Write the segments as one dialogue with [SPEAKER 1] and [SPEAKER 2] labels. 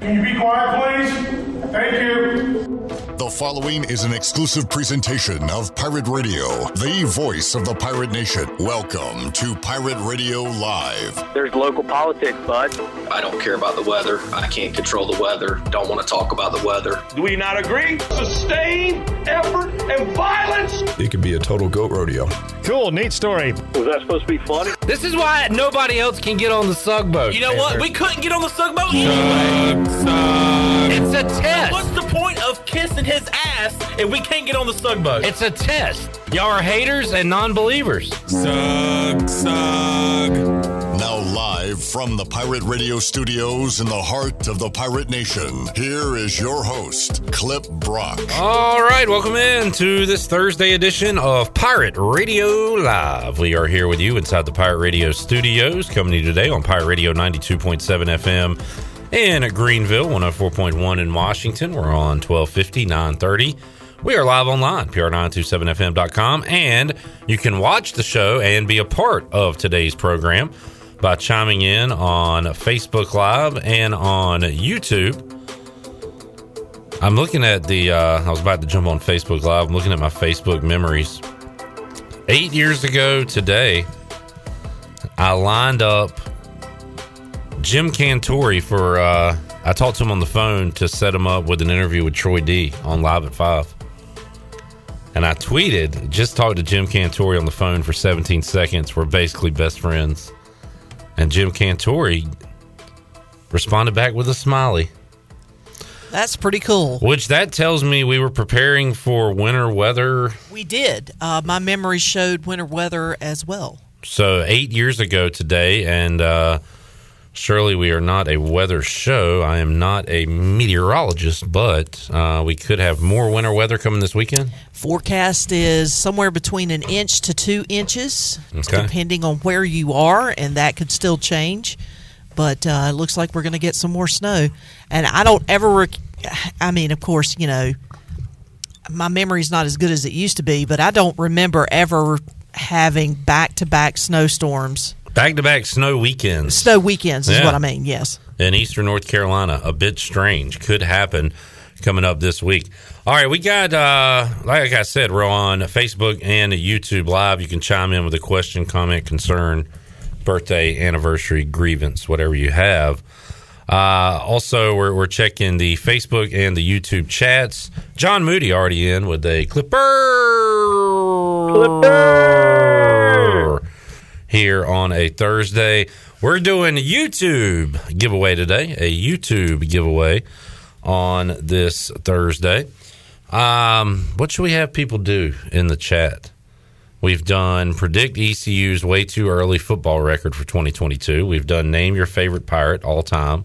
[SPEAKER 1] Can you be quiet, please? Thank you.
[SPEAKER 2] The following is an exclusive presentation of Pirate Radio, the voice of the pirate nation. Welcome to Pirate Radio Live.
[SPEAKER 3] There's local politics, bud.
[SPEAKER 4] I don't care about the weather. I can't control the weather. Don't want to talk about the weather.
[SPEAKER 5] Do we not agree? Sustained effort and violence.
[SPEAKER 6] It could be a total goat rodeo.
[SPEAKER 7] Cool, neat story.
[SPEAKER 8] Was that supposed to be funny?
[SPEAKER 9] This is why nobody else can get on the sugboat.
[SPEAKER 10] You know what? We couldn't get on the sugboat anyway.
[SPEAKER 9] It's a test.
[SPEAKER 10] What's the point of kissing his ass if we can't get on the sugboat?
[SPEAKER 9] It's a test. Y'all are haters and non-believers.
[SPEAKER 6] Sug, sug.
[SPEAKER 2] Now, live from the Pirate Radio studios in the heart of the Pirate Nation, here is your host, Clip Brock.
[SPEAKER 9] All right, welcome in to this Thursday edition of Pirate Radio Live. We are here with you inside the Pirate Radio studios, coming to you today on Pirate Radio 92.7 FM in Greenville, 104.1 in Washington. We're on 1250, 930. We are live online, pr927fm.com, and you can watch the show and be a part of today's program by chiming in on Facebook Live and on YouTube. I'm looking at the, uh, I was about to jump on Facebook Live. I'm looking at my Facebook memories. Eight years ago today, I lined up Jim Cantori for, uh, I talked to him on the phone to set him up with an interview with Troy D on Live at 5. And I tweeted, just talked to Jim Cantori on the phone for 17 seconds. We're basically best friends. And Jim Cantori responded back with a smiley,
[SPEAKER 11] That's pretty cool.
[SPEAKER 9] which that tells me we were preparing for winter weather.
[SPEAKER 11] We did. Uh, my memory showed winter weather as well.
[SPEAKER 9] So, eight years ago today. And uh, surely we are not a weather show. I am not a meteorologist, but uh, we could have more winter weather coming this weekend.
[SPEAKER 11] Forecast is somewhere between an inch to two inches,
[SPEAKER 9] Okay.
[SPEAKER 11] depending on where you are, and that could still change. But uh, it looks like we're going to get some more snow. And I don't ever, rec- I mean, of course, you know, my memory's not as good as it used to be, but I don't remember ever having back to back snowstorms.
[SPEAKER 9] Back to back snow weekends.
[SPEAKER 11] Snow weekends is
[SPEAKER 9] Yeah.
[SPEAKER 11] what I mean, yes.
[SPEAKER 9] in Eastern North Carolina. A bit strange. Could happen coming up this week. All right, we got, uh, like I said, we're on Facebook and YouTube Live. You can chime in with a question, comment, concern, birthday, anniversary, grievance, whatever you have. Uh, also, we're, we're checking the Facebook and the YouTube chats. John Moody already in with a Clipper. Clipper here on a Thursday. We're doing a YouTube giveaway today, a YouTube giveaway on this Thursday. Um, what should we have people do in the chat? We've done predict ECU's way too early football record for 2022. We've done name your favorite pirate all time.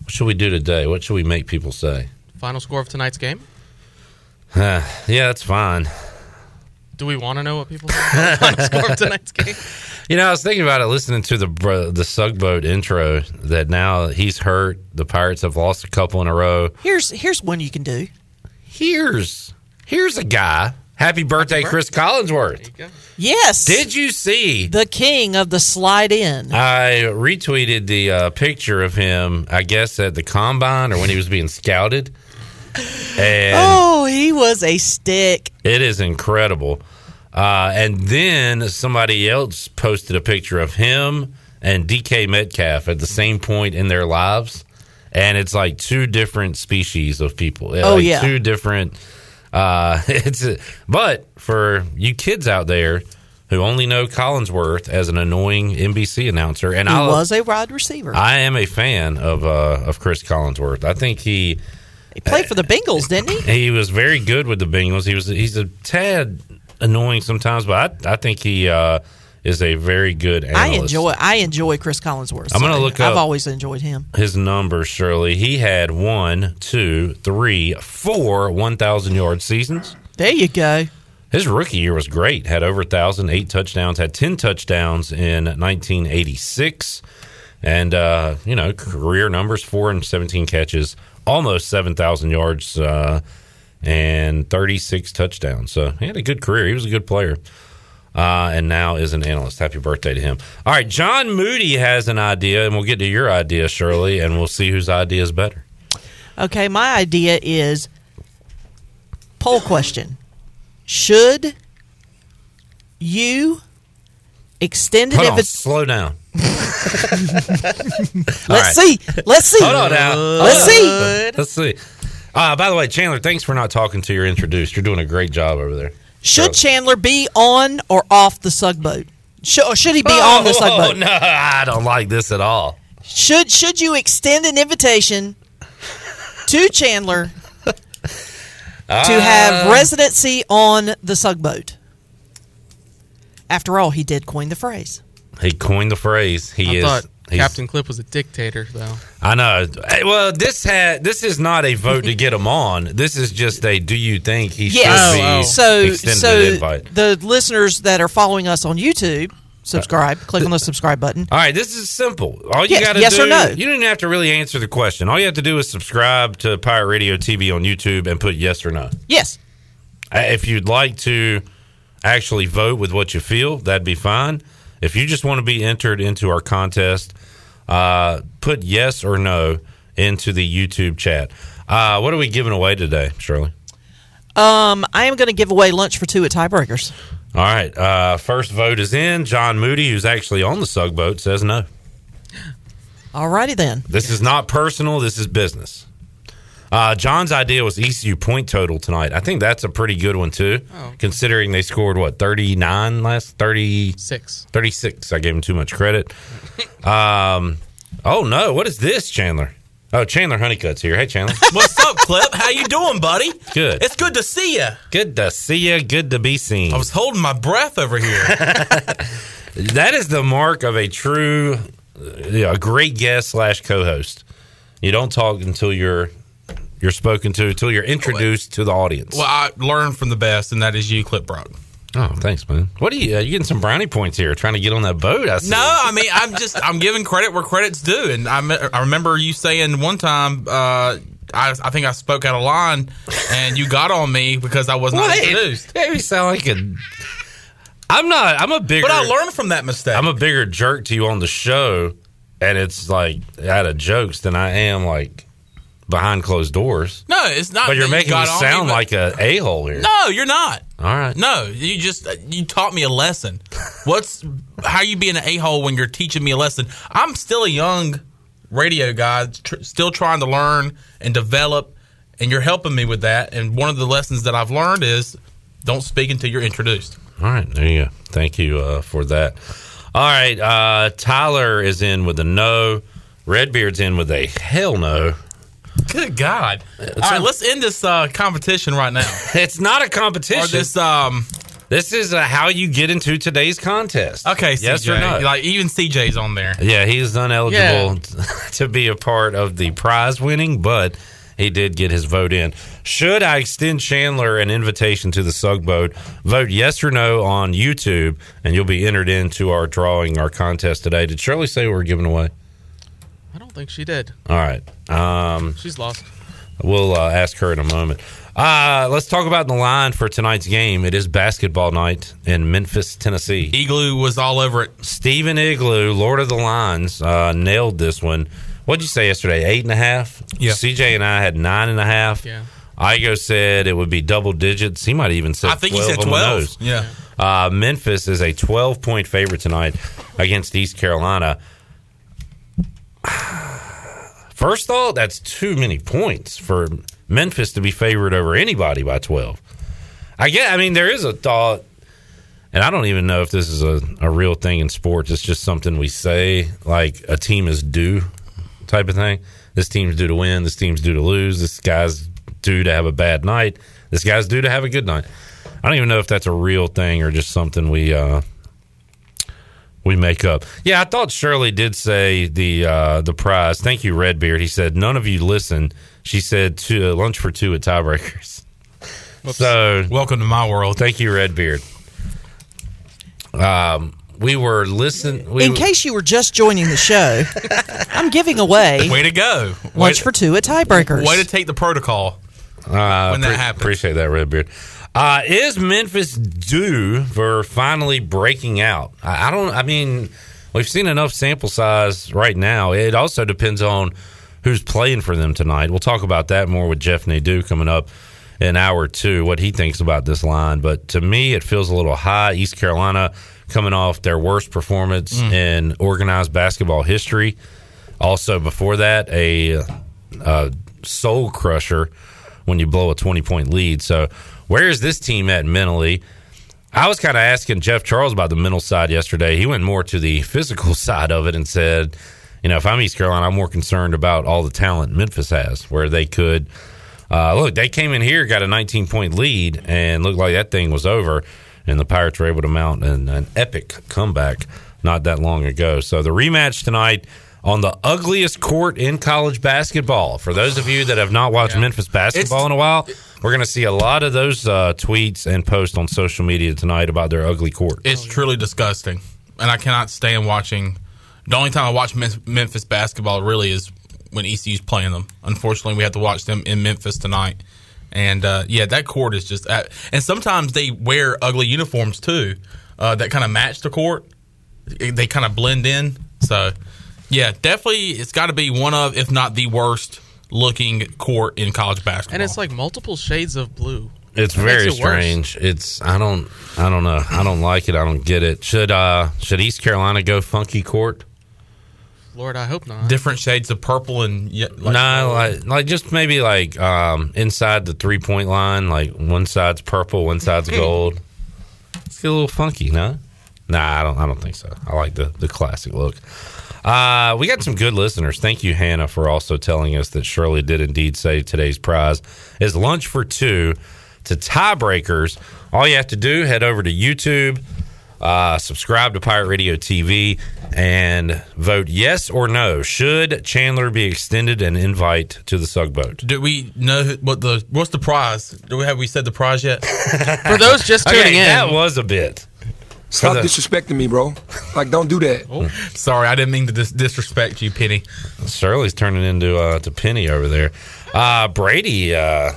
[SPEAKER 9] What should we do today? What should we make people say?
[SPEAKER 12] Final score of tonight's game.
[SPEAKER 9] Uh, yeah, that's fine.
[SPEAKER 12] Do we want to know what people think about the final score of tonight's game?
[SPEAKER 9] You know, I was thinking about it listening to the br- the Sugboat intro that now he's hurt. The Pirates have lost a couple in a row.
[SPEAKER 11] Here's here's one you can do.
[SPEAKER 9] Here's here's a guy. Happy birthday, Chris Collinsworth.
[SPEAKER 11] Yes.
[SPEAKER 9] Did you see?
[SPEAKER 11] the king of the slide in.
[SPEAKER 9] I retweeted the uh, picture of him, I guess, at the combine or when he was being scouted. And
[SPEAKER 11] oh, he was a stick.
[SPEAKER 9] It is incredible. Uh, and then somebody else posted a picture of him and DK Metcalf at the same point in their lives. And it's like two different species of people.
[SPEAKER 11] Oh,
[SPEAKER 9] Like,
[SPEAKER 11] yeah.
[SPEAKER 9] Two different. Uh, it's a- But for you kids out there who only know Collinsworth as an annoying NBC announcer, and
[SPEAKER 11] He
[SPEAKER 9] I
[SPEAKER 11] was a wide receiver.
[SPEAKER 9] I am a fan of uh, of Chris Collinsworth. I think he
[SPEAKER 11] he played for the Bengals, didn't he?
[SPEAKER 9] he was very good with the Bengals. He was he's a tad annoying sometimes, but I, I think he uh, is a very good
[SPEAKER 11] I
[SPEAKER 9] analyst.
[SPEAKER 11] enjoy I enjoy Chris Collinsworth.
[SPEAKER 9] I'm gonna
[SPEAKER 11] So,
[SPEAKER 9] look up-
[SPEAKER 11] I've always enjoyed him.
[SPEAKER 9] his numbers. Surely he had one, two, three, four 1,000 yard seasons.
[SPEAKER 11] There you go.
[SPEAKER 9] His rookie year was great. Had over 1,000, eight touchdowns, had 10 touchdowns in 1986. And, uh, you know, career numbers four and 17 catches, almost 7,000 yards, uh, and 36 touchdowns. So he had a good career. He was a good player. Uh, and now is an analyst. Happy birthday to him. All right. John Moody has an idea, and we'll get to your idea, Shirley, and we'll see whose idea is better.
[SPEAKER 11] Okay, my idea is poll question. Should you extend it
[SPEAKER 9] Hold
[SPEAKER 11] if
[SPEAKER 9] on,
[SPEAKER 11] it's
[SPEAKER 9] slow down.
[SPEAKER 11] let's
[SPEAKER 9] all
[SPEAKER 11] see. Let's see.
[SPEAKER 9] Hold on now.
[SPEAKER 11] Let's see.
[SPEAKER 9] Let's see. Uh, by the way, Chandler, thanks for not talking to your introduced. You're doing a great job over there.
[SPEAKER 11] Should Chandler be on or off the sugboat? Should, or should he be on the
[SPEAKER 9] Oh,
[SPEAKER 11] sugboat?
[SPEAKER 9] no, I don't like this at all.
[SPEAKER 11] Should should you extend an invitation to Chandler
[SPEAKER 9] Uh,
[SPEAKER 11] to have residency on the sugboat? After all, he did coin the phrase.
[SPEAKER 9] He coined the phrase. He
[SPEAKER 12] I
[SPEAKER 9] is
[SPEAKER 12] thought
[SPEAKER 9] he's-
[SPEAKER 12] Captain Clip was a dictator, though.
[SPEAKER 9] I know. Hey, Well, this had this is not a vote to get him on. This is just a do you think he
[SPEAKER 11] Yes.
[SPEAKER 9] should be
[SPEAKER 12] Oh, oh.
[SPEAKER 11] So
[SPEAKER 9] extended
[SPEAKER 11] so
[SPEAKER 9] an invite?
[SPEAKER 11] the listeners that are following us on YouTube, subscribe. click on the subscribe button.
[SPEAKER 9] Uh, All right, this is simple. All you
[SPEAKER 11] Yes,
[SPEAKER 9] got to
[SPEAKER 11] yes
[SPEAKER 9] do,
[SPEAKER 11] or no?
[SPEAKER 9] you don't even have to really answer the question. All you have to do is subscribe to Pirate Radio TV on YouTube and put yes or no.
[SPEAKER 11] Yes.
[SPEAKER 9] Uh, If you'd like to actually vote with what you feel, that'd be fine. If you just want to be entered into our contest, uh, put yes or no into the YouTube chat. Uh, what are we giving away today, Shirley?
[SPEAKER 11] Um, I am going to give away lunch for two at tiebreakers.
[SPEAKER 9] All right. Uh, first vote is in. John Moody, who's actually on the Sugboat, says no.
[SPEAKER 11] Alrighty then.
[SPEAKER 9] This is not personal. This is business. Uh, John's idea was ECU point total tonight. I think that's a pretty good one, too,
[SPEAKER 10] Oh.
[SPEAKER 9] considering they scored, what, 39 last? 30,
[SPEAKER 12] Six.
[SPEAKER 9] 36. I gave him too much credit. Um, oh, no. What is this, Chandler? Oh, Chandler Honeycutt's here. Hey, Chandler.
[SPEAKER 10] What's up, Clip? How you doing, buddy?
[SPEAKER 9] Good.
[SPEAKER 10] It's good to see you.
[SPEAKER 9] Good to see you. Good to be seen.
[SPEAKER 10] I was holding my breath over here.
[SPEAKER 9] That is the mark of a true, uh, a great guest slash co-host. You don't talk until you're you're spoken to, until you're introduced to the audience.
[SPEAKER 6] Well, I learned from the best, and that is you, Clip Brock.
[SPEAKER 9] Oh, thanks, man. What are you? Uh, you getting some brownie points here? Trying to get on that boat? I see.
[SPEAKER 10] no, I mean I'm just I'm giving credit where credit's due, and I, me- I remember you saying one time. Uh, I, I think I spoke out of line, and you got on me because I was not
[SPEAKER 9] Wait,
[SPEAKER 10] introduced.
[SPEAKER 9] yeah, you sound like a. I'm not. I'm a bigger.
[SPEAKER 10] But I learned from that mistake.
[SPEAKER 9] I'm a bigger jerk to you on the show, and it's like out of jokes than I am like behind closed doors.
[SPEAKER 10] no, it's not.
[SPEAKER 9] But
[SPEAKER 10] that
[SPEAKER 9] you're
[SPEAKER 10] you
[SPEAKER 9] making me
[SPEAKER 10] got on
[SPEAKER 9] sound
[SPEAKER 10] but-
[SPEAKER 9] like a a hole here.
[SPEAKER 10] No, you're not.
[SPEAKER 9] All right.
[SPEAKER 10] No, you just you taught me a lesson. What's how you being an a hole when you're teaching me a lesson? I'm still a young radio guy, tr- still trying to learn and develop, and you're helping me with that. And one of the lessons that I've learned is don't speak until you're introduced.
[SPEAKER 9] All right, there you go. Thank you uh, for that. All right, uh, Tyler is in with a no. Redbeard's in with a hell no.
[SPEAKER 10] Good God! All right, let's end this uh, competition right now.
[SPEAKER 9] It's not a
[SPEAKER 10] or
[SPEAKER 9] competition. This,
[SPEAKER 10] this um.
[SPEAKER 9] is uh how you get into today's contest.
[SPEAKER 10] Okay, CJ.
[SPEAKER 9] yes or no?
[SPEAKER 10] Like even CJ's on there.
[SPEAKER 9] yeah, he's ineligible to be a part of the prize winning, but he did get his vote in. Should I extend Chandler an invitation to the Sugboat? Vote yes or no on YouTube, and you'll be entered into our drawing, our contest today. Did Shirley say we're giving away?
[SPEAKER 12] I don't think she did.
[SPEAKER 9] All right. Um,
[SPEAKER 12] She's lost.
[SPEAKER 9] we'll uh, ask her in a moment. Uh, let's talk about the line for tonight's game. It is basketball night in Memphis, Tennessee.
[SPEAKER 10] Igloo was all over it.
[SPEAKER 9] Steven Igloo, Lord of the Lines, uh, nailed this one. What'd you say yesterday? Eight and a half?
[SPEAKER 10] Yeah.
[SPEAKER 9] CJ and I had nine and a half.
[SPEAKER 12] Yeah.
[SPEAKER 9] Igo said it would be double digits. He might even say
[SPEAKER 10] I think he
[SPEAKER 9] 12
[SPEAKER 10] said
[SPEAKER 9] on the
[SPEAKER 10] twelve.
[SPEAKER 9] nose.
[SPEAKER 10] Yeah.
[SPEAKER 9] Uh, Memphis is a 12 point favorite tonight against East Carolina. First thought, that's too many points for Memphis to be favored over anybody by 12. I get, I mean, there is a thought, and I don't even know if this is a, a real thing in sports. It's just something we say, like a team is due type of thing. This team's due to win. This team's due to lose. This guy's due to have a bad night. This guy's due to have a good night. I don't even know if that's a real thing or just something we uh, we make up. Yeah, I thought Shirley did say the uh, the prize. Thank you, Redbeard. He said none of you listen. She said to lunch for two at tiebreakers. So
[SPEAKER 10] Welcome to my world.
[SPEAKER 9] thank you, Redbeard. Um, we were listening. We
[SPEAKER 11] In
[SPEAKER 9] were-
[SPEAKER 11] case you were just joining the show, I'm giving away
[SPEAKER 10] Way to go. Way
[SPEAKER 11] lunch
[SPEAKER 10] to-
[SPEAKER 11] for two at tiebreakers.
[SPEAKER 10] Way to take the protocol.
[SPEAKER 9] Uh,
[SPEAKER 10] when that happens.
[SPEAKER 9] Appreciate that, Redbeard. Uh, is Memphis due for finally breaking out? I, I don't. I mean, we've seen enough sample size right now. It also depends on who's playing for them tonight. We'll talk about that more with Jeff Nadeau coming up in hour two, what he thinks about this line. But to me, it feels a little high. East Carolina coming off their worst performance
[SPEAKER 10] Mm-hmm.
[SPEAKER 9] in organized basketball history. Also, before that, a uh, soul crusher when you blow a 20 point lead. So, where is this team at mentally? I was kind of asking Jeff Charles about the mental side yesterday. He went more to the physical side of it and said, you know, if I'm East Carolina, I'm more concerned about all the talent Memphis has, where they could uh, look, they came in here, got a 19 point lead, and looked like that thing was over. And the Pirates were able to mount an, an epic comeback not that long ago. So the rematch tonight on the ugliest court in college basketball. For those of you that have not watched Memphis basketball in a while, we're going to see a lot of those uh, tweets and posts on social media tonight about their ugly court.
[SPEAKER 12] Oh,
[SPEAKER 10] It's truly disgusting, and I cannot stand watching. The only time I watch Mem- Memphis basketball really is when ECU's playing them. Unfortunately, we have to watch them in Memphis tonight, and uh, yeah, that court is just. uh, and sometimes they wear ugly uniforms too, uh, that kind of match the court. It- They kind of blend in. So, yeah, definitely, it's got to be one of, if not the worst looking court in college basketball.
[SPEAKER 12] And it's like multiple shades of blue.
[SPEAKER 9] It's
[SPEAKER 12] That
[SPEAKER 9] very
[SPEAKER 12] makes it worse.
[SPEAKER 9] strange. It's I don't I don't know. I don't like it. I don't get it. Should uh should East Carolina go funky court?
[SPEAKER 12] Lord, I hope not.
[SPEAKER 10] different shades of purple and ye- like,
[SPEAKER 9] no, like like just maybe like um inside the three point line, like one side's purple, one side's gold. It's a little funky, no? Nah, I don't I don't think so. I like the the classic look. Uh, we got some good listeners. Thank you, Hannah, for also telling us that Shirley did indeed say today's prize is lunch for two to tiebreakers. All you have to do, head over to YouTube, uh, subscribe to Pirate Radio TV, and vote yes or no. Should Chandler be extended an invite to the Sugboat?
[SPEAKER 10] Do we know who- what the what's the prize? Do we have we said the prize yet?
[SPEAKER 12] For those just tuning
[SPEAKER 9] Okay, that
[SPEAKER 12] in,
[SPEAKER 9] was a bit.
[SPEAKER 7] Stop
[SPEAKER 9] the- Oh.
[SPEAKER 7] disrespecting me, bro. Like, don't do that.
[SPEAKER 10] Sorry, I didn't mean to dis- disrespect you, Penny.
[SPEAKER 9] Shirley's turning into uh, to Penny over there. Uh, Brady uh,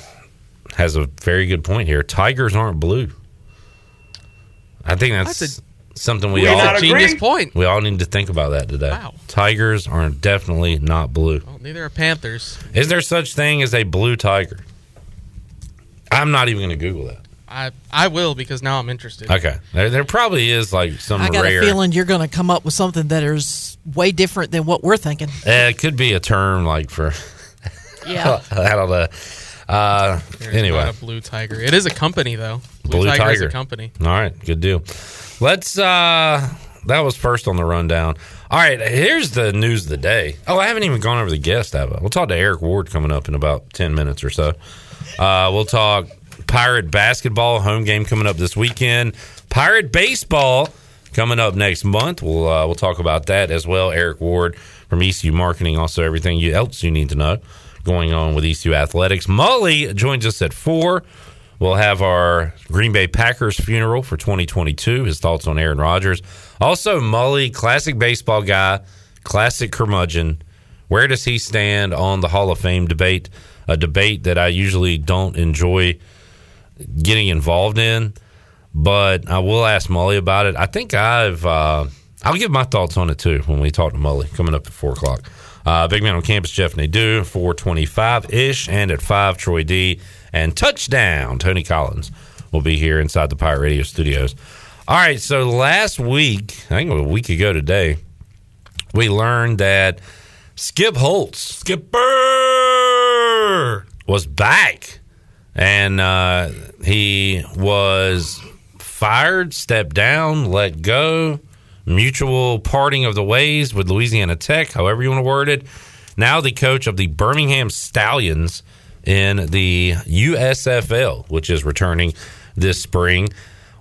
[SPEAKER 9] has a very good point here. Tigers aren't blue. I think that's,
[SPEAKER 12] That's
[SPEAKER 9] something we
[SPEAKER 1] We're
[SPEAKER 9] all
[SPEAKER 1] not
[SPEAKER 12] a genius
[SPEAKER 1] agree.
[SPEAKER 12] point.
[SPEAKER 9] we all need to think about that today.
[SPEAKER 12] Wow.
[SPEAKER 9] Tigers are definitely not blue.
[SPEAKER 12] Well, neither are Panthers.
[SPEAKER 9] Is there such thing as a blue tiger? I'm not even going to Google that.
[SPEAKER 12] I I will because now I'm interested.
[SPEAKER 9] Okay, there, there probably is like some
[SPEAKER 11] I got
[SPEAKER 9] rare.
[SPEAKER 11] a feeling you're going to come up with something that is way different than what we're thinking.
[SPEAKER 9] Eh, it could be a term like for
[SPEAKER 11] Yeah.
[SPEAKER 9] I don't know. Uh,
[SPEAKER 12] There's
[SPEAKER 9] anyway,
[SPEAKER 12] not a blue tiger. It is a company though. Blue,
[SPEAKER 9] Blue
[SPEAKER 12] tiger, is a
[SPEAKER 9] Tiger.
[SPEAKER 12] company.
[SPEAKER 9] All right, good deal. Let's uh that was first on the rundown. All right, here's the news of the day. Oh, I haven't even gone over the guest, have I? We'll talk to Eric Ward coming up in about ten minutes or so. Uh we'll talk Pirate basketball home game coming up this weekend. Pirate baseball coming up next month. We'll uh, we'll talk about that as well. Eric Ward from ECU Marketing, also everything you, else you need to know going on with ECU athletics. Molly joins us at four. We'll have our Green Bay Packers funeral for 2022. His thoughts on Aaron Rodgers. Also, Mully, classic baseball guy, classic curmudgeon. Where does he stand on the Hall of Fame debate? A debate that I usually don't enjoy getting involved in, but I will ask Mully about it. I think I've uh, I'll give my thoughts on it too when we talk to Mully coming up at four o'clock. Uh, Big Man on Campus, Jeff Nadeau, four twenty-five ish, and at five, Troy D and touchdown Tony Collins will be here inside the Pirate Radio Studios. All right, so last week, I think it was a week ago today, we learned that Skip Holtz
[SPEAKER 10] Skipper.
[SPEAKER 9] was back and uh, he was fired, stepped down, let go, mutual parting of the ways with Louisiana Tech, however you want to word it. Now the coach of the Birmingham Stallions in the USFL, which is returning this spring.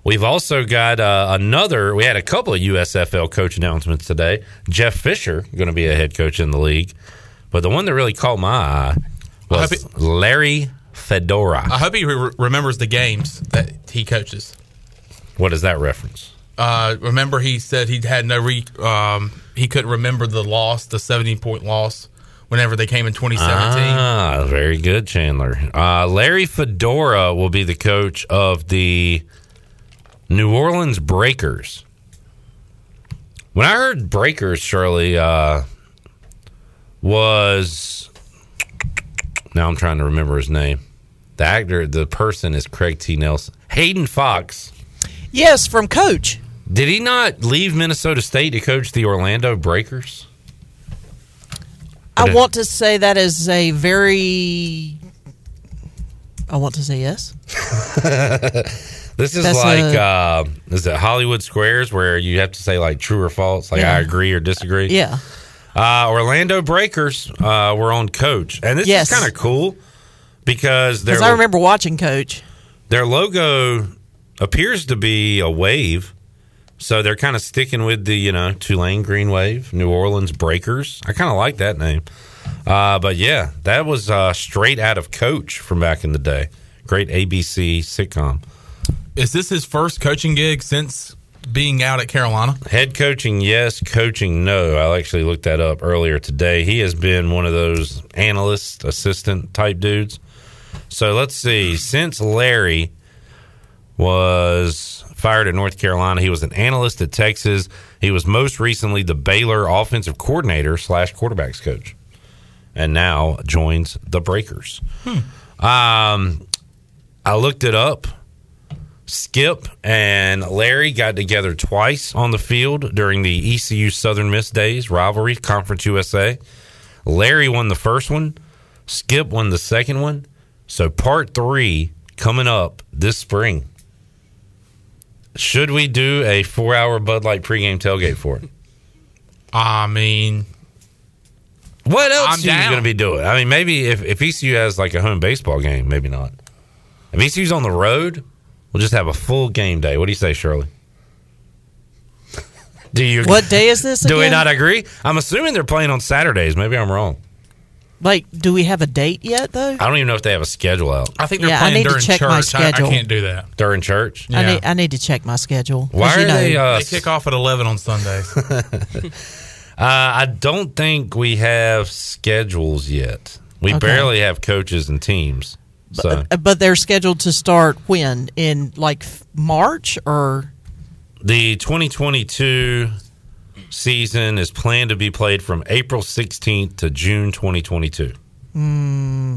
[SPEAKER 9] We've also got uh, another. We had a couple of USFL coach announcements today. Jeff Fisher going to be a head coach in the league, but the one that really caught my eye was
[SPEAKER 10] I hope
[SPEAKER 9] Larry Fedora.
[SPEAKER 10] I hope he re- remembers the games that he coaches.
[SPEAKER 9] What is that reference?
[SPEAKER 10] Uh, remember, he said he had no re. Um, he couldn't remember the loss, the seventeen point loss, whenever they came in twenty seventeen.
[SPEAKER 9] Ah, very good, Chandler. Uh, Larry Fedora will be the coach of the New Orleans Breakers. When I heard Breakers, Shirley uh, was Now I'm trying to remember his name. The actor, the person is Craig T. Nelson. Hayden Fox.
[SPEAKER 11] Yes, from Coach.
[SPEAKER 9] Did he not leave Minnesota State to coach the Orlando Breakers?
[SPEAKER 11] I
[SPEAKER 9] Okay.
[SPEAKER 11] want to say that is a very. I want to say yes.
[SPEAKER 9] This is
[SPEAKER 11] That's
[SPEAKER 9] like
[SPEAKER 11] a-
[SPEAKER 9] uh, is it Hollywood Squares where you have to say like true or false, like
[SPEAKER 11] Yeah.
[SPEAKER 9] I agree or disagree.
[SPEAKER 11] Yeah.
[SPEAKER 9] Uh, Orlando Breakers uh, were on Coach, and this
[SPEAKER 11] Yes.
[SPEAKER 9] is kind of cool because their
[SPEAKER 11] Because I remember watching Coach.
[SPEAKER 9] their logo appears to be a wave, so they're kind of sticking with the you know Tulane Green Wave, New Orleans Breakers. I kind of like that name, uh, but yeah, that was uh, straight out of Coach from back in the day. Great ABC sitcom.
[SPEAKER 12] Uh-huh.
[SPEAKER 10] Is this his first coaching gig since being out at Carolina?
[SPEAKER 9] Head coaching, yes. Coaching, no. I actually looked that up earlier today. He has been one of those analyst, assistant type dudes. So let's see. Since Larry was fired at North Carolina, he was an analyst at Texas. He was most recently the Baylor offensive coordinator slash quarterbacks coach, and now joins the Breakers. Um, I looked it up. Skip and Larry got together twice on the field during the ECU Southern Miss days rivalry Conference USA. Larry won the first one, Skip won the second one. So part 3 coming up this spring. Should we do a 4-hour Bud Light pregame tailgate for it?
[SPEAKER 10] I mean,
[SPEAKER 9] What else
[SPEAKER 10] I'm
[SPEAKER 9] are you
[SPEAKER 10] down.
[SPEAKER 9] going to be doing? I mean, maybe if, if ECU has like a home baseball game, maybe not. If ECU's on the road, we'll just have a full game day. What do you say, Shirley? Do you
[SPEAKER 11] What day is this?
[SPEAKER 9] do we
[SPEAKER 11] again?
[SPEAKER 9] not agree? I'm assuming they're playing on Saturdays. Maybe I'm wrong.
[SPEAKER 11] Like, do we have a date yet? Though
[SPEAKER 9] I don't even know if they have a schedule out
[SPEAKER 10] I think they're
[SPEAKER 11] Yeah, I
[SPEAKER 10] playing
[SPEAKER 11] need to
[SPEAKER 10] during
[SPEAKER 11] check
[SPEAKER 10] church.
[SPEAKER 11] my
[SPEAKER 10] I, I
[SPEAKER 11] schedule.
[SPEAKER 10] can't do that.
[SPEAKER 9] during church.
[SPEAKER 11] I
[SPEAKER 10] Yeah.
[SPEAKER 11] need I need to check my schedule. 'Cause,
[SPEAKER 9] Why
[SPEAKER 11] you
[SPEAKER 9] are
[SPEAKER 11] know,
[SPEAKER 9] they? Uh,
[SPEAKER 10] They kick off at 11 on Sundays.
[SPEAKER 9] uh, I don't think we have schedules yet. We
[SPEAKER 11] Okay.
[SPEAKER 9] barely have coaches and teams. So
[SPEAKER 11] uh, but they're scheduled to start when in like f- March or
[SPEAKER 9] The 2022 season is planned to be played from April 16th to June 2022.
[SPEAKER 11] Hmm,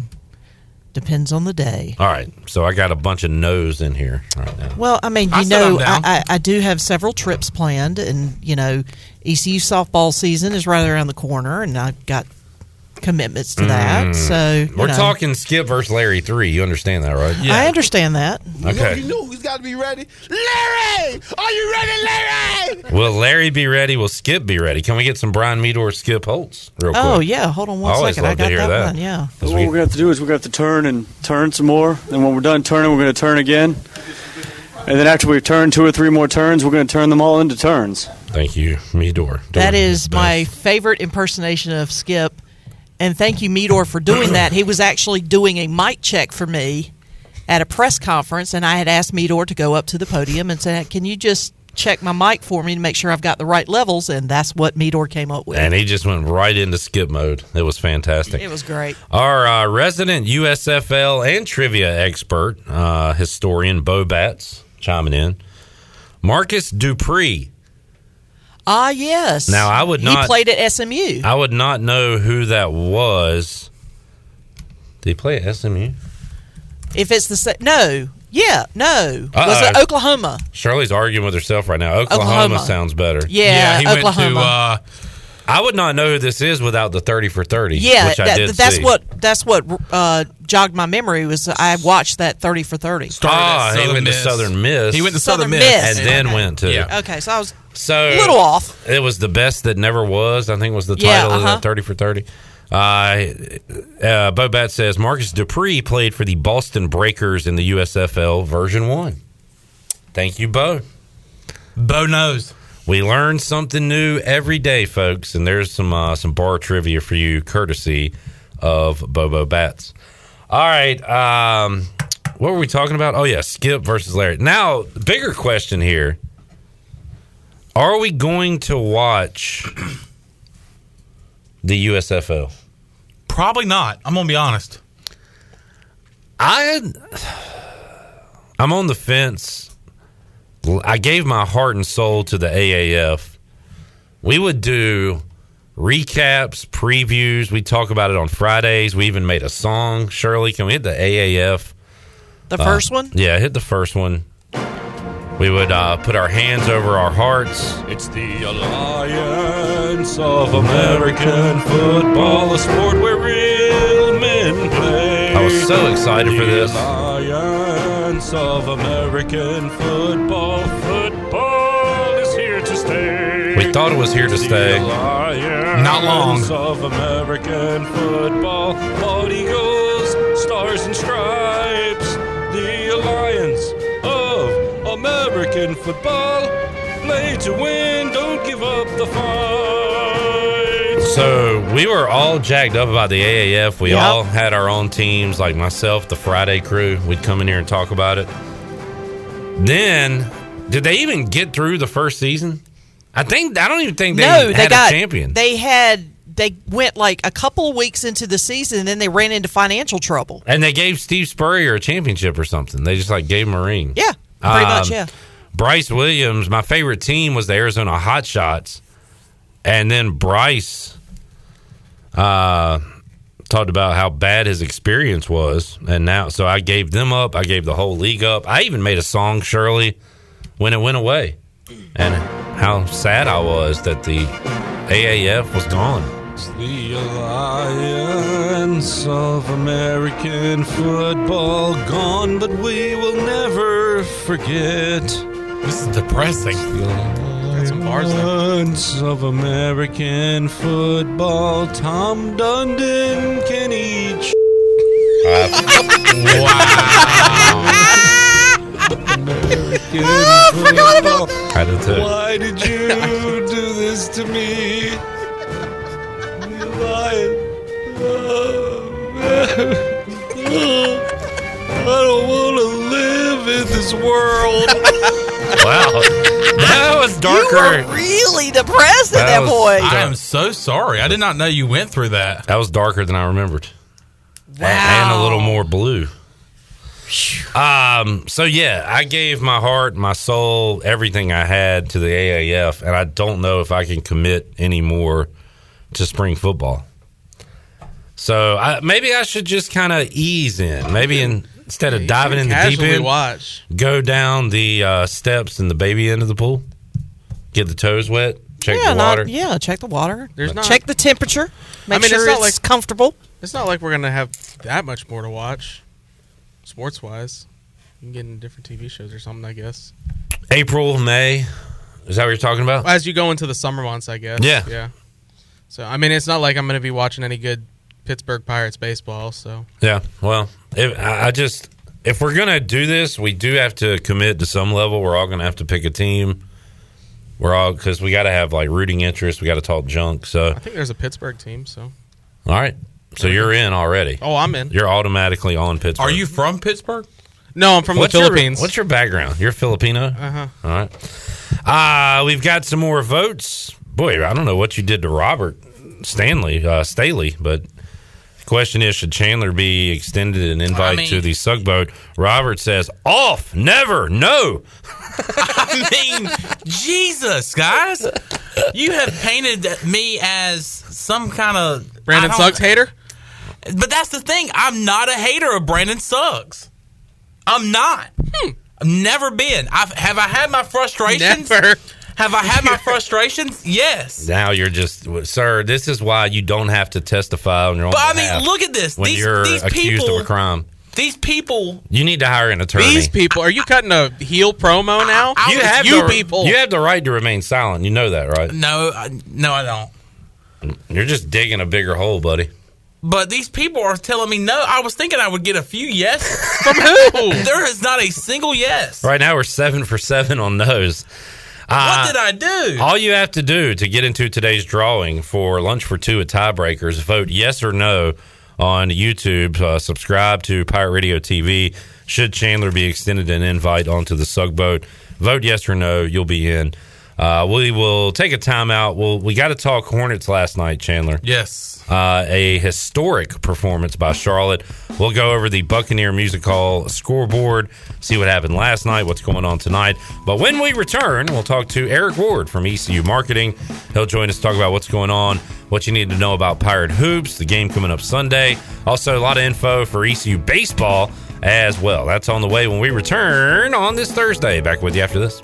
[SPEAKER 11] depends on the day.
[SPEAKER 9] All right, so I got a bunch of no's in here right now.
[SPEAKER 11] Well, I mean, you
[SPEAKER 10] I said
[SPEAKER 11] know,
[SPEAKER 10] I'm down.
[SPEAKER 11] I, I, I do have several trips planned, and you know, ECU softball season is right around the corner, and I've got commitments to
[SPEAKER 10] Hmm.
[SPEAKER 11] that. So you
[SPEAKER 9] Mm. We're
[SPEAKER 11] know,
[SPEAKER 9] talking Skip versus Larry three. You understand that, right?
[SPEAKER 11] I understand that.
[SPEAKER 9] Okay.
[SPEAKER 5] knew he's got to be ready. Larry, are you ready, Larry?
[SPEAKER 9] Will Larry be ready? Will Skip be ready? Can we get some Brian Meador, or Skip Holtz, real quick?
[SPEAKER 11] Oh yeah, hold on one
[SPEAKER 9] I
[SPEAKER 11] second.
[SPEAKER 9] always
[SPEAKER 11] I
[SPEAKER 9] love to
[SPEAKER 11] got
[SPEAKER 9] hear
[SPEAKER 11] that,
[SPEAKER 9] that.
[SPEAKER 11] one. Yeah.
[SPEAKER 3] what
[SPEAKER 9] 'Cause
[SPEAKER 3] we're
[SPEAKER 9] we-
[SPEAKER 3] gonna have to do is we're gonna have to turn and turn some more. Then when we're done turning, we're gonna turn again. And then after we turn two or three more turns, we're gonna turn them all into turns.
[SPEAKER 9] Thank you, Meador.
[SPEAKER 11] That
[SPEAKER 9] Doing
[SPEAKER 11] is
[SPEAKER 9] his
[SPEAKER 11] my
[SPEAKER 9] best.
[SPEAKER 11] favorite impersonation of Skip. And thank you, Meador, for doing that. He was actually doing a mic check for me at a press conference, and I had asked Meador to go up to the podium and say, Can you just check my mic for me to make sure I've got the right levels? And that's what Meador came up with.
[SPEAKER 9] And he just went right into Skip mode. It was fantastic.
[SPEAKER 11] it was great.
[SPEAKER 9] Our uh, resident USFL and trivia expert, uh, historian Bo Batts, chiming in. Marcus Dupree.
[SPEAKER 11] Ah, yes.
[SPEAKER 9] Now, I would
[SPEAKER 11] He
[SPEAKER 9] not-
[SPEAKER 11] played at SMU.
[SPEAKER 9] I would not know who that was. Did he play at SMU?
[SPEAKER 11] if it's the same. No. Yeah, no. Was it
[SPEAKER 9] Uh-oh.
[SPEAKER 11] Oklahoma?
[SPEAKER 9] Shirley's arguing with herself right now. Oklahoma,
[SPEAKER 11] Oklahoma.
[SPEAKER 9] sounds better.
[SPEAKER 11] Yeah,
[SPEAKER 10] he
[SPEAKER 11] Oklahoma.
[SPEAKER 10] went to. Uh,
[SPEAKER 9] I would not know who this is without the thirty for thirty.
[SPEAKER 11] Yeah,
[SPEAKER 9] which I
[SPEAKER 11] that-
[SPEAKER 9] did.
[SPEAKER 11] that's
[SPEAKER 9] see.
[SPEAKER 11] what that's what uh, jogged my memory was I watched that thirty for thirty.
[SPEAKER 9] Ah,
[SPEAKER 10] at
[SPEAKER 9] he
[SPEAKER 10] Southern
[SPEAKER 9] went to
[SPEAKER 10] Miss.
[SPEAKER 9] Southern Miss.
[SPEAKER 10] he went to
[SPEAKER 11] Southern
[SPEAKER 10] Southern, Miss.
[SPEAKER 11] Miss.
[SPEAKER 9] and then
[SPEAKER 11] Okay.
[SPEAKER 9] went to.
[SPEAKER 10] Yeah.
[SPEAKER 11] Okay, so I was
[SPEAKER 9] So
[SPEAKER 11] a little off.
[SPEAKER 9] It was the best that never was. I think was the
[SPEAKER 11] Yeah,
[SPEAKER 9] title
[SPEAKER 11] uh-huh.
[SPEAKER 9] of the thirty for thirty. Uh, uh, Bobat says Marcus Dupree played for the Boston Breakers in the USFL version one. Thank you, Bo.
[SPEAKER 10] Bo knows.
[SPEAKER 9] We learn something new every day, folks, and there's some uh, some bar trivia for you, courtesy of Bobo Bats. All right, um, what were we talking about? Oh yeah, Skip versus Larry. Now, bigger question here: Are we going to watch the USFL?
[SPEAKER 10] Probably not. I'm gonna be honest.
[SPEAKER 9] I I'm on the fence. I gave my heart and soul to the AAF. We would do recaps, previews. We talk about it on Fridays. We even made a song. Shirley, can we hit the AAF?
[SPEAKER 11] The first one?
[SPEAKER 9] Uh, Yeah, hit the first one. We would uh, put our hands over our hearts.
[SPEAKER 8] It's the Alliance of American Football, a sport where real men play.
[SPEAKER 9] I was so excited for this.
[SPEAKER 8] Alliance of American Football, football is here to stay.
[SPEAKER 9] We thought it was here to stay. Not long.
[SPEAKER 8] Alliance Of American football, bald eagles, stars and stripes. The alliance of American football. Play to win, don't give up the fight.
[SPEAKER 9] So we were all jacked up about the AAF. We
[SPEAKER 8] Yep.
[SPEAKER 9] all had our own teams, like myself, the Friday crew. We'd come in here and talk about it. Then, did they even get through the first season? I think I don't even think they
[SPEAKER 11] no, they
[SPEAKER 9] had
[SPEAKER 11] got
[SPEAKER 9] a champion.
[SPEAKER 11] They had they went like a couple of weeks into the season, and then they ran into financial trouble.
[SPEAKER 9] and they gave Steve Spurrier a championship or something. They just like gave him a ring. Um,
[SPEAKER 11] Yeah, pretty much,
[SPEAKER 9] Hmm.
[SPEAKER 11] yeah.
[SPEAKER 9] Bryce Williams, my favorite team was the Arizona Hotshots, and then Bryce uh, talked about how bad his experience was, and now so I gave them up. I gave the whole league up. I even made a song, Shirley, when it went away, and how sad I was that the AAF was gone.
[SPEAKER 8] The alliance of American football gone, but we will never forget. This is depressing. The alliance of American football. Tom Dundon can eat.
[SPEAKER 9] I
[SPEAKER 8] forgot about.
[SPEAKER 9] I did too.
[SPEAKER 8] Why did you do this to me? I don't want to live in this world.
[SPEAKER 9] Wow, that was
[SPEAKER 10] darker.
[SPEAKER 11] Really depressed at that, point.
[SPEAKER 10] I am so sorry. I did not know you went through that.
[SPEAKER 9] That was darker than I remembered. And a little more blue. Um, so yeah, I gave my heart, my soul, everything I had to the AAF, and I don't know if I can commit anymore to spring football. So I, maybe I should just kind of ease in. Maybe in, instead of diving in the deep
[SPEAKER 12] casually
[SPEAKER 9] end,
[SPEAKER 12] watch.
[SPEAKER 9] go down the uh, steps in the baby end of the pool, get the toes wet, check
[SPEAKER 11] yeah,
[SPEAKER 9] the
[SPEAKER 11] not-
[SPEAKER 9] water.
[SPEAKER 11] yeah, check the water.
[SPEAKER 12] There's not-
[SPEAKER 11] check the temperature. Make
[SPEAKER 12] I mean,
[SPEAKER 11] sure
[SPEAKER 12] it's
[SPEAKER 11] it's,
[SPEAKER 12] not like-
[SPEAKER 11] comfortable.
[SPEAKER 12] It's not like we're gonna have that much more to watch, sports wise. You can get in different TV shows or something, I guess.
[SPEAKER 9] April, May, is that what you're talking about?
[SPEAKER 12] As you go into the summer months, I guess.
[SPEAKER 9] Yeah.
[SPEAKER 12] yeah. So I mean, it's not like I'm gonna be watching any good Pittsburgh Pirates baseball. So
[SPEAKER 9] Yeah. Well, if, I I just if we're gonna do this, we do have to commit to some level. We're all gonna have to pick a team. We're all because we got to have like rooting interest. We got to talk junk. So
[SPEAKER 12] I think there's a Pittsburgh team. So
[SPEAKER 9] all right. So you're in already.
[SPEAKER 12] Oh, I'm in.
[SPEAKER 9] You're automatically on Pittsburgh.
[SPEAKER 10] Are you from Pittsburgh?
[SPEAKER 12] no, I'm from
[SPEAKER 9] What's
[SPEAKER 12] the
[SPEAKER 9] your-
[SPEAKER 12] Philippines.
[SPEAKER 9] what's your background? You're Filipino.
[SPEAKER 12] Uh-huh.
[SPEAKER 9] All right. Uh, we've got some more votes. Boy, I don't know what you did to Robert Stanley uh, Staley, but the question is: Should Chandler be extended an invite
[SPEAKER 10] mean-
[SPEAKER 9] to the Sugboat? Robert says, "Off, never, no."
[SPEAKER 10] I mean, Jesus, guys, you have painted me as some kind of
[SPEAKER 12] Brandon
[SPEAKER 10] I don't-
[SPEAKER 12] Suggs hater?
[SPEAKER 10] But that's the thing. I'm not a hater of Brandon Suggs. I'm not.
[SPEAKER 12] Hmm.
[SPEAKER 10] I've never been. I've, have I had my frustrations?
[SPEAKER 12] Never.
[SPEAKER 10] Have I had my frustrations? Yes.
[SPEAKER 9] Now you're just, sir. This is why you don't have to testify on your own.
[SPEAKER 10] But I mean,
[SPEAKER 9] behalf
[SPEAKER 10] look at this.
[SPEAKER 9] When
[SPEAKER 10] These-
[SPEAKER 9] you're
[SPEAKER 10] these
[SPEAKER 9] accused
[SPEAKER 10] people-
[SPEAKER 9] of a crime,
[SPEAKER 10] These people.
[SPEAKER 9] you need to hire an attorney.
[SPEAKER 12] These people. Are you cutting a heel promo now?
[SPEAKER 9] you have
[SPEAKER 12] you
[SPEAKER 9] the,
[SPEAKER 12] people.
[SPEAKER 9] You have the right to remain silent. You know that, right?
[SPEAKER 12] Mm.
[SPEAKER 10] No, I, no, I don't.
[SPEAKER 9] You're just digging a bigger hole, buddy.
[SPEAKER 10] But these people are telling me no. I was thinking I would get a few yeses from
[SPEAKER 12] who?
[SPEAKER 10] there is not a single yes.
[SPEAKER 9] Right now, we're seven for seven on those. Uh,
[SPEAKER 10] what did I do?
[SPEAKER 9] All you have to do to get into today's drawing for Lunch for Two at Tiebreakers, vote yes or no on YouTube. Uh, subscribe to Pirate Radio TV. Should Chandler be extended an invite onto the Sugboat? Vote yes or no. You'll be in. Uh, we will take a timeout. We'll, we got to talk Hornets last night, Chandler.
[SPEAKER 6] Yes.
[SPEAKER 9] Uh, a historic performance by Charlotte. We'll go over the Buccaneer Music Hall scoreboard, see what happened last night, what's going on tonight. But when we return, we'll talk to Eric Ward from ECU Marketing. He'll join us to talk about what's going on, what you need to know about Pirate Hoops, the game coming up Sunday. Also, a lot of info for ECU Baseball as well. That's on the way when we return on this Thursday. Back with you after this.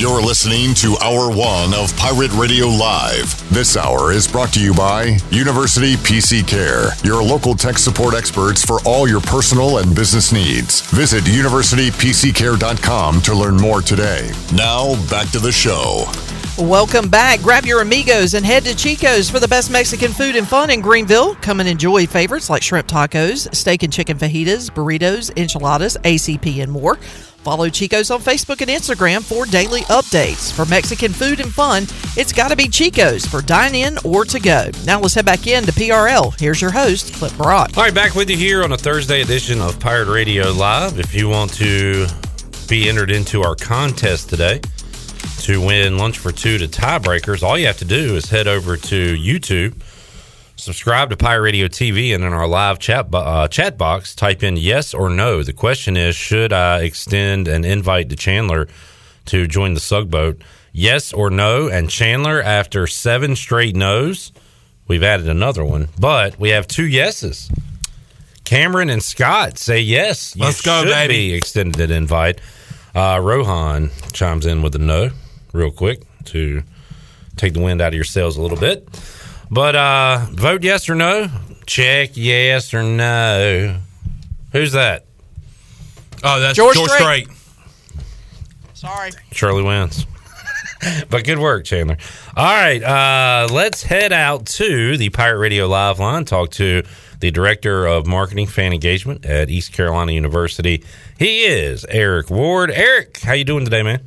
[SPEAKER 2] You're listening to Hour One of Pirate Radio Live. This hour is brought to you by University PC Care, your local tech support experts for all your personal and business needs. Visit universitypccare.com to learn more today. Now, back to the show.
[SPEAKER 11] Welcome back. Grab your amigos and head to Chico's for the best Mexican food and fun in Greenville. Come and enjoy favorites like shrimp tacos, steak and chicken fajitas, burritos, enchiladas, ACP, and more. Follow Chico's on Facebook and Instagram for daily updates. For Mexican food and fun, it's got to be Chico's for dine in or to go. Now let's head back in to PRL. Here's your host, Clip Brock.
[SPEAKER 9] All right, back with you here on a Thursday edition of Pirate Radio Live. If you want to be entered into our contest today to win lunch for two to tiebreakers, all you have to do is head over to YouTube, subscribe to Pirate Radio TV, and in our live chat bo- uh, chat box, type in yes or no. The question is, should I extend an invite to Chandler to join the Sugboat? Yes or no? And Chandler, after seven straight no's, we've added another one, but we have two yeses. Cameron and Scott say yes. You
[SPEAKER 6] Let's go,
[SPEAKER 9] should
[SPEAKER 6] baby.
[SPEAKER 9] Be extended an invite. Uh, Rohan chimes in with a no, real quick to take the wind out of your sails a little bit. But uh, vote yes or no. Check yes or no. Who's that?
[SPEAKER 6] Oh, that's
[SPEAKER 11] George
[SPEAKER 6] George, Strait.
[SPEAKER 11] Strait. Sorry.
[SPEAKER 9] Shirley wins. but good work, Chandler. All right, uh, let's head out to the Pirate Radio Live line, talk to the Director of Marketing Fan Engagement at East Carolina University. He is Eric Ward. Eric, how you doing today, man?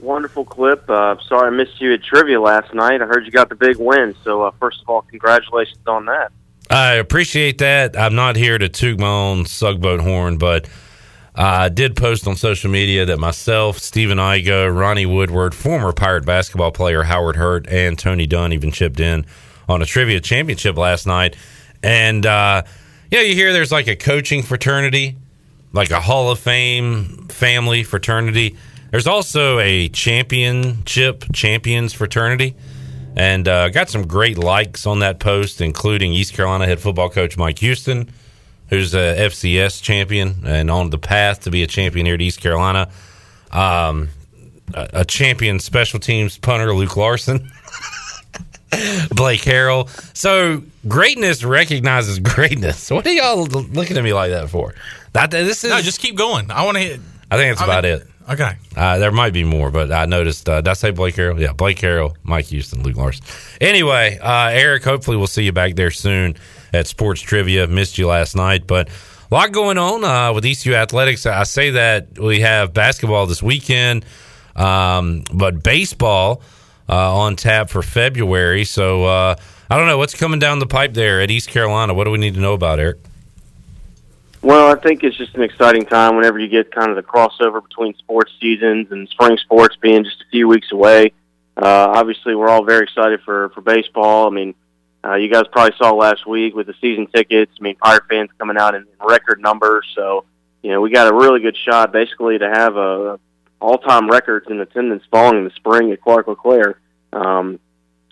[SPEAKER 13] Wonderful clip. Uh, sorry I missed you at trivia last night. I heard you got the big win. So uh, first of all, congratulations on that.
[SPEAKER 9] I appreciate that. I'm not here to toot my own sugboat horn, but I did post on social media that myself, Steven Igo, Ronnie Woodward, former Pirate basketball player Howard Hurt, and Tony Dunn even chipped in on a trivia championship last night. And, uh, you know, you hear there's like a coaching fraternity, like a Hall of Fame family fraternity. There's also a championship champions fraternity and uh, got some great likes on that post, including East Carolina head football coach Mike Houston, who's a FCS champion and on the path to be a champion here at East Carolina. Um, a, a champion special teams punter Luke Larson, Blake Harrell. So greatness recognizes greatness. What are y'all looking at me like that for? That this is.
[SPEAKER 6] No, just keep going. I want to hit.
[SPEAKER 9] I think that's about it.
[SPEAKER 6] Okay.
[SPEAKER 9] Uh, there might be more, but I noticed. Uh, did I say Blake Harrell? Yeah, Blake Harrell, Mike Houston, Luke Larson. Anyway, uh, Eric, hopefully we'll see you back there soon at Sports Trivia. Missed you last night, but a lot going on uh, with ECU Athletics. I say that we have basketball this weekend, um, but baseball uh, on tap for February. So uh, I don't know what's coming down the pipe there at East Carolina. What do we need to know about, Eric?
[SPEAKER 13] Well, I think it's just an exciting time whenever you get kind of the crossover between sports seasons and spring sports being just a few weeks away. Uh, obviously, we're all very excited for for baseball. I mean, uh, you guys probably saw last week with the season tickets. I mean, Pirate fans coming out in record numbers. So, you know, we got a really good shot basically to have a all time records in attendance falling in the spring at Clark LeClaire. Um,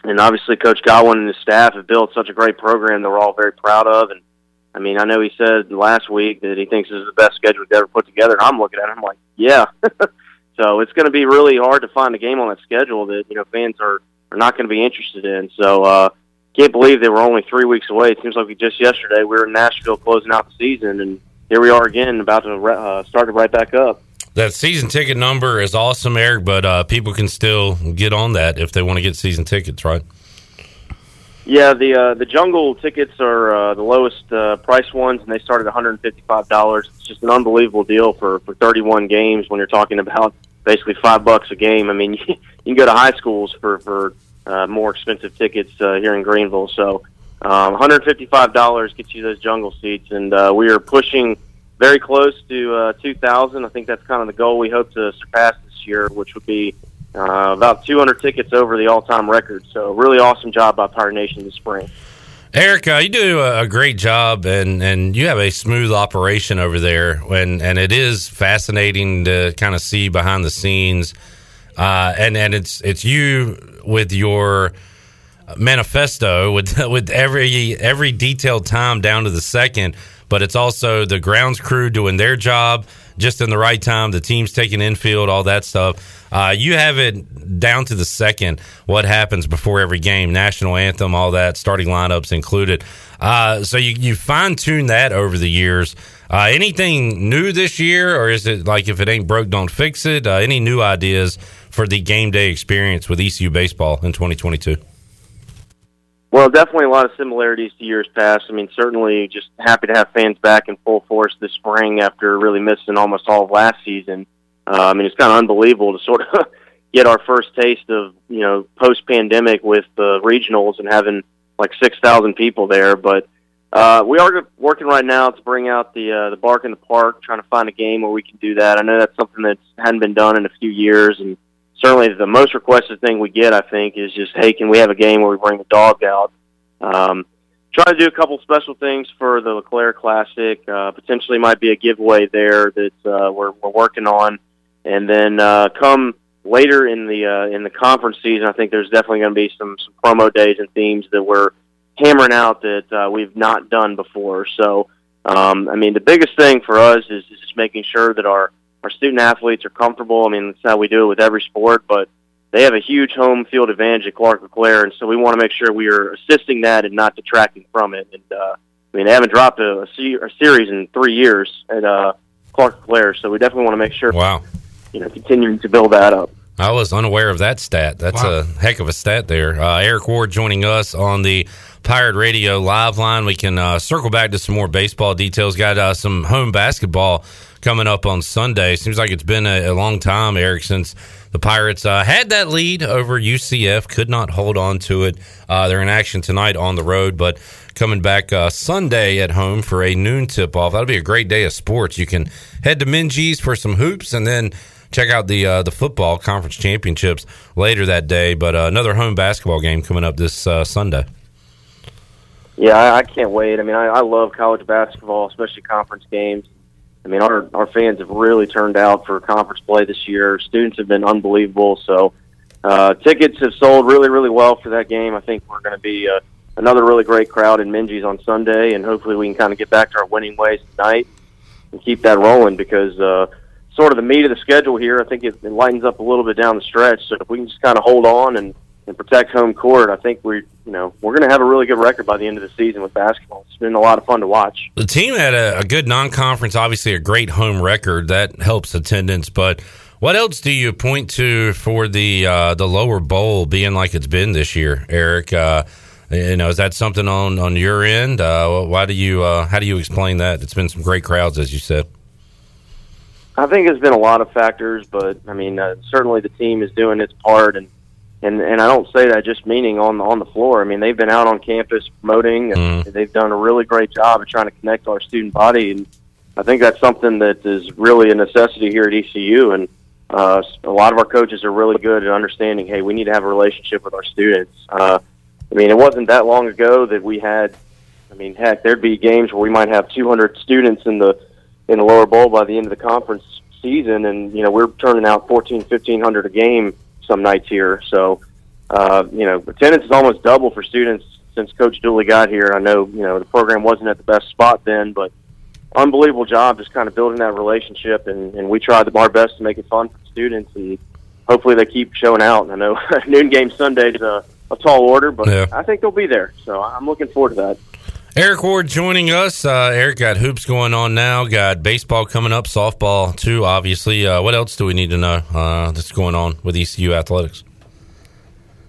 [SPEAKER 13] and obviously, Coach Godwin and his staff have built such a great program that we're all very proud of. And I mean, I know he said last week that he thinks this is the best schedule we've ever put together. And I'm looking at it, I'm like, yeah. so it's going to be really hard to find a game on that schedule that you know fans are are not going to be interested in. So uh, can't believe they were only three weeks away. It seems like we just yesterday we were in Nashville closing out the season, and here we are again, about to uh, start it right back up.
[SPEAKER 9] That season ticket number is awesome, Eric, but uh, people can still get on that if they want to get season tickets, right?
[SPEAKER 13] Yeah, the uh, the jungle tickets are uh, the lowest uh, price ones, and they start at one hundred and fifty five dollars. It's just an unbelievable deal for for thirty one games. When you're talking about basically five bucks a game, I mean you can go to high schools for for uh, more expensive tickets uh, here in Greenville. So um, one hundred fifty five dollars gets you those jungle seats, and uh, we are pushing very close to uh, two thousand. I think that's kind of the goal we hope to surpass this year, which would be uh, about 200 tickets over the all-time record. So really awesome job by Pirate Nation this spring.
[SPEAKER 9] Erica, uh, you do a a great job, and, and you have a smooth operation over there, and and it is fascinating to kind of see behind the scenes, uh, and and it's it's you with your manifesto with with every every detailed time down to the second, but it's also the grounds crew doing their job just in the right time, the team's taking infield, all that stuff. Uh, you have it down to the second what happens before every game, national anthem, all that, starting lineups included. Uh, so you, you fine tune that over the years. Uh, anything new this year, or is it like if it ain't broke, don't fix it? Uh, any new ideas for the game day experience with ECU baseball in 2022?
[SPEAKER 13] Well, definitely a lot of similarities to years past. I mean, certainly just happy to have fans back in full force this spring after really missing almost all of last season. Uh, I mean, it's kind of unbelievable to sort of get our first taste of you know post pandemic with the regionals and having like six thousand people there. But uh, we are working right now to bring out the uh, the bark in the park, trying to find a game where we can do that. I know that's something that hadn't been done in a few years, and certainly the most requested thing we get, I think, is just, hey, can we have a game where we bring the dog out? Um, trying to do a couple special things for the LeClaire Classic. Uh, potentially might be a giveaway there that uh, we're, we're working on. And then uh, come later in the uh, in the conference season, I think there's definitely going to be some, some promo days and themes that we're hammering out that uh, we've not done before. So, um, I mean, the biggest thing for us is, is just making sure that our our student athletes are comfortable. I mean, that's how we do it with every sport, but they have a huge home field advantage at Clark LeClaire, and so we want to make sure we are assisting that and not detracting from it. And uh, I mean, they haven't dropped a, a, se- a series in three years at uh, Clark LeClaire, so we definitely want to make sure.
[SPEAKER 9] Wow.
[SPEAKER 13] You know, continuing to build that up.
[SPEAKER 9] I was unaware of that stat. That's a heck of a stat there. Uh, Eric Ward joining us on the Pirate Radio live line. We can uh, circle back to some more baseball details. Got uh, some home basketball coming up on Sunday. Seems like it's been a, a long time, Eric, since the Pirates uh, had that lead over UCF. Could not hold on to it. Uh, they're in action tonight on the road, but coming back uh, Sunday at home for a noon tip off. That'll be a great day of sports. You can head to Minji's for some hoops and then check out the uh, the football conference championships later that day. But uh, another home basketball game coming up this uh, Sunday.
[SPEAKER 13] Yeah, I, I can't wait. I mean, I, I love college basketball, especially conference games. I mean, our our fans have really turned out for conference play this year. Students have been unbelievable. So, uh, tickets have sold really, really well for that game. I think we're going to be uh, another really great crowd in Minji's on Sunday, and hopefully we can kind of get back to our winning ways tonight and keep that rolling because uh, sort of the meat of the schedule here. I think it, it lightens up a little bit down the stretch. So if we can just kind of hold on and and protect home court, I think we you know we're going to have a really good record by the end of the season with basketball. It's been a lot of fun to watch.
[SPEAKER 9] The team had a, a good non-conference, obviously a great home record that helps attendance. But what else do you point to for the uh, the lower bowl being like it's been this year, Eric? Uh, you know, is that something on on your end? Uh, why do you uh, how do you explain that? It's been some great crowds, as you said.
[SPEAKER 13] I think it's been a lot of factors, but I mean, uh, certainly the team is doing its part, and and and I don't say that just meaning on the on the floor. I mean, they've been out on campus promoting, and they've done a really great job of trying to connect our student body, and I think that's something that is really a necessity here at ECU, and uh, a lot of our coaches are really good at understanding. Hey, we need to have a relationship with our students. Uh, I mean, it wasn't that long ago that we had. I mean, heck, there'd be games where we might have 200 students in the in the lower bowl by the end of the conference season, and you know we're turning out fourteen, fifteen hundred a game some nights here. So uh, you know attendance is almost double for students since Coach Dooley got here. I know you know the program wasn't at the best spot then, but unbelievable job just kind of building that relationship, and, and we tried our best to make it fun for students, and hopefully they keep showing out. And I know noon game Sunday is a, a tall order, but
[SPEAKER 9] Yeah.
[SPEAKER 13] I think they'll be there. So I'm looking forward to that.
[SPEAKER 9] Eric Ward joining us. Uh, Eric got hoops going on now. Got baseball coming up, softball too. E Obviously, uh, what else do we need to know uh, that's going on with ECU athletics?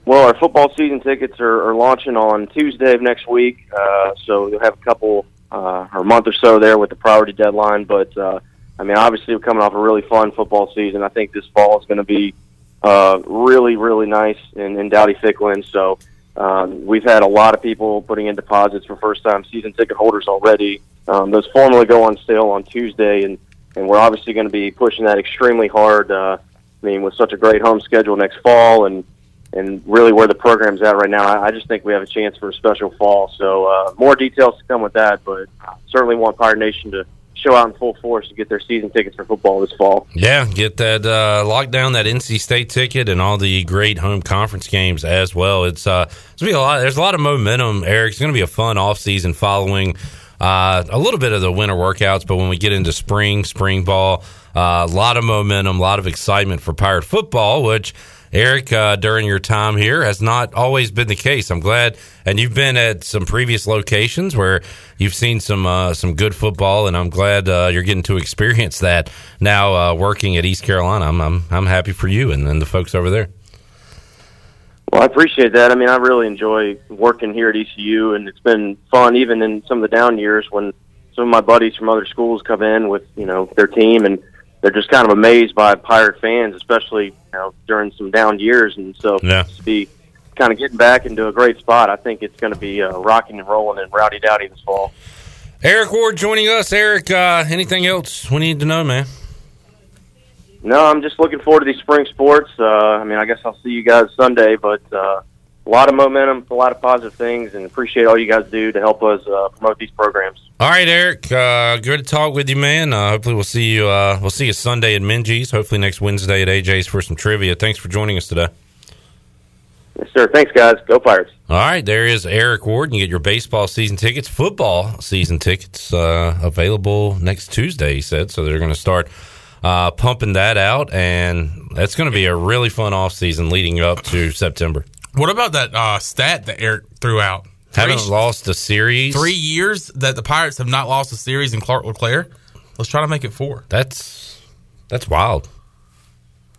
[SPEAKER 13] Well, our football season tickets are, are launching on Tuesday of next week, uh, so you'll have a couple uh, or a month or so there with the priority deadline. But uh, I mean, obviously, we're coming off a really fun football season. I think this fall is going to be uh, really, really nice in, in Dowdy Ficklin. So um, we've had a lot of people putting in deposits for first-time season ticket holders already. Um, those formally go on sale on Tuesday, and and we're obviously going to be pushing that extremely hard. Uh, I mean, with such a great home schedule next fall, and and really where the program's at right now, I, I just think we have a chance for a special fall. So uh, more details to come with that, but I certainly want Pirate Nation to show out in full force to get their season tickets for football this fall.
[SPEAKER 9] Yeah, get that uh, lock down that NC State ticket and all the great home conference games as well. It's uh, it's gonna be a lot. There's a lot of momentum, Eric. It's gonna be a fun off season following uh, a little bit of the winter workouts, but when we get into spring, spring ball, uh, a lot of momentum, a lot of excitement for Pirate football, which. Eric, uh, during your time here, has not always been the case. I'm glad, and you've been at some previous locations where you've seen some uh, some good football, and I'm glad uh, you're getting to experience that now. Uh, working at East Carolina, I'm, I'm I'm happy for you and, and the folks over there.
[SPEAKER 13] Well, I appreciate that. I mean, I really enjoy working here at ECU, and it's been fun even in some of the down years when some of my buddies from other schools come in with you know their team, and they're just kind of amazed by Pirate fans, especially you know during some down years, and so
[SPEAKER 9] Yeah.
[SPEAKER 13] to be kind of getting back into a great spot. I think it's going to be uh, rocking and rolling and rowdy dowdy this fall.
[SPEAKER 9] Eric Ward joining us. Eric, uh, anything else we need to know, man?
[SPEAKER 13] No, I'm just looking forward to these spring sports. Uh, I mean, I guess I'll see you guys Sunday, but uh, a lot of momentum, a lot of positive things, and appreciate all you guys do to help us uh, promote these programs.
[SPEAKER 9] All right, Eric. Uh, good to talk with you, man. Uh, hopefully, we'll see you. Uh, we'll see you Sunday at Minji's. Hopefully, next Wednesday at AJ's for some trivia. Thanks for joining us today.
[SPEAKER 13] Yes, sir. Thanks, guys. Go Pirates.
[SPEAKER 9] All right, there is Eric Ward. You get your baseball season tickets, football season tickets uh, available next Tuesday. He said so. They're going to start uh, pumping that out, and that's going to be a really fun off season leading up to September.
[SPEAKER 6] What about that uh, stat that Eric threw out?
[SPEAKER 9] Haven't lost a series.
[SPEAKER 6] Three years that the Pirates have not lost a series in Clark LeClaire. Let's try to make it four.
[SPEAKER 9] That's that's wild.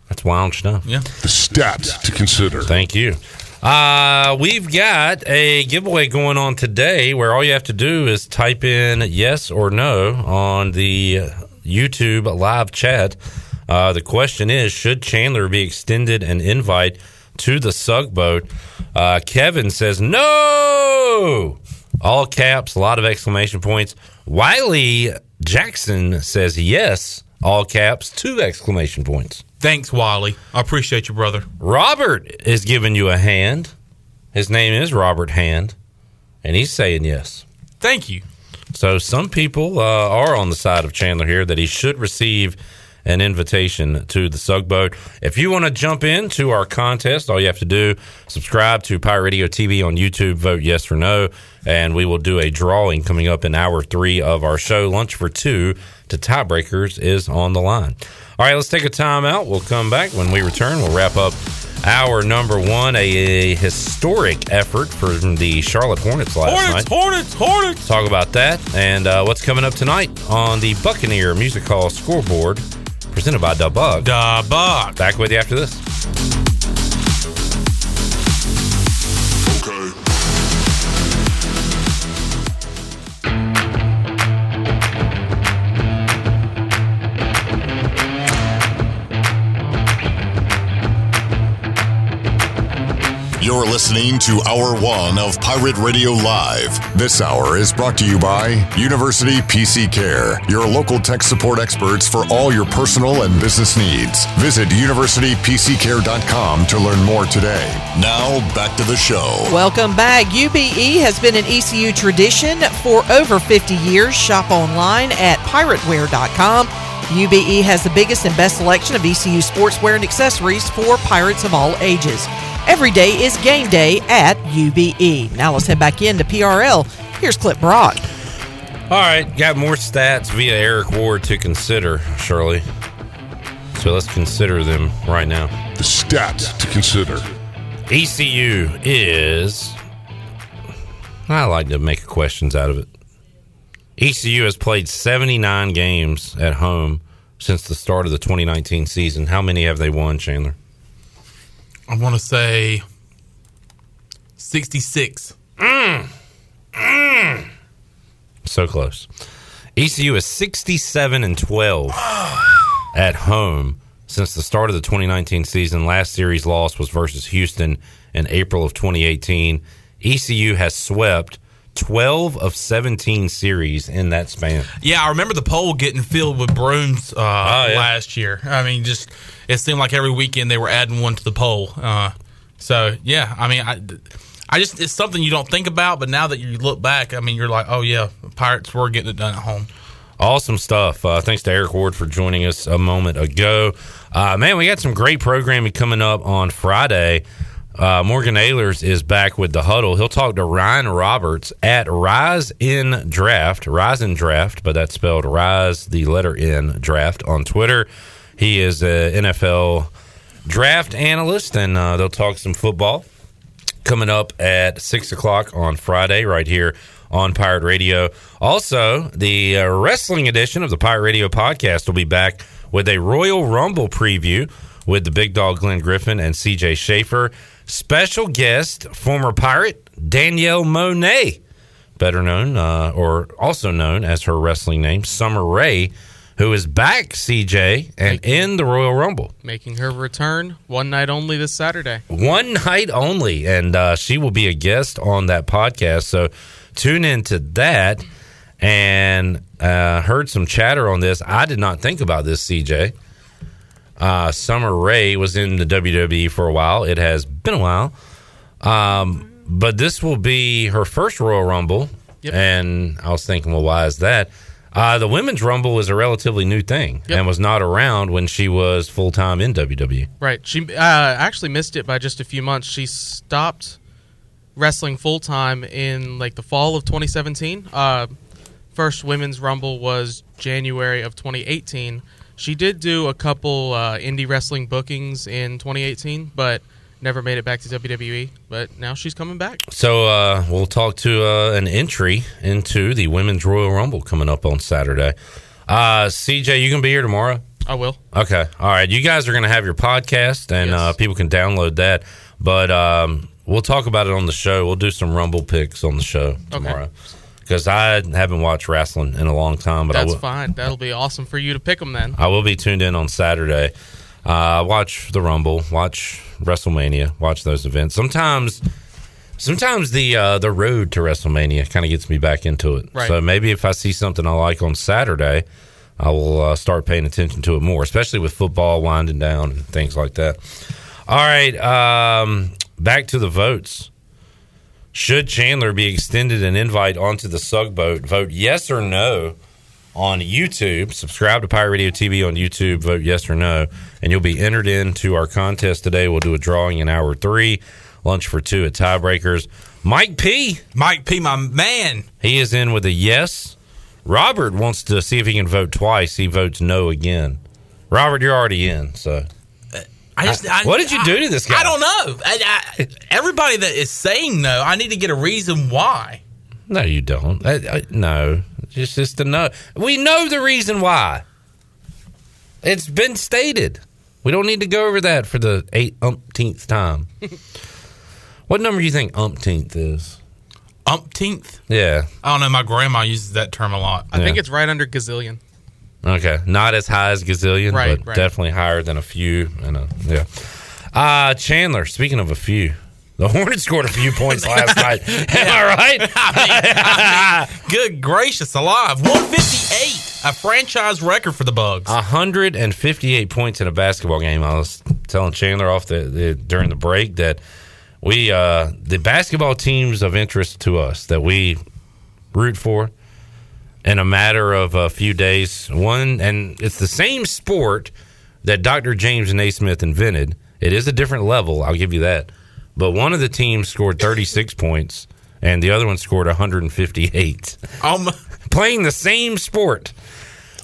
[SPEAKER 9] That's wild stuff.
[SPEAKER 6] Yeah.
[SPEAKER 9] The stats to consider. Thank you. Uh, we've got a giveaway going on today where all you have to do is type in yes or no on the YouTube live chat. Uh, the question is Should Chandler be extended an invite to the Sugboat? Uh, Kevin says no! All caps, a lot of exclamation points. Wiley Jackson says yes, all caps, two exclamation points.
[SPEAKER 6] Thanks, Wally. I appreciate you, brother.
[SPEAKER 9] Robert is giving you a hand. His name is Robert Hand, and he's saying yes.
[SPEAKER 6] Thank you.
[SPEAKER 9] So some people uh, are on the side of Chandler here that he should receive an invitation to the Sugboat. If you want to jump into our contest, all you have to do subscribe to Pirate Radio TV on YouTube, vote yes or no, and we will do a drawing coming up in hour three of our show. Lunch for two to tiebreakers is on the line. All right, let's take a timeout. We'll come back when we return. We'll wrap up our number one, a historic effort from the Charlotte Hornets last night.
[SPEAKER 6] Hornets, Hornets.
[SPEAKER 9] Talk about that and uh, what's coming up tonight on the Buccaneer Music Hall scoreboard presented by Da Bug.
[SPEAKER 6] Da Bug.
[SPEAKER 9] Back with you after this.
[SPEAKER 2] You're listening to Hour One of Pirate Radio Live. This hour is brought to you by University PC Care, your local tech support experts for all your personal and business needs. Visit universitypccare.com to learn more today. Now, back to the show.
[SPEAKER 11] Welcome back. UBE has been an ECU tradition for over 50 years. Shop online at pirateware.com. UBE E has the biggest and best selection of ECU sportswear and accessories for pirates of all ages. Every day is game day at UBE. Now let's head back into PRL. Here's Clip Brock.
[SPEAKER 9] All right, got more stats via Eric Ward to consider, Shirley. So let's consider them right now. The stats to consider. ECU is. I like to make questions out of it. ECU has played 79 games at home since the start of the 2019 season. How many have they won, Chandler?
[SPEAKER 6] I want to say
[SPEAKER 10] 66.
[SPEAKER 9] Mm. So close. ECU is 67 and 12 at home since the start of the 2019 season. Last series loss was versus Houston in April of 2018. ECU has swept 12 of 17 series in that span.
[SPEAKER 10] Yeah, I remember the poll getting filled with brooms uh,
[SPEAKER 9] Oh,
[SPEAKER 10] last year. I mean, just it seemed like every weekend they were adding one to the poll. Uh, so yeah, I mean, I, I just it's something you don't think about, but now that you look back, I mean, you're like, oh yeah, Pirates were getting it done at home.
[SPEAKER 9] Awesome stuff. Uh, thanks to Eric Ward for joining us a moment ago. Uh, man, we got some great programming coming up on Friday. Uh, Morgan Ayler's is back with the huddle. He'll talk to Ryan Roberts at Rise in Draft, Rise in Draft, but that's spelled Rise, the letter N, Draft on Twitter. He is an NFL draft analyst, and uh, they'll talk some football coming up at six o'clock on Friday, right here on Pirate Radio. Also, the uh, wrestling edition of the Pirate Radio podcast will be back with a Royal Rumble preview with the big dog Glenn Griffin and CJ Schaefer. Special guest, former pirate Danielle Monet, better known uh, or also known as her wrestling name, Summer Ray, who is back, CJ, and in the Royal Rumble
[SPEAKER 12] Making her return one night only this Saturday.
[SPEAKER 9] one night only and uh, she will be a guest on that podcast so tune into that and uh, heard some chatter on this i did not think about this cj uh, summer ray was in the wwe for a while it has been a while um, but this will be her first royal rumble and i was thinking well why is that uh, the women's rumble is a relatively new thing and was not around when she was full-time in E. wwe
[SPEAKER 12] Right. She uh, actually missed it by just a few months. She stopped wrestling full time in like the fall of 2017. Uh, first women's rumble was January of 2018. She did do a couple uh, indie wrestling bookings in 2018, but never made it back to WWE. But now she's coming back.
[SPEAKER 9] So uh, we'll talk to uh, an entry into the Women's Royal Rumble coming up on Saturday. Uh, CJ, you gonna be here tomorrow?
[SPEAKER 12] I will.
[SPEAKER 9] Okay. All right. You guys are gonna have your podcast, and uh, people can download that. But um, we'll talk about it on the show. We'll do some Rumble picks on the show
[SPEAKER 12] Oh.
[SPEAKER 9] tomorrow because I haven't watched wrestling in a long time. But I
[SPEAKER 12] That's
[SPEAKER 9] will,
[SPEAKER 12] fine. That'll be awesome for you to pick them then.
[SPEAKER 9] I will be tuned in on Saturday. Uh, watch the Rumble, watch WrestleMania, watch those events. Sometimes, sometimes the uh, the road to WrestleMania kind of gets me back into it.
[SPEAKER 8] Right.
[SPEAKER 9] So maybe if I see something I like on Saturday, I will uh, start paying attention to it more, especially with football winding down and things like that. All right, um, back to the votes. Should Chandler be extended an invite onto the Sug Boat? Vote yes or no on YouTube. Subscribe to Pirate Radio TV on YouTube. Vote yes or no, and you'll be entered into our contest today. We'll do a drawing in hour three, lunch for two at Tiebreakers. Mike P.
[SPEAKER 10] Mike P. My man.
[SPEAKER 9] He is in with a yes. Robert wants to see if he can vote twice. He votes no again. Robert, you're already in. So,
[SPEAKER 10] I just. I,
[SPEAKER 9] Uh, what did you do to this guy?
[SPEAKER 10] I don't know. I, I, everybody that is saying no, I need to get a reason why.
[SPEAKER 9] No, you don't. I, I- no, it's just a no. We know the reason why. It's been stated. We don't need to go over that for the eight umpteenth time. what number do you think umpteenth is?
[SPEAKER 10] Umpteenth?
[SPEAKER 9] Yeah.
[SPEAKER 10] I don't know. My grandma uses that term a lot.
[SPEAKER 12] I think
[SPEAKER 9] Yeah.
[SPEAKER 12] it's right under gazillion.
[SPEAKER 9] Okay, not as high as gazillion,
[SPEAKER 12] Right,
[SPEAKER 9] but
[SPEAKER 12] right.
[SPEAKER 9] definitely higher than a few. And a, yeah, uh, Chandler. Speaking of a few, the Hornets scored a few points last night. Am I right?
[SPEAKER 10] Good gracious alive. 158, a franchise record for the Bugs.
[SPEAKER 9] 158 points in a basketball game. I was telling Chandler off the, the during the break that we uh, the basketball teams of interest to us that we root for in a matter of a few days. One and it's the same sport that Dr. James Naismith invented. It is a different level, I'll give you that. But one of the teams scored 36 points and the other one scored 158. playing the same sport.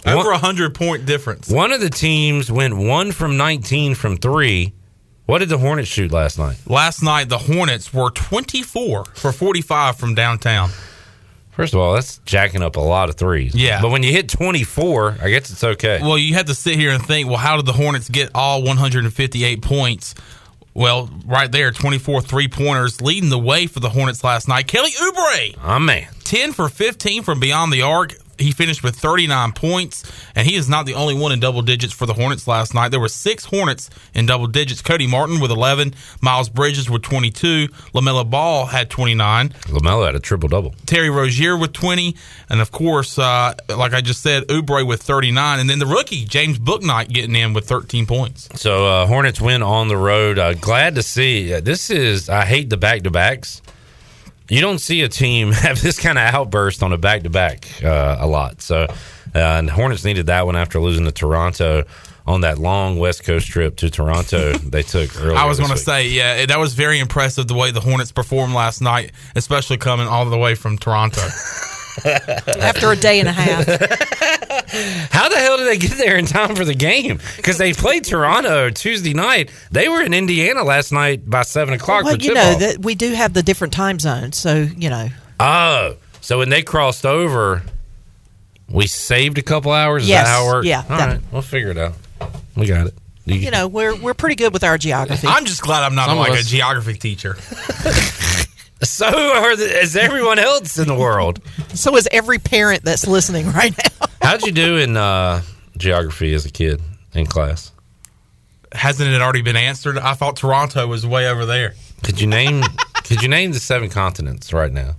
[SPEAKER 10] Over a hundred point difference.
[SPEAKER 9] One of the teams went one from nineteen from three. What did the Hornets shoot last night?
[SPEAKER 10] Last night, the Hornets were 24 for 45 from downtown.
[SPEAKER 9] First of all, that's jacking up a lot of threes.
[SPEAKER 10] Yeah.
[SPEAKER 9] but when you hit twenty four, I guess it's okay.
[SPEAKER 10] Well, you have to sit here and think, well, how did the Hornets get all 158 points? Well, right there, 24 three pointers leading the way for the Hornets last night. Kelly Oubre,
[SPEAKER 9] oh man,
[SPEAKER 10] 10 for 15 from beyond the arc. He finished with 39 points, and he is not the only one in double digits for the Hornets last night. There were six Hornets in double digits. Cody Martin with 11, Miles Bridges with 22, Lamella Ball had 29.
[SPEAKER 9] Lamella had a triple double.
[SPEAKER 10] Terry Rozier with 20, and of course, uh, like I just said, Oubre with 39, and then the rookie James Booknight getting in with 13 points.
[SPEAKER 9] So uh, Hornets win on the road. Uh, glad to see. Uh, this is I hate the back to backs. You don't see a team have this kind of outburst on a back to back a lot. So uh, and Hornets needed that one after losing to Toronto on that long West Coast trip to Toronto they took earlier.
[SPEAKER 10] I was
[SPEAKER 9] this
[SPEAKER 10] going to
[SPEAKER 9] week.
[SPEAKER 10] say, yeah, it- that was very impressive the way the Hornets performed last night, especially coming all the way from Toronto.
[SPEAKER 11] After a day and a half.
[SPEAKER 9] How the hell did they get there in time for the game? Because they played Toronto Tuesday night. They were in Indiana last night by seven o'clock.
[SPEAKER 11] well,
[SPEAKER 9] for
[SPEAKER 11] you
[SPEAKER 9] tip-off.
[SPEAKER 11] know that we do have the different time zones, so you know.
[SPEAKER 9] Oh, so when they crossed over, we saved a couple hours. Is
[SPEAKER 11] Yes,
[SPEAKER 9] that how it worked?
[SPEAKER 11] yeah,
[SPEAKER 9] All
[SPEAKER 11] that-
[SPEAKER 9] right, we'll figure it out. We got it. You-
[SPEAKER 11] You know, we're we're pretty good with our geography.
[SPEAKER 10] I'm just glad I'm not
[SPEAKER 9] Some of
[SPEAKER 10] like a
[SPEAKER 9] us.
[SPEAKER 10] geography teacher.
[SPEAKER 9] so are the, is everyone else in the world.
[SPEAKER 11] So is every parent that's listening right now.
[SPEAKER 9] How'd you do in uh, geography as a kid in class?
[SPEAKER 10] Hasn't it already been answered? I thought Toronto was way over there.
[SPEAKER 9] Could you name? could you name the seven continents right now?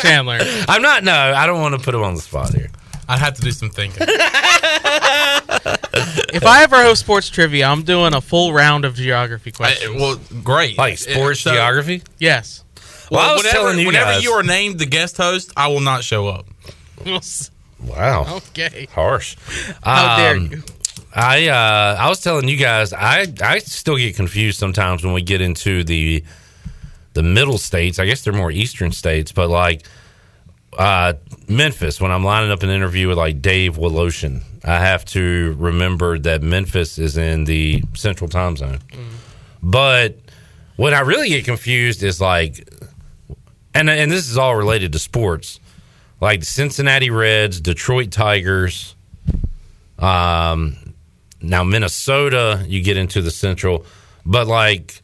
[SPEAKER 12] Chandler.
[SPEAKER 9] I'm not. No, I don't want to put him on the spot here.
[SPEAKER 10] I'd have to do some thinking.
[SPEAKER 12] if I ever host sports trivia, I'm doing a full round of geography questions.
[SPEAKER 10] well, great.
[SPEAKER 9] Like sports
[SPEAKER 10] So-
[SPEAKER 9] geography.
[SPEAKER 12] Yes.
[SPEAKER 9] Well, I was
[SPEAKER 10] whenever,
[SPEAKER 9] telling you
[SPEAKER 10] whenever
[SPEAKER 9] guys-
[SPEAKER 10] you are named the guest host, I will not show up.
[SPEAKER 9] Wow.
[SPEAKER 12] Okay.
[SPEAKER 9] Harsh.
[SPEAKER 12] How dare
[SPEAKER 9] you? Um, I uh, I was telling you guys I I still get confused sometimes when we get into the the middle states. I guess they're more eastern states, but like uh, Memphis. When I'm lining up an interview with like Dave Woloshin, I have to remember that Memphis is in the Central Time Zone. But what I really get confused is like, and and this is all related to sports, like the Cincinnati Reds, Detroit Tigers. Um, now Minnesota, you get into the Central, but like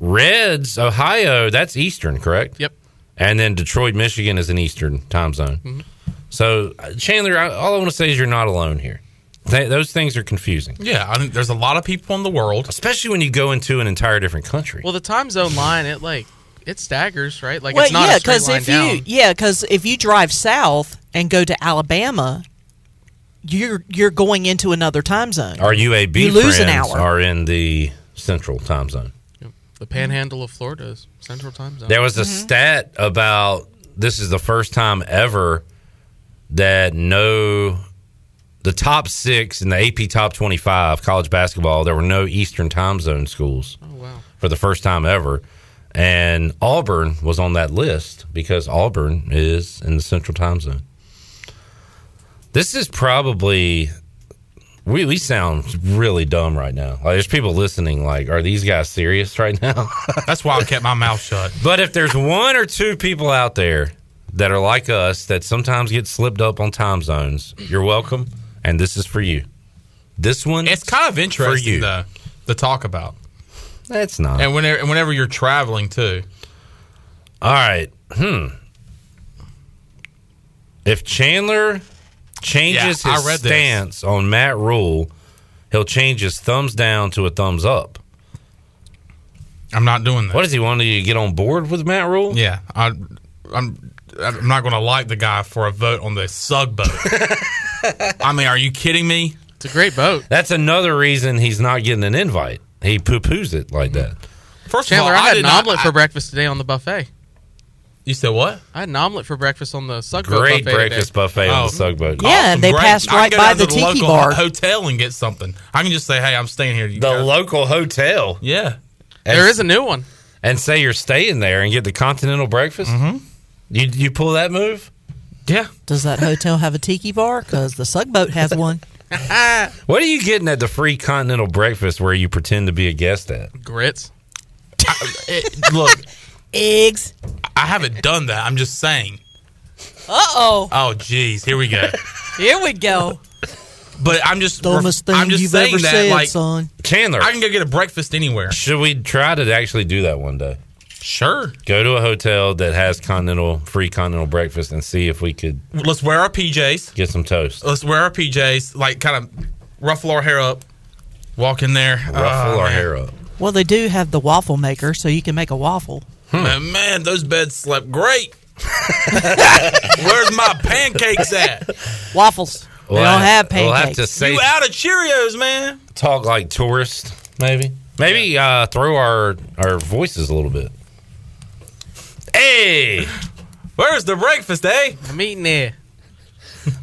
[SPEAKER 9] Reds, Ohio, that's Eastern, correct?
[SPEAKER 12] Yep.
[SPEAKER 9] And then Detroit, Michigan is an Eastern time zone. So uh, Chandler, I, all I want to say is you're not alone here. Th- those things are confusing,
[SPEAKER 10] Yeah, I think there's a lot of people in the world,
[SPEAKER 9] especially when you go into an entire different country.
[SPEAKER 12] Well, the time zone line, it like it staggers, right? Like
[SPEAKER 11] well,
[SPEAKER 12] it's not
[SPEAKER 11] yeah,
[SPEAKER 12] a straight line
[SPEAKER 11] if
[SPEAKER 12] down.
[SPEAKER 11] you yeah, because if you drive south and go to Alabama, you're you're going into another time zone.
[SPEAKER 9] Our UAB
[SPEAKER 11] You lose an
[SPEAKER 9] friends
[SPEAKER 11] hour.
[SPEAKER 9] are in the Central time zone.
[SPEAKER 12] the panhandle of Florida is central time zone.
[SPEAKER 9] There was a stat about this is the first time ever that no the top six in the AP top twenty five college basketball there were no Eastern time zone schools. Oh
[SPEAKER 12] wow!
[SPEAKER 9] For the first time ever, and Auburn was on that list because Auburn is in the Central time zone. This is probably we, we sound really dumb right now. Like there's people listening like are these guys serious right now?
[SPEAKER 10] That's why I kept my mouth shut.
[SPEAKER 9] But if there's one or two people out there that are like us that sometimes get slipped up on time zones, you're welcome. And this is for you. This one,
[SPEAKER 10] It's kind of interesting
[SPEAKER 9] you.
[SPEAKER 10] though to talk about,
[SPEAKER 9] that's not.
[SPEAKER 10] and whenever and whenever you're traveling too.
[SPEAKER 9] All right. Hmm. If Chandler changes
[SPEAKER 10] Yeah, I
[SPEAKER 9] his
[SPEAKER 10] read this.
[SPEAKER 9] stance on Matt Rule, he'll change his thumbs down to a thumbs up.
[SPEAKER 10] I'm not doing that.
[SPEAKER 9] What does he want you to get on board with Matt Rule?
[SPEAKER 10] Yeah, I, I'm. I'm not going to like the guy for a vote on the sug boat. I mean, are you kidding me?
[SPEAKER 12] It's a great boat.
[SPEAKER 9] That's another reason he's not getting an invite. He poo poos it like that.
[SPEAKER 10] Mm-hmm. First
[SPEAKER 12] Chandler,
[SPEAKER 10] of all,
[SPEAKER 12] I, had an
[SPEAKER 10] did not-
[SPEAKER 12] omelet for breakfast today on the buffet.
[SPEAKER 10] You said what?
[SPEAKER 12] I had an omelet for breakfast on the Sugboat
[SPEAKER 9] Great
[SPEAKER 12] buffet. today.
[SPEAKER 9] breakfast buffet on
[SPEAKER 10] Oh.
[SPEAKER 9] the Sugboat.
[SPEAKER 11] Yeah, and they passed
[SPEAKER 10] I can
[SPEAKER 11] right
[SPEAKER 10] go
[SPEAKER 11] by
[SPEAKER 10] down
[SPEAKER 11] the
[SPEAKER 10] to
[SPEAKER 11] tiki
[SPEAKER 10] local
[SPEAKER 11] bar.
[SPEAKER 10] hotel and get something. I can just say, "Hey, I'm staying here." You
[SPEAKER 9] the
[SPEAKER 10] guys-
[SPEAKER 9] local hotel.
[SPEAKER 10] yeah,
[SPEAKER 12] There is a new one.
[SPEAKER 9] And say you're staying there and get the continental breakfast. Mm-hmm. You you pull that move?
[SPEAKER 10] Yeah.
[SPEAKER 11] Does that hotel have a tiki bar? Because the Sugboat has one.
[SPEAKER 9] What are you getting at the free continental breakfast where you pretend to be a guest at?
[SPEAKER 12] Grits.
[SPEAKER 10] It- look,
[SPEAKER 11] eggs.
[SPEAKER 10] I haven't done that. I'm just saying.
[SPEAKER 11] Uh oh.
[SPEAKER 10] Oh, geez, here we go.
[SPEAKER 11] Here we go.
[SPEAKER 6] But I'm just
[SPEAKER 11] Dumbest thing
[SPEAKER 6] I'm just
[SPEAKER 11] you've
[SPEAKER 6] saying
[SPEAKER 11] ever
[SPEAKER 6] that
[SPEAKER 11] said,
[SPEAKER 6] like
[SPEAKER 11] son.
[SPEAKER 9] Chandler.
[SPEAKER 6] I can go get a breakfast anywhere.
[SPEAKER 9] Should we try to actually do that one day?
[SPEAKER 6] Sure.
[SPEAKER 9] Go to a hotel that has continental free continental breakfast and see if we could
[SPEAKER 6] Let's wear our PJs.
[SPEAKER 9] get some toast.
[SPEAKER 6] Let's wear our PJs. Like kind of ruffle our hair up. Walk in there.
[SPEAKER 10] Oh,
[SPEAKER 9] Ruffle our hair up.
[SPEAKER 11] Well, they do have the waffle maker, so you can make a waffle.
[SPEAKER 9] Hmm.
[SPEAKER 6] Man, man, those beds slept great. Where's my pancakes at?
[SPEAKER 11] Waffles. They
[SPEAKER 9] We'll
[SPEAKER 11] don't have
[SPEAKER 9] we'll
[SPEAKER 11] pancakes.
[SPEAKER 9] have to say
[SPEAKER 6] You out of Cheerios, man.
[SPEAKER 9] talk like tourists, maybe. Maybe uh, throw our our voices a little bit. Hey,
[SPEAKER 6] where's the breakfast, eh?
[SPEAKER 12] I'm eating there.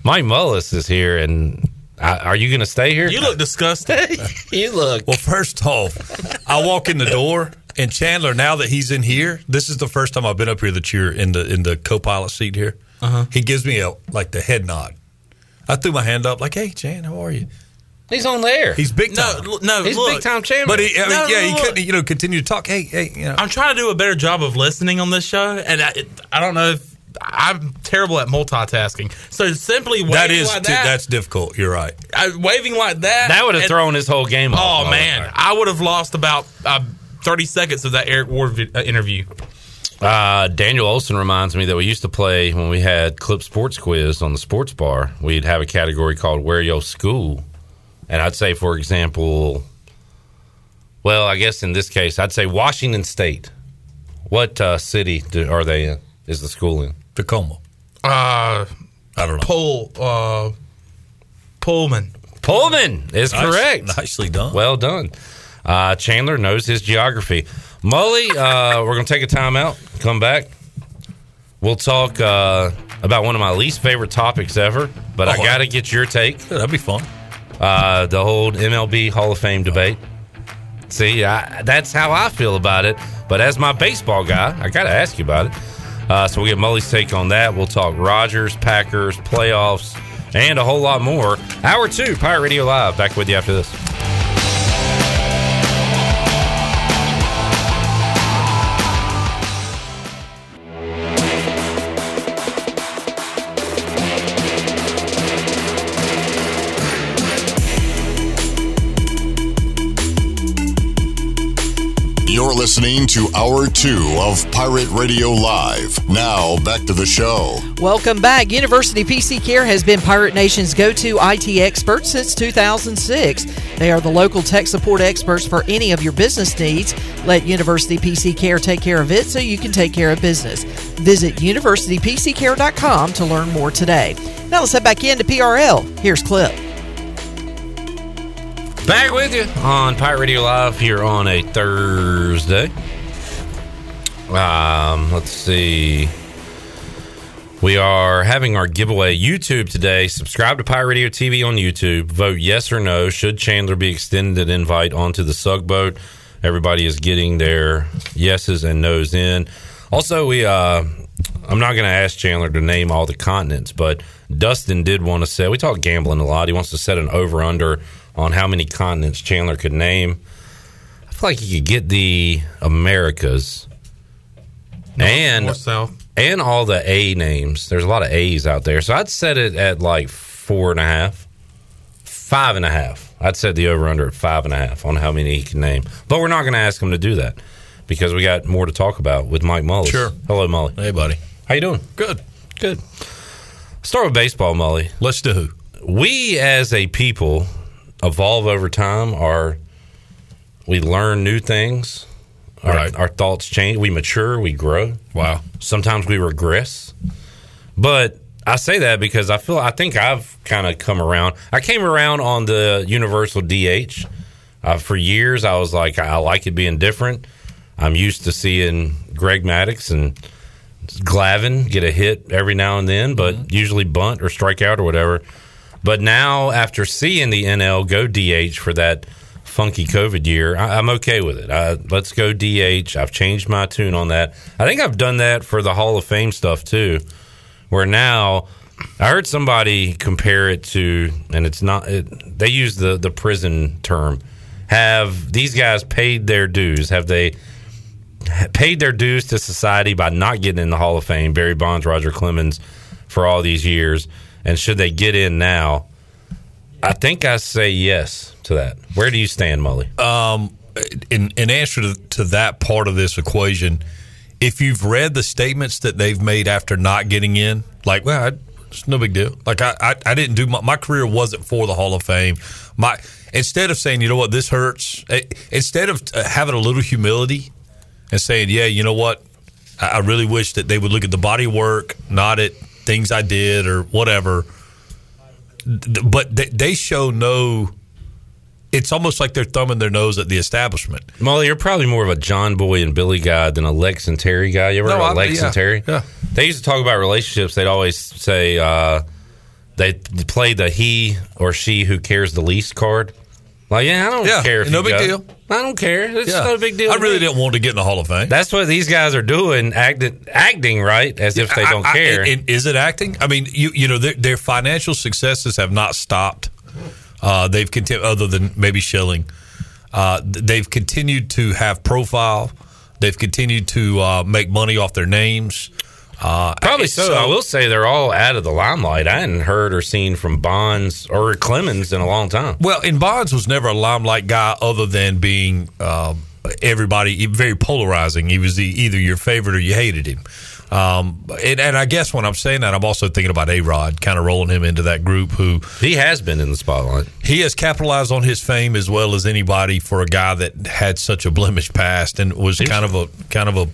[SPEAKER 9] Mike Mullis is here, and I, are you going to stay here?
[SPEAKER 6] You look disgusted.
[SPEAKER 9] you look.
[SPEAKER 14] Well, first off, I walk in the door, and Chandler. Now that he's in here, this is the first time I've been up here that you're in the in the co-pilot seat here.
[SPEAKER 6] Uh-huh.
[SPEAKER 14] He gives me a like the head nod. I threw my hand up, like, "Hey, Chan, how are you?"
[SPEAKER 9] He's on the air.
[SPEAKER 14] He's big time.
[SPEAKER 6] No, l- no, He's look. big time Chandler.
[SPEAKER 14] But he, I mean,
[SPEAKER 6] No, no,
[SPEAKER 14] yeah, he
[SPEAKER 6] look.
[SPEAKER 14] couldn't, you know, continue to talk. Hey, hey, you know,
[SPEAKER 6] I'm trying to do a better job of listening on this show, and I, I don't know if I'm terrible at multitasking. So simply waving
[SPEAKER 14] that is
[SPEAKER 6] like
[SPEAKER 14] t-
[SPEAKER 6] that,
[SPEAKER 14] that's difficult. You're right.
[SPEAKER 6] I, waving like that,
[SPEAKER 9] That would have
[SPEAKER 6] and-
[SPEAKER 9] thrown his whole game off.
[SPEAKER 6] Oh man, I would have lost about uh, 30 seconds of that Eric Ward vi- uh, interview.
[SPEAKER 9] Uh, Daniel Olson reminds me that we used to play when we had Clip Sports Quiz on the sports bar. We'd have a category called Where Your School. And I'd say, for example, well, I guess in this case, I'd say Washington State. What uh, city do, are they in? Is the school in?
[SPEAKER 14] Tacoma.
[SPEAKER 6] Uh,
[SPEAKER 14] I don't know.
[SPEAKER 6] Pull, uh, Pullman.
[SPEAKER 9] Pullman is
[SPEAKER 14] Nice-
[SPEAKER 9] correct.
[SPEAKER 14] Nicely done.
[SPEAKER 9] Well done. Uh, Chandler knows his geography. Mully, uh, we're going to take a timeout, come back. We'll talk uh, about one of my least favorite topics ever, but I
[SPEAKER 14] Oh,
[SPEAKER 9] got to get your take.
[SPEAKER 14] that'd be fun.
[SPEAKER 9] Uh, the whole MLB Hall of Fame debate. See, I, that's how I feel about it. But as my baseball guy, I got to ask you about it. Uh, so we'll get Mully's take on that. We'll talk Rogers, Packers, playoffs, and a whole lot more. Hour two, Pirate Radio Live. Back with you after this.
[SPEAKER 2] You're listening to Hour 2 of Pirate Radio Live. Now, back to the show.
[SPEAKER 11] Welcome back. University PC Care has been Pirate Nation's go to IT expert since 2006. They are the local tech support experts for any of your business needs. Let University PC Care take care of it so you can take care of business. Visit universitypccare.com to learn more today. Now let's head back into PRL. Here's Clip.
[SPEAKER 9] Back with you on Pirate Radio Live here on a Thursday. Um, let's see. We are having our giveaway YouTube today. Subscribe to Pirate Radio TV on YouTube. Vote yes or no. Should Chandler be extended an invite onto the Sugboat? Everybody is getting their yeses and nos in. Also, we uh, I'm not going to ask Chandler to name all the continents, but Dustin did want to set. We talk gambling a lot. He wants to set an over under on how many continents Chandler could name. I feel like you could get the Americas and
[SPEAKER 6] north, south.
[SPEAKER 9] and all the A names. There's a lot of A's out there, so I'd set it at like four and a half, five and a half. I'd set the over under at five and a half on how many he can name. But we're not going to ask him to do that because we got more to talk about with Mike Mullis.
[SPEAKER 14] Sure.
[SPEAKER 9] Hello, Molly.
[SPEAKER 14] Hey, buddy.
[SPEAKER 9] How you doing?
[SPEAKER 14] Good.
[SPEAKER 9] Good. Start with baseball, Molly.
[SPEAKER 14] Let's do who.
[SPEAKER 9] We as a people evolve over time. Our we learn new things. Our,
[SPEAKER 14] Right.
[SPEAKER 9] our thoughts change. We mature. We grow.
[SPEAKER 14] Wow.
[SPEAKER 9] Sometimes we regress. But I say that because I feel I think I've kind of come around. I came around on the universal DH uh, for years. I was like, I like it being different. I'm used to seeing Greg Maddox and Glavin get a hit every now and then, but usually bunt or strike out or whatever. But now, after seeing the NL go DH for that funky COVID year, I, I'm okay with it. I, let's go DH. I've changed my tune on that. I think I've done that for the Hall of Fame stuff too, where now I heard somebody compare it to, and it's not. It, they use the the prison term. Have these guys paid their dues? Have they? paid their dues to society by not getting in the Hall of Fame, Barry Bonds, Roger Clemens, for all these years, and should they get in now? I think I say yes to that. Where do you stand, Molly?
[SPEAKER 14] Um, in in answer to, to that part of this equation, if you've read the statements that they've made after not getting in, like, well, I, it's no big deal. Like, I, I, I didn't do my, my career wasn't for the Hall of Fame. My instead of saying, you know what, this hurts. eh, instead of uh, having a little humility and saying, yeah, you know what, I, I really wish that they would look at the body work, not at things I did or whatever. Th- But they, they show no. It's almost like they're thumbing their nose at the establishment.
[SPEAKER 9] Molly, you're probably more of a John Boy and Billy guy than a Lex and Terry guy. You ever
[SPEAKER 14] No,
[SPEAKER 9] heard of
[SPEAKER 14] I'm-
[SPEAKER 9] Lex
[SPEAKER 14] yeah,
[SPEAKER 9] and Terry? Yeah. They used to talk about relationships. They'd always say uh, they play the he or she who cares the least card. Like, yeah, I don't
[SPEAKER 14] Yeah,
[SPEAKER 9] care if
[SPEAKER 14] no
[SPEAKER 9] you
[SPEAKER 14] big
[SPEAKER 9] go.
[SPEAKER 14] deal.
[SPEAKER 9] I don't care. It's
[SPEAKER 14] Yeah.
[SPEAKER 9] not a big deal.
[SPEAKER 14] I
[SPEAKER 9] to
[SPEAKER 14] really
[SPEAKER 9] me.
[SPEAKER 14] didn't want to get in the Hall of Fame.
[SPEAKER 9] That's what these guys are doing, acting, acting right, as if they
[SPEAKER 14] I-
[SPEAKER 9] don't
[SPEAKER 14] I-
[SPEAKER 9] care.
[SPEAKER 14] and- and is it acting? I mean, you you know, their, their financial successes have not stopped. Uh, they've continued, other than maybe Schilling, uh, th- they've continued to have profile. They've continued to uh, make money off their names. Uh,
[SPEAKER 9] Probably
[SPEAKER 14] and
[SPEAKER 9] so. I will say they're all out of the limelight. I hadn't heard or seen from Bonds or Clemens in a long time.
[SPEAKER 14] Well, and Bonds was never a limelight guy, other than being um, everybody very polarizing. He was the, either your favorite or you hated him. Um, and, and I guess when I'm saying that, I'm also thinking about A Rod, kind of rolling him into that group who
[SPEAKER 9] he has been in the spotlight.
[SPEAKER 14] He has capitalized on his fame as well as anybody for a guy that had such a blemished past and was, kind of a kind of a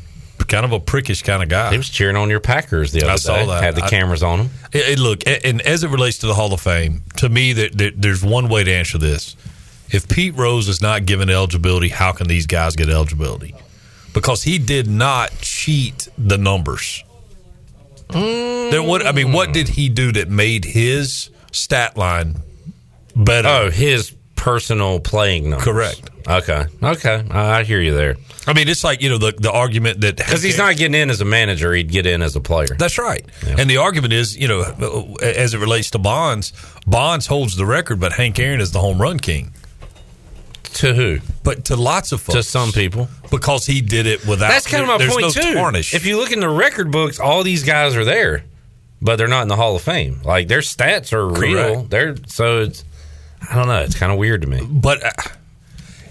[SPEAKER 14] kind of a prickish kind of guy.
[SPEAKER 9] He was cheering on your Packers the other
[SPEAKER 14] I saw
[SPEAKER 9] day.
[SPEAKER 14] that.
[SPEAKER 9] Had the
[SPEAKER 14] I-
[SPEAKER 9] cameras on him.
[SPEAKER 14] Hey, hey, look, a- and as it relates to the Hall of Fame, to me, there, there, there's one way to answer this. If Pete Rose is not given eligibility, how can these guys get eligibility? Because he did not cheat the numbers. There, what I mean, what did he do that made his stat line better?
[SPEAKER 9] Oh, his personal playing numbers.
[SPEAKER 14] Correct.
[SPEAKER 9] Okay. Okay. I I hear you there.
[SPEAKER 14] I mean, it's like you know the the argument that
[SPEAKER 9] because he's not getting in as a manager, he'd get in as a player.
[SPEAKER 14] That's right. And the argument is, you know, as it relates to Bonds, Bonds holds the record, but Hank Aaron is the home run king.
[SPEAKER 9] To who?
[SPEAKER 14] But to lots of folks.
[SPEAKER 9] To some people.
[SPEAKER 14] Because he did it without.
[SPEAKER 9] That's kind of
[SPEAKER 14] there-
[SPEAKER 9] my
[SPEAKER 14] there's
[SPEAKER 9] point
[SPEAKER 14] no
[SPEAKER 9] too.
[SPEAKER 14] Tarnish.
[SPEAKER 9] If you look in the record books, all these guys are there, but they're not in the Hall of Fame. Like their stats are real.
[SPEAKER 14] Correct.
[SPEAKER 9] They're so it's. I don't know. It's kind of weird to me.
[SPEAKER 14] But uh,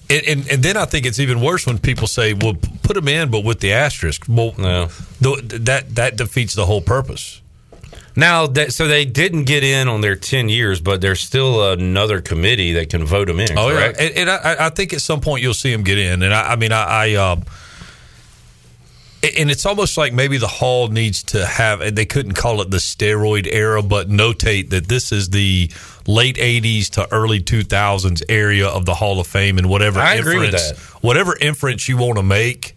[SPEAKER 14] and, and and then I think it's even worse when people say, "Well, p- put him in, but with the asterisk." Well, th- that that defeats the whole purpose.
[SPEAKER 9] Now, that, so they didn't get in on their ten years, but there's still another committee that can vote them in.
[SPEAKER 14] Oh
[SPEAKER 9] correct?
[SPEAKER 14] yeah, and, and I, I think at some point you'll see him get in, and I, I mean, I, I um, a- and it's almost like maybe the hall needs to have. and They couldn't call it the steroid era, but notate that this is the late '80s to early 2000s area of the Hall of Fame, and whatever
[SPEAKER 9] I
[SPEAKER 14] inference,
[SPEAKER 9] agree with that.
[SPEAKER 14] whatever inference you want to make.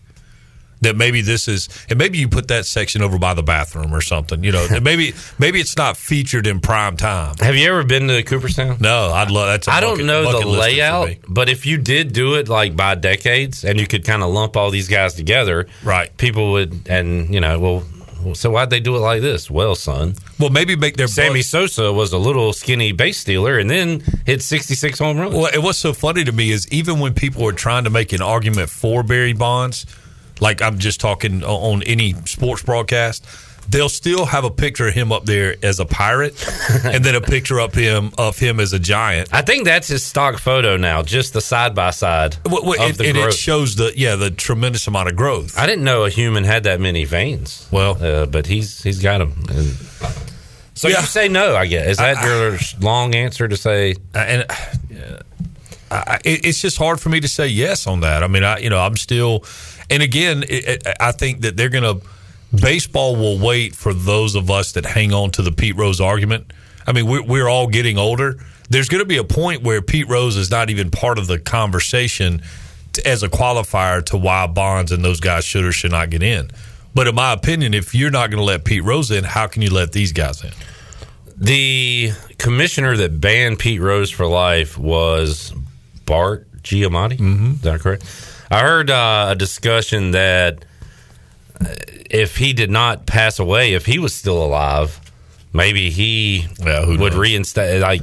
[SPEAKER 14] That maybe this is, and maybe you put that section over by the bathroom or something. You know, and maybe maybe it's not featured in prime time.
[SPEAKER 9] Have you ever been to Cooperstown?
[SPEAKER 14] No, I'd love. That's a
[SPEAKER 9] I don't
[SPEAKER 14] bucket-
[SPEAKER 9] know the
[SPEAKER 14] bucket list for
[SPEAKER 9] layout,
[SPEAKER 14] me.
[SPEAKER 9] but if you did do it like by decades and you could kind of lump all these guys together, right? People would, and you know, well, well, so why'd they do it like this? Well, son,
[SPEAKER 14] well, maybe make their
[SPEAKER 9] Sammy Sosa was a little skinny base stealer and then hit sixty six home runs.
[SPEAKER 14] Well, and what's so funny to me is even when people are trying to make an argument for Barry Bonds, like I'm just talking o- on any sports broadcast, they'll still have a picture of him up there as a pirate, and then a picture of him of him as a giant.
[SPEAKER 9] I think that's his stock photo now, just the side by side
[SPEAKER 14] Well, well,
[SPEAKER 9] of
[SPEAKER 14] and-
[SPEAKER 9] the
[SPEAKER 14] and it
[SPEAKER 9] growth.
[SPEAKER 14] shows the yeah the tremendous amount of growth.
[SPEAKER 9] I didn't know a human had that many veins.
[SPEAKER 14] Well,
[SPEAKER 9] uh, but he's he's got them. so you say no? I guess is that
[SPEAKER 14] I-
[SPEAKER 9] your long answer to say?
[SPEAKER 14] uh, And uh, I, it, it's just hard for me to say yes on that. I mean, I you know I'm still, and again, it, it, I think that they're gonna baseball will wait for those of us that hang on to the Pete Rose argument. I mean, we're, we're all getting older. There's going to be a point where Pete Rose is not even part of the conversation to, as a qualifier to why Bonds and those guys should or should not get in. But in my opinion, if you're not going to let Pete Rose in, how can you let these guys in?
[SPEAKER 9] The commissioner that banned Pete Rose for life was Bart Giamatti. Mm-hmm. Is that correct? I heard uh, a discussion that uh, if he did not pass away, if he was still alive, maybe he would reinstate. Like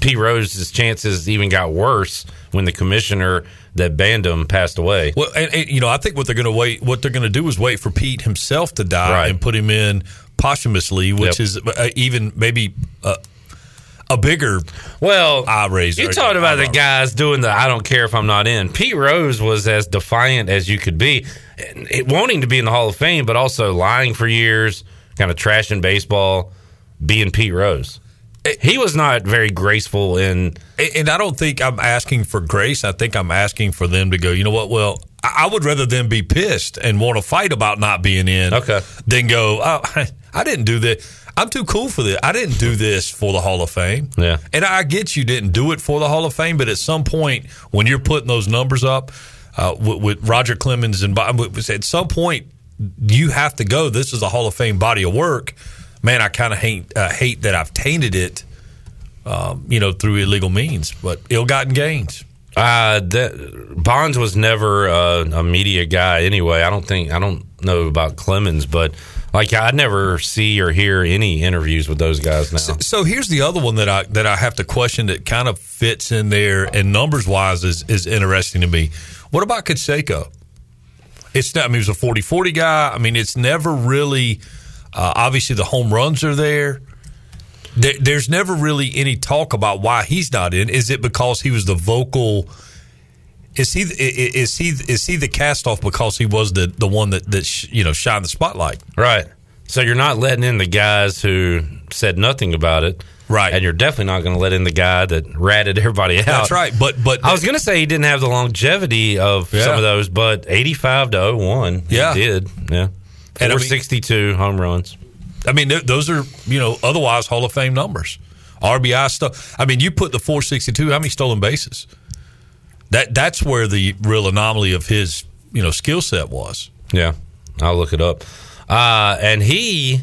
[SPEAKER 9] Pete Rose's chances even got worse when the commissioner that banned him passed away.
[SPEAKER 14] Well, and, and, you know, I think what they're going to wait, what they're going to do is wait for Pete himself to die
[SPEAKER 9] Right.
[SPEAKER 14] and put him in posthumously, which
[SPEAKER 9] Yep.
[SPEAKER 14] is uh, even maybe uh, a bigger
[SPEAKER 9] well
[SPEAKER 14] eye raiser.
[SPEAKER 9] You're talking about the guys doing the I don't care if I'm not in. Pete Rose was as defiant as you could be, and it, wanting to be in the Hall of Fame, but also lying for years, kind of trashing baseball, being Pete Rose. He was not very graceful in.
[SPEAKER 14] And I don't think I'm asking for grace. I think I'm asking for them to go, you know what? Well, I I would rather them be pissed and want to fight about not being in
[SPEAKER 9] Okay.
[SPEAKER 14] than go, oh, I didn't do that. I'm too cool for this. I didn't do this for the Hall of Fame.
[SPEAKER 9] Yeah.
[SPEAKER 14] And I get you didn't do it for the Hall of Fame, but at some point when you're putting those numbers up uh, with, with Roger Clemens and Bob, at some point you have to go. This is a Hall of Fame body of work. Man, I kind of hate uh, hate that I've tainted it, um, you know, through illegal means, but ill-gotten gains.
[SPEAKER 9] Uh, that, Bonds was never uh, a media guy anyway. I don't think I don't know about Clemens, but like I never see or hear any interviews with those guys now.
[SPEAKER 14] So here's the other one that I that I have to question that kind of fits in there and numbers wise is is interesting to me. What about Conseco? It's not. I mean, he's a 40-40 guy. I mean, it's never really. Uh, obviously, the home runs are there. there. There's never really any talk about why he's not in. Is it because he was the vocal? Is he i- i- is he is he the cast off because he was the the one that that sh- you know shined the spotlight?
[SPEAKER 9] Right. So you're not letting in the guys who said nothing about it.
[SPEAKER 14] Right.
[SPEAKER 9] And you're definitely not going to let in the guy that ratted everybody out.
[SPEAKER 14] That's right. But but
[SPEAKER 9] I was going to say he didn't have the longevity of
[SPEAKER 14] Yeah.
[SPEAKER 9] some of those, but 85 to 01,
[SPEAKER 14] Yeah.
[SPEAKER 9] he did. Yeah.
[SPEAKER 14] And I mean-
[SPEAKER 9] 462 home runs.
[SPEAKER 14] I mean, th- those are you know otherwise Hall of Fame numbers. RBI stuff. I mean, you put the 462. How many stolen bases? That that's where the real anomaly of his you know skill set was.
[SPEAKER 9] Yeah, I'll look it up. Uh, and he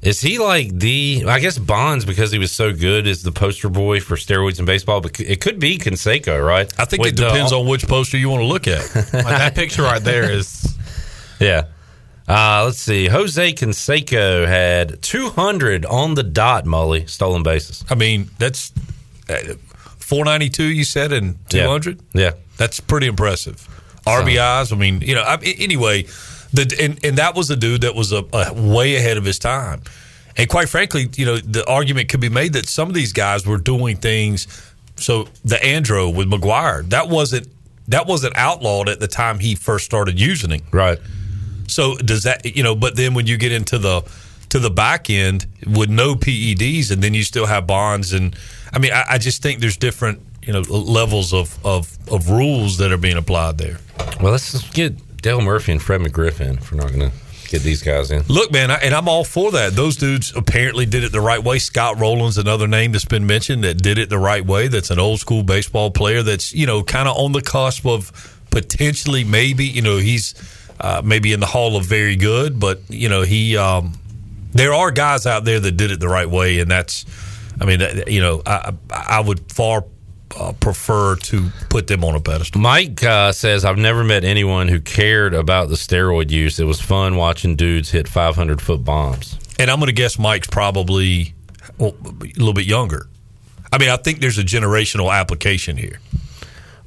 [SPEAKER 9] is he like the I guess Bonds because he was so good is the poster boy for steroids in baseball. But it could be Conseco, right?
[SPEAKER 14] I think it depends on which poster you want to look at.
[SPEAKER 9] Like, that picture right there is. Yeah. Uh, let's see. Jose Canseco had 200 on the dot, Mully, stolen bases.
[SPEAKER 14] I mean, that's uh, 492. You said and 200.
[SPEAKER 9] Yeah.
[SPEAKER 14] That's pretty impressive. RBIs. I mean, you know. I, anyway, the and, and that was a dude that was a, a way ahead of his time. And quite frankly, you know, the argument could be made that some of these guys were doing things. So the Andro with McGuire, that wasn't that wasn't outlawed at the time he first started using it.
[SPEAKER 9] Right.
[SPEAKER 14] So does that you know? But then when you get into the to the back end with no PEDs, and then you still have bonds, and I mean, I, I just think there's different you know levels of of of rules that are being applied there.
[SPEAKER 9] Well, let's just get Dale Murphy and Fred McGriff in if we're not going to get these guys in.
[SPEAKER 14] Look, man, I, and I'm all for that. Those dudes apparently did it the right way. Scott Rowland's another name that's been mentioned that did it the right way. That's an old school baseball player that's, you know, kind of on the cusp of potentially maybe, you know, he's uh, maybe in the Hall of Very Good, but, you know, he, um, there are guys out there that did it the right way. And that's, I mean, that- you know, I, I I would far uh, prefer to put them on a pedestal.
[SPEAKER 9] Mike uh, says, I've never met anyone who cared about the steroid use. It was fun watching dudes hit 500 foot bombs.
[SPEAKER 14] And I'm going to guess Mike's probably well, a little bit younger. I mean, I think there's a generational application here.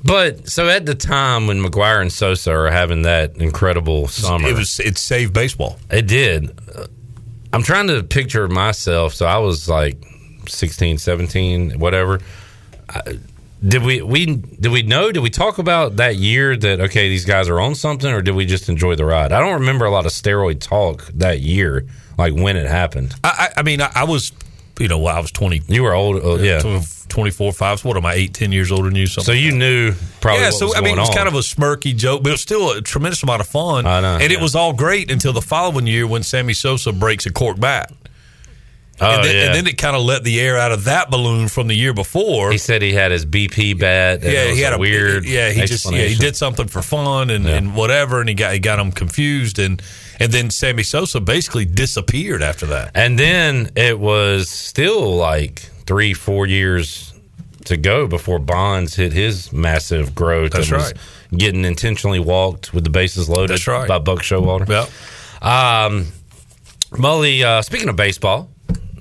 [SPEAKER 9] But so at the time when McGuire and Sosa are having that incredible summer,
[SPEAKER 14] It was it saved baseball.
[SPEAKER 9] It did. Uh, I'm trying to picture myself. So I was like 16, 17, whatever. I, did we we did we know? Did we talk about that year that okay these guys are on something, or did we just enjoy the ride? I don't remember a lot of steroid talk that year, like when it happened.
[SPEAKER 14] I, I, I mean, I, I was, you know, I was 20.
[SPEAKER 9] You were old, uh, yeah.
[SPEAKER 14] 24, 5. So what am I, 8, 10 years older than you? Something
[SPEAKER 9] So you knew probably.
[SPEAKER 14] yeah,
[SPEAKER 9] what
[SPEAKER 14] so
[SPEAKER 9] was
[SPEAKER 14] I mean,
[SPEAKER 9] going
[SPEAKER 14] it was
[SPEAKER 9] on.
[SPEAKER 14] kind of a smirky joke, but it was still a tremendous amount of fun.
[SPEAKER 9] I know,
[SPEAKER 14] and it
[SPEAKER 9] Uh-huh. yeah.
[SPEAKER 14] was all great until the following year when Sammy Sosa breaks a cork bat.
[SPEAKER 9] Oh,
[SPEAKER 14] and, then,
[SPEAKER 9] yeah.
[SPEAKER 14] and then it kind of let the air out of that balloon from the year before.
[SPEAKER 9] He said he had his BP bat. and it
[SPEAKER 14] yeah,
[SPEAKER 9] was
[SPEAKER 14] he had a
[SPEAKER 9] weird.
[SPEAKER 14] Yeah, he just yeah he
[SPEAKER 9] explanation.
[SPEAKER 14] did something for fun and, and whatever, and he got he got him confused, and and then Sammy Sosa basically disappeared after that.
[SPEAKER 9] And then it was still like three, four years to go before Bonds hit his massive growth.
[SPEAKER 14] That's
[SPEAKER 9] and was Getting intentionally walked with the bases loaded.
[SPEAKER 14] That's right.
[SPEAKER 9] By Buck Showalter. Yep. Um, Mully, uh, speaking of baseball,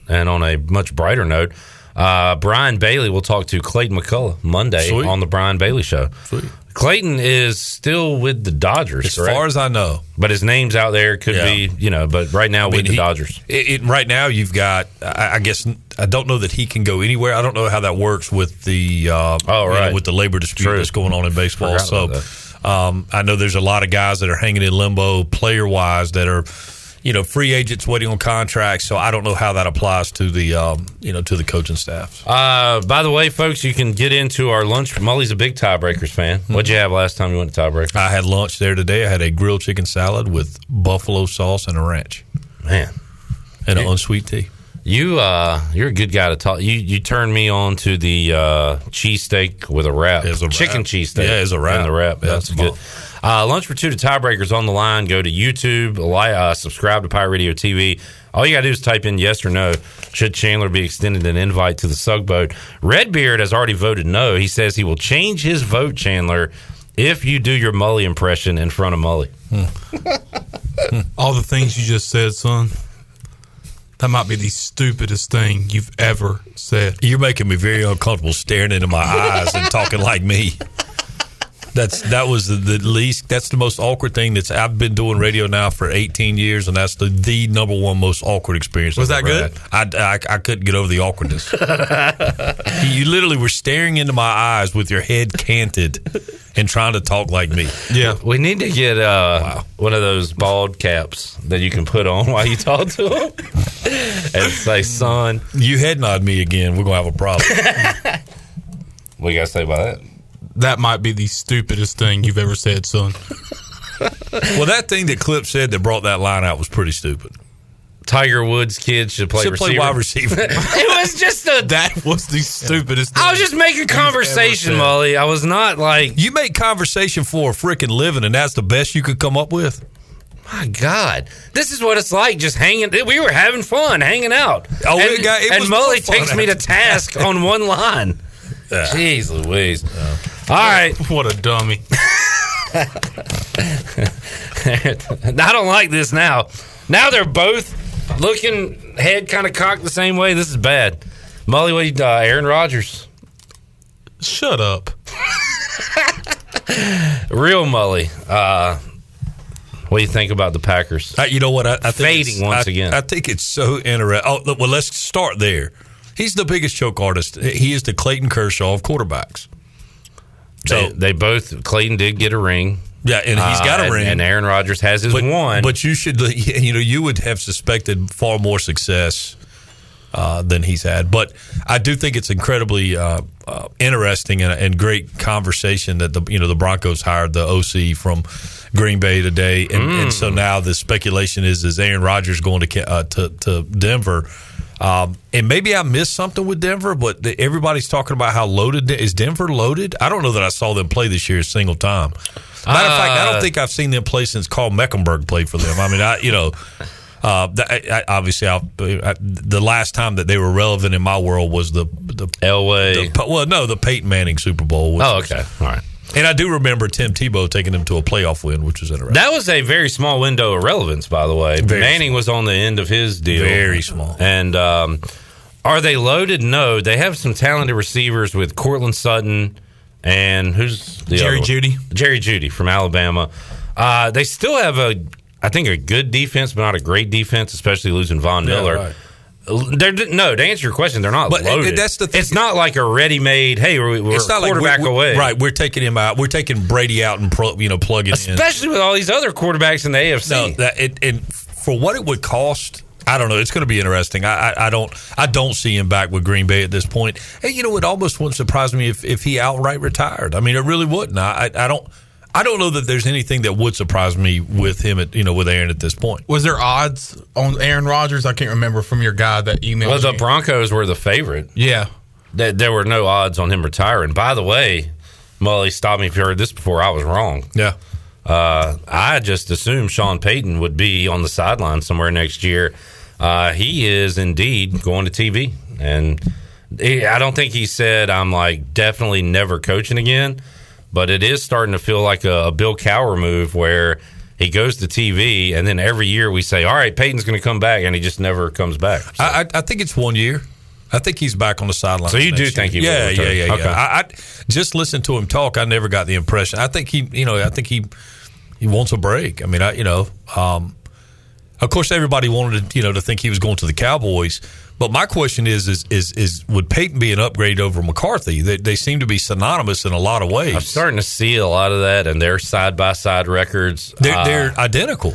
[SPEAKER 9] and on a much brighter note, Uh, Brian Bailey, we'll talk to Clayton McCullough Monday
[SPEAKER 14] Sweet.
[SPEAKER 9] on the Brian Bailey Show. Clayton is still with the Dodgers,
[SPEAKER 14] As far as I know.
[SPEAKER 9] But his name's out there. Could
[SPEAKER 14] Yeah.
[SPEAKER 9] be, you know, but right now
[SPEAKER 14] I
[SPEAKER 9] with
[SPEAKER 14] mean,
[SPEAKER 9] the
[SPEAKER 14] he-
[SPEAKER 9] Dodgers.
[SPEAKER 14] It, it, right now, you've got. I, I guess I don't know that he can go anywhere. I don't know how that works with the uh, oh,
[SPEAKER 9] right.
[SPEAKER 14] with the labor dispute
[SPEAKER 9] True.
[SPEAKER 14] that's going on in baseball.
[SPEAKER 9] Forgot about
[SPEAKER 14] So um, I know there's a lot of guys that are hanging in limbo, player wise, that are you know free agents waiting on contracts. So I don't know how that applies to the um, you know to the coaching staff.
[SPEAKER 9] Uh, by the way, folks, you can get into our lunch. Mully's a big tiebreakers fan. What'd you have last time you went to tiebreakers?
[SPEAKER 14] Hmm. I had lunch there today. I had a grilled chicken salad with buffalo sauce and a ranch.
[SPEAKER 9] Man,
[SPEAKER 14] and an unsweet tea.
[SPEAKER 9] You uh, you're a good guy to talk. You you turned me on to the uh, cheesesteak with a wrap,
[SPEAKER 14] It's a
[SPEAKER 9] chicken
[SPEAKER 14] wrap.
[SPEAKER 9] cheesesteak.
[SPEAKER 14] Yeah, it's a wrap.
[SPEAKER 9] And the wrap.
[SPEAKER 14] Yeah,
[SPEAKER 9] That's
[SPEAKER 14] come
[SPEAKER 9] good. Uh, lunch for two to tiebreakers on the line. Go to YouTube. Li- uh, subscribe to Pirate Radio TV. All you gotta do is type in yes or no. Should Chandler be extended an invite to the Sugboat? Redbeard has already voted no. He says he will change his vote, Chandler, if you do your Mully impression in front of Mully.
[SPEAKER 10] All the things you just said, son. That might be the stupidest thing you've ever said.
[SPEAKER 14] You're making me very uncomfortable staring into my eyes and talking like me. That's that was the, the least. That's the most awkward thing that's. I've been doing radio now for 18 years, and that's the, the number one most awkward experience.
[SPEAKER 10] Was
[SPEAKER 14] I've
[SPEAKER 10] that
[SPEAKER 14] ever had. I, I I couldn't get over the awkwardness.
[SPEAKER 15] Uh,
[SPEAKER 14] you literally were staring into my eyes with your head canted and trying to talk like me.
[SPEAKER 10] Yeah,
[SPEAKER 9] we need to get uh, one of those bald caps that you can put on while you talk to him, and say, "Son,
[SPEAKER 14] you head nod me again. We're gonna have a problem."
[SPEAKER 9] what you gotta say about that?
[SPEAKER 10] That might be the stupidest thing you've ever said, son.
[SPEAKER 14] well, that thing that Clip said that brought that line out was pretty stupid.
[SPEAKER 9] Tiger Woods' kids should play
[SPEAKER 14] Should play
[SPEAKER 9] receiver.
[SPEAKER 14] wide receiver.
[SPEAKER 9] it was just a
[SPEAKER 10] that was the stupidest.
[SPEAKER 9] I was just making conversation, Molly. I was not like
[SPEAKER 14] you make conversation for a freaking living, and that's the best you could come up with.
[SPEAKER 9] My God, this is what it's like just hanging. We were having fun, hanging out.
[SPEAKER 14] Oh,
[SPEAKER 9] and,
[SPEAKER 14] it got- it
[SPEAKER 9] and
[SPEAKER 14] was
[SPEAKER 9] Mully
[SPEAKER 14] more fun
[SPEAKER 9] takes me to
[SPEAKER 14] after
[SPEAKER 9] task on one line. Jeez Louise. All right.
[SPEAKER 10] What a dummy.
[SPEAKER 9] I don't like this now. Now they're both looking head kind of cocked the same way. This is bad. Molly, what you, uh, Aaron Rodgers.
[SPEAKER 10] Shut up.
[SPEAKER 9] Real Mully. Uh, what do you think about the Packers?
[SPEAKER 14] I, you know what? I, I think
[SPEAKER 9] Fading
[SPEAKER 14] it's-
[SPEAKER 9] once
[SPEAKER 14] I-
[SPEAKER 9] again.
[SPEAKER 14] I think it's so interesting. Oh, look, well, let's start there. He's the biggest choke artist. He is the Clayton Kershaw of quarterbacks.
[SPEAKER 9] they, they both Clayton did get a ring. Uh,
[SPEAKER 14] Yeah, and he's got a
[SPEAKER 9] and-
[SPEAKER 14] ring.
[SPEAKER 9] And Aaron Rodgers has his one.
[SPEAKER 14] But you should, you know, you would have suspected far more success uh, than he's had. But I do think it's incredibly uh, uh, interesting and, and great conversation that the you know the Broncos hired the OC from Green Bay today, and, and so now the speculation is is Aaron Rodgers going to Ca- uh, to, to Denver. Um, and maybe I missed something with Denver, but the, everybody's talking about how loaded is Denver loaded. I don't know that I saw them play this year a single time. Matter of fact, I
[SPEAKER 9] Uh,
[SPEAKER 14] don't think I've seen them play since Carl Mecklenburg played for them. I mean, I you know, uh, that, I, I, obviously, I'll, I, the last time that they were relevant in my world was the the
[SPEAKER 9] Elway.
[SPEAKER 14] the- well, no, the Peyton Manning Super Bowl. Which
[SPEAKER 9] Oh, okay. All right.
[SPEAKER 14] And I do remember Tim Tebow taking them to a playoff win, which was interesting.
[SPEAKER 9] That was a very small window of relevance, by the way.
[SPEAKER 14] Very
[SPEAKER 9] Manning was on the end of his deal.
[SPEAKER 14] Very small.
[SPEAKER 9] And um, are they loaded? No. They have some talented receivers with Cortland Sutton and who's the
[SPEAKER 10] Jerry
[SPEAKER 9] other one?
[SPEAKER 10] Jeudy.
[SPEAKER 9] Jerry Judy from Alabama. Uh, they still have a, I think, a good defense, but not a great defense, especially losing Von
[SPEAKER 14] Yeah,
[SPEAKER 9] Miller.
[SPEAKER 14] right.
[SPEAKER 9] They're no. To answer your question, they're not
[SPEAKER 14] But, and-
[SPEAKER 9] loaded.
[SPEAKER 14] and that's the thing.
[SPEAKER 9] It's not like a ready-made. Hey, we're, we're
[SPEAKER 14] it's not like
[SPEAKER 9] quarterback
[SPEAKER 14] we're,
[SPEAKER 9] away,
[SPEAKER 14] right? We're taking him out. We're taking Brady out and pro, you know plugging in.
[SPEAKER 9] Especially with all these other quarterbacks in the AFC.
[SPEAKER 14] No, that it, and for what it would cost, I don't know. It's going to be interesting. I, I, I don't I don't see him back with Green Bay at this point. And you know, it almost wouldn't surprise me if, if he outright retired. I mean, it really wouldn't. I, I I don't I don't know that there's anything that would surprise me with him at you know with Aaron at this point.
[SPEAKER 10] Was there odds on Aaron Rodgers? I can't remember from your guy that emailed.
[SPEAKER 9] Well, the
[SPEAKER 10] you.
[SPEAKER 9] Broncos were the favorite.
[SPEAKER 10] Yeah.
[SPEAKER 9] There, there were no odds on him retiring. By the way, Mully, stop me if you heard this before. I was wrong.
[SPEAKER 14] Yeah.
[SPEAKER 9] Uh, I just assumed Sean Payton would be on the sideline somewhere next year. Uh, he is indeed going to TV. And he, I don't think he said, I'm like definitely never coaching again. But it is starting to feel like a, a Bill Cower move where he goes to TV and then every year we say, all right, Peyton's going to come back. And he just never comes back.
[SPEAKER 14] I, I I think it's one year. I I think he's back on the sideline.
[SPEAKER 9] So you do think he will
[SPEAKER 14] Yeah, yeah,
[SPEAKER 9] return.
[SPEAKER 14] yeah, yeah.
[SPEAKER 9] Okay.
[SPEAKER 14] I, I just listened to him talk. I never got the impression. I think he, you know, I think he he wants a break. I mean, I, you know, um, of course, everybody wanted to, you know to think he was going to the Cowboys. But my question is, is, is, is would Peyton be an upgrade over McCarthy? They, they seem to be synonymous in a lot of ways.
[SPEAKER 9] I'm starting to see a lot of that, and their side by side records. Uh,
[SPEAKER 14] They're, they're identical.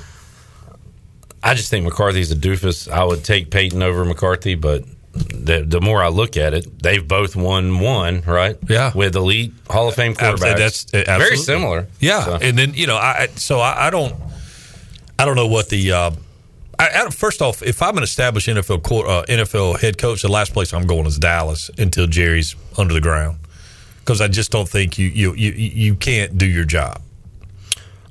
[SPEAKER 9] I just think McCarthy's a doofus. I would take Peyton over McCarthy, but the, the more I look at it, they've both won one, right?
[SPEAKER 14] Yeah.
[SPEAKER 9] With elite Hall of Fame
[SPEAKER 14] Abs-
[SPEAKER 9] quarterbacks.
[SPEAKER 14] That's uh,
[SPEAKER 9] very
[SPEAKER 14] absolutely.
[SPEAKER 9] similar.
[SPEAKER 14] Yeah,
[SPEAKER 9] So-
[SPEAKER 14] and then you know, I I- so I, I don't, I don't know what the. Uh, I, I, first off, if I'm an established NFL court, uh, NFL head coach, the last place I'm going is Dallas until Jerry's under the ground, because I just don't think you you you you can't do your job.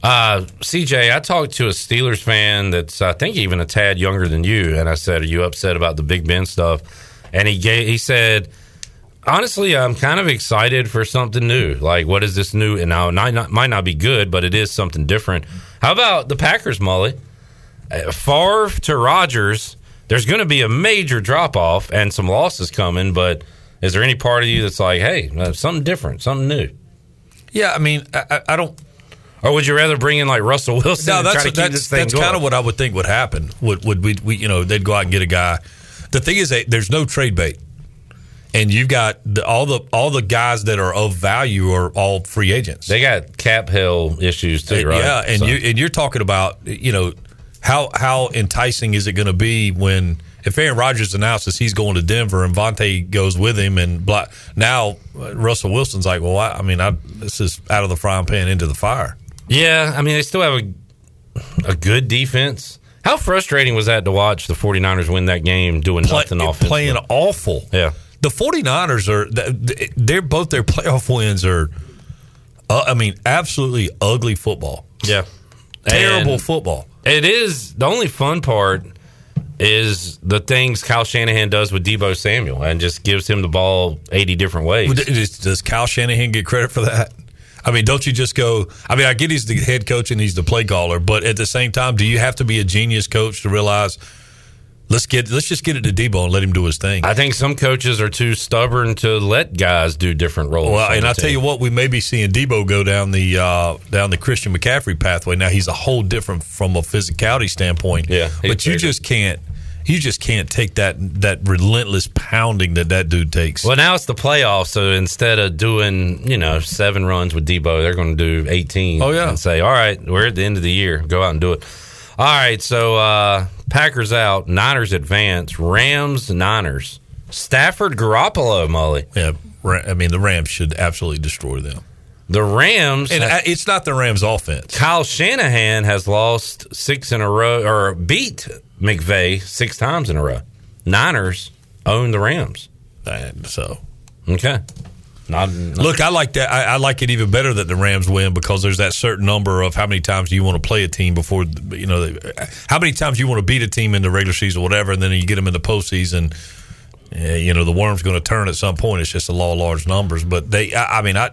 [SPEAKER 9] Uh, CJ, I talked to a Steelers fan that's I think even a tad younger than you, and I said, "Are you upset about the Big Ben stuff?" And he gave, he said, "Honestly, I'm kind of excited for something new. Like, what is this new? And now it might not, might not be good, but it is something different. How about the Packers, Molly? Uh, Favre to Rodgers. There's going to be a major drop off and some losses coming, but." Is there any part of you that's like, hey, uh, something different, something new?
[SPEAKER 14] Yeah, I mean, I, I I don't.
[SPEAKER 9] Or would you rather bring in like Russell Wilson?
[SPEAKER 14] No,
[SPEAKER 9] and
[SPEAKER 14] that's
[SPEAKER 9] try to keep
[SPEAKER 14] that's,
[SPEAKER 9] this thing
[SPEAKER 14] that's
[SPEAKER 9] going?
[SPEAKER 14] kind of what I would think would happen. Would would we, we you know they'd go out and get a guy. The thing is, that there's no trade bait, and you've got the, all the all the guys that are of value are all free agents.
[SPEAKER 9] They got cap hill issues too, right?
[SPEAKER 14] Yeah, and
[SPEAKER 9] So-
[SPEAKER 14] you and you're talking about you know how how enticing is it going to be when if Aaron Rodgers announces he's going to Denver and Vontae goes with him and blah, now uh, Russell Wilson's like, well, I, I mean, I, this is out of the frying pan into the fire.
[SPEAKER 9] yeah. I mean, they still have a a good defense. How frustrating was that to watch the 49ers win that game doing nothing offensively?
[SPEAKER 14] playing awful.
[SPEAKER 9] Yeah.
[SPEAKER 14] The 49ers are th- they're both their playoff wins are uh, I mean absolutely ugly football.
[SPEAKER 9] Yeah.
[SPEAKER 14] Terrible
[SPEAKER 9] And
[SPEAKER 14] football.
[SPEAKER 9] It is the only fun part is the things Kyle Shanahan does with Debo Samuel and just gives him the ball 80 different ways.
[SPEAKER 14] Does, does Kyle Shanahan get credit for that? I mean, don't you just go? I mean, I get he's the head coach and he's the play caller, but at the same time, do you have to be a genius coach to realize let's get let's just get it to Debo and let him do his thing?
[SPEAKER 9] I think some coaches are too stubborn to let guys do different roles.
[SPEAKER 14] Well,
[SPEAKER 9] on
[SPEAKER 14] and
[SPEAKER 9] the
[SPEAKER 14] I tell
[SPEAKER 9] team.
[SPEAKER 14] you what, we may be seeing Debo go down the uh, down the Christian McCaffrey pathway. Now he's a whole different from a physicality standpoint. Yeah,
[SPEAKER 9] he's
[SPEAKER 14] but you
[SPEAKER 9] bigger.
[SPEAKER 14] just can't you just can't take that that relentless pounding that that dude takes.
[SPEAKER 9] Well, now it's the playoffs, so instead of doing you know seven runs with Debo, they're going to do eighteen.
[SPEAKER 14] Oh, yeah.
[SPEAKER 9] and say, all right, we're at the end of the year, go out and do it. All right, so uh, Packers out, Niners advance, Rams, Niners, Stafford, Garoppolo, Molly.
[SPEAKER 14] Yeah, Ra- I mean the Rams should absolutely destroy them.
[SPEAKER 9] The Rams
[SPEAKER 14] And I- it's not the Rams' offense.
[SPEAKER 9] Kyle Shanahan has lost six in a row, or beat McVay six times in a row. Niners own the Rams.
[SPEAKER 14] so
[SPEAKER 9] okay, not,
[SPEAKER 14] Look, I like that. I, I like it even better that the Rams win because there's that certain number of how many times do you want to play a team before you know they- how many times you want to beat a team in the regular season, or whatever, and then you get them in the postseason. eh, you know the worm's going to turn at some point. It's just a law of large numbers. But they, I, I mean, I,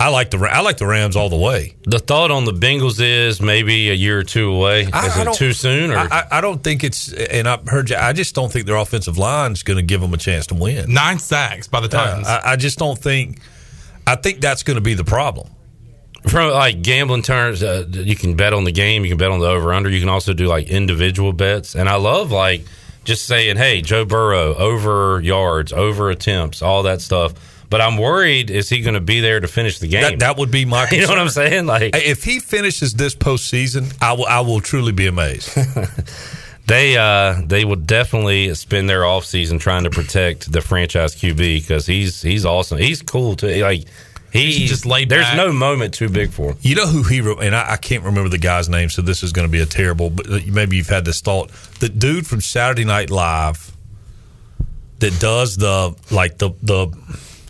[SPEAKER 14] I like the Ra- I like the Rams all the way.
[SPEAKER 9] The thought on the Bengals is maybe a year or two away. Is
[SPEAKER 14] I- I
[SPEAKER 9] it
[SPEAKER 14] don't-
[SPEAKER 9] too soon? Or
[SPEAKER 14] I, I- I don't think it's. And I've heard you. I just don't think their offensive line's going to give them a chance to win.
[SPEAKER 6] Nine sacks by the Titans.
[SPEAKER 14] Uh, I, I just don't think. I think that's going to be the problem.
[SPEAKER 9] from like gambling terms, uh, you can bet on the game. You can bet on the over under. You can also do like individual bets. And I love like just saying, hey, Joe Burrow over yards, over attempts, all that stuff. But I'm worried, is he going to be there to finish the game?
[SPEAKER 14] That, that would be my.
[SPEAKER 9] You know what I'm
[SPEAKER 14] concern.
[SPEAKER 9] saying? Like-
[SPEAKER 14] Hey, if he finishes this postseason, I will. I will truly be amazed.
[SPEAKER 9] They uh, they will definitely spend their offseason trying to protect the franchise QB because he's he's awesome. He's cool too. Like he, just laid There's no moment too big for him.
[SPEAKER 14] you know who he re- and I, I can't remember the guy's name, so this is going to be a terrible. But uh, maybe you've had this thought. The dude from Saturday Night Live that does the like the the.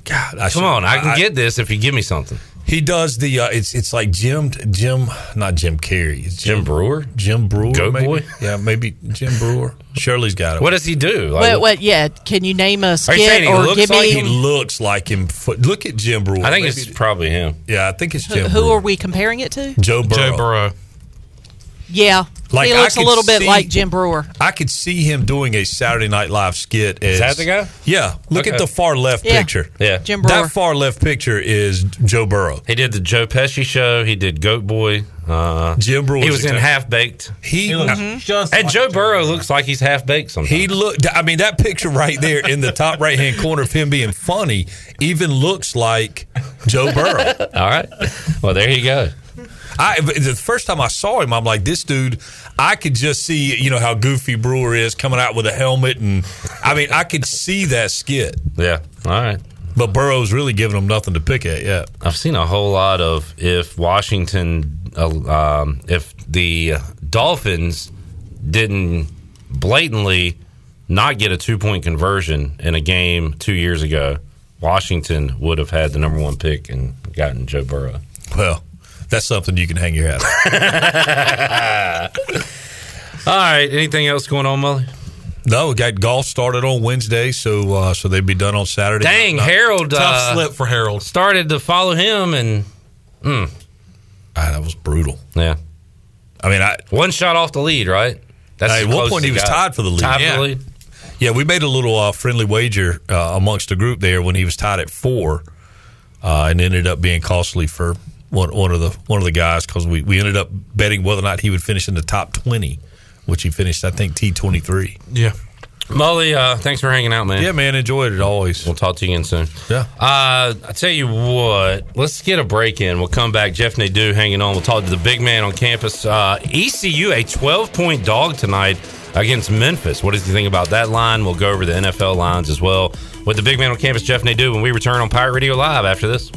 [SPEAKER 14] God, I
[SPEAKER 9] Come
[SPEAKER 14] should-
[SPEAKER 9] on, I can get this if you give me something.
[SPEAKER 14] He does the. Uh, it's it's like Jim Jim not Jim Carrey. It's Jim,
[SPEAKER 9] Brewer.
[SPEAKER 14] Jim Brewer.
[SPEAKER 9] Goat
[SPEAKER 14] maybe?
[SPEAKER 9] Boy?
[SPEAKER 14] Yeah, maybe Jim Brewer. Shirley's got it.
[SPEAKER 9] What does he do? Like,
[SPEAKER 11] Wait, wait, yeah. Can you name a
[SPEAKER 14] Are you
[SPEAKER 11] skit
[SPEAKER 14] saying he
[SPEAKER 11] or
[SPEAKER 14] looks
[SPEAKER 11] give
[SPEAKER 14] like
[SPEAKER 11] me
[SPEAKER 14] he looks like him? Fo- Look at Jim Brewer.
[SPEAKER 9] I think it's probably him.
[SPEAKER 14] Yeah, I think it's
[SPEAKER 11] who,
[SPEAKER 14] Jim.
[SPEAKER 11] who
[SPEAKER 14] Brewer.
[SPEAKER 11] are we comparing it to?
[SPEAKER 14] Joe Burrow.
[SPEAKER 6] Joe Burrow.
[SPEAKER 11] Yeah,
[SPEAKER 14] Like,
[SPEAKER 11] he
[SPEAKER 14] I
[SPEAKER 11] looks a
[SPEAKER 14] could
[SPEAKER 11] little bit
[SPEAKER 14] see-
[SPEAKER 11] like Jim Brewer.
[SPEAKER 14] I could see him doing a Saturday Night Live skit. As,
[SPEAKER 9] Is that the guy?
[SPEAKER 14] Yeah. Look
[SPEAKER 9] Okay.
[SPEAKER 14] at the far left
[SPEAKER 11] Yeah.
[SPEAKER 14] picture.
[SPEAKER 9] Yeah.
[SPEAKER 11] Jim Brewer.
[SPEAKER 14] That far left picture is Joe Burrow.
[SPEAKER 9] He did the Joe Pesci show. He did Goat Boy. Uh,
[SPEAKER 14] Jim Brewer
[SPEAKER 9] He
[SPEAKER 14] was
[SPEAKER 9] was in
[SPEAKER 14] exact-
[SPEAKER 9] Half Baked.
[SPEAKER 14] He,
[SPEAKER 6] just
[SPEAKER 9] and Joe Burrow looks like he's half baked sometimes.
[SPEAKER 14] He looked. I mean, that picture right there in the top right hand corner of him being funny even looks like Joe Burrow.
[SPEAKER 9] All right. Well, there you go.
[SPEAKER 14] I the first time I saw him, I'm like, this dude. I could just see, you know, how goofy Brewer is coming out with a helmet, and I mean, I could see that skit.
[SPEAKER 9] Yeah. All right.
[SPEAKER 14] But Burrow's really giving him nothing to pick at yet.
[SPEAKER 9] I've seen a whole lot of if Washington, uh, um, if the Dolphins didn't blatantly not get a two point conversion in a game two years ago, Washington would have had the number one pick and gotten Joe Burrow.
[SPEAKER 14] Well, that's something you can hang your hat on.
[SPEAKER 9] All right. Anything else going on, Mully?
[SPEAKER 14] No, we got golf started on Wednesday, so uh, so they'd be done on Saturday.
[SPEAKER 9] Dang,
[SPEAKER 14] Not-
[SPEAKER 9] Harold. uh,
[SPEAKER 6] for Harold.
[SPEAKER 9] Started to follow him and. Mm,
[SPEAKER 14] Ah, that was brutal.
[SPEAKER 9] yeah.
[SPEAKER 14] I mean, I
[SPEAKER 9] One shot off the lead, right?
[SPEAKER 14] Hey,
[SPEAKER 9] the
[SPEAKER 14] at one
[SPEAKER 9] closest
[SPEAKER 14] point he was
[SPEAKER 9] got.
[SPEAKER 14] tied for the lead.
[SPEAKER 9] Tied
[SPEAKER 14] Yeah.
[SPEAKER 9] for the lead.
[SPEAKER 14] Yeah, we made a little uh, friendly wager uh, amongst the group there when he was tied at four, uh, and ended up being costly for one, one of the one of the guys because we, we ended up betting whether or not he would finish in the top twenty, which he finished I think T twenty three.
[SPEAKER 6] Yeah.
[SPEAKER 9] Mully, uh, thanks for hanging out, man.
[SPEAKER 14] Yeah, man, enjoyed it always.
[SPEAKER 9] We'll talk to you again soon.
[SPEAKER 14] Yeah.
[SPEAKER 9] Uh, I tell you what, let's get a break in. We'll come back. Jeff Nadeau hanging on. We'll talk to the big man on campus. Uh, ECU, a 12 point dog tonight against Memphis. What does he think about that line? We'll go over the NFL lines as well with the big man on campus, Jeff Nadeau, when we return on Pirate Radio Live after this.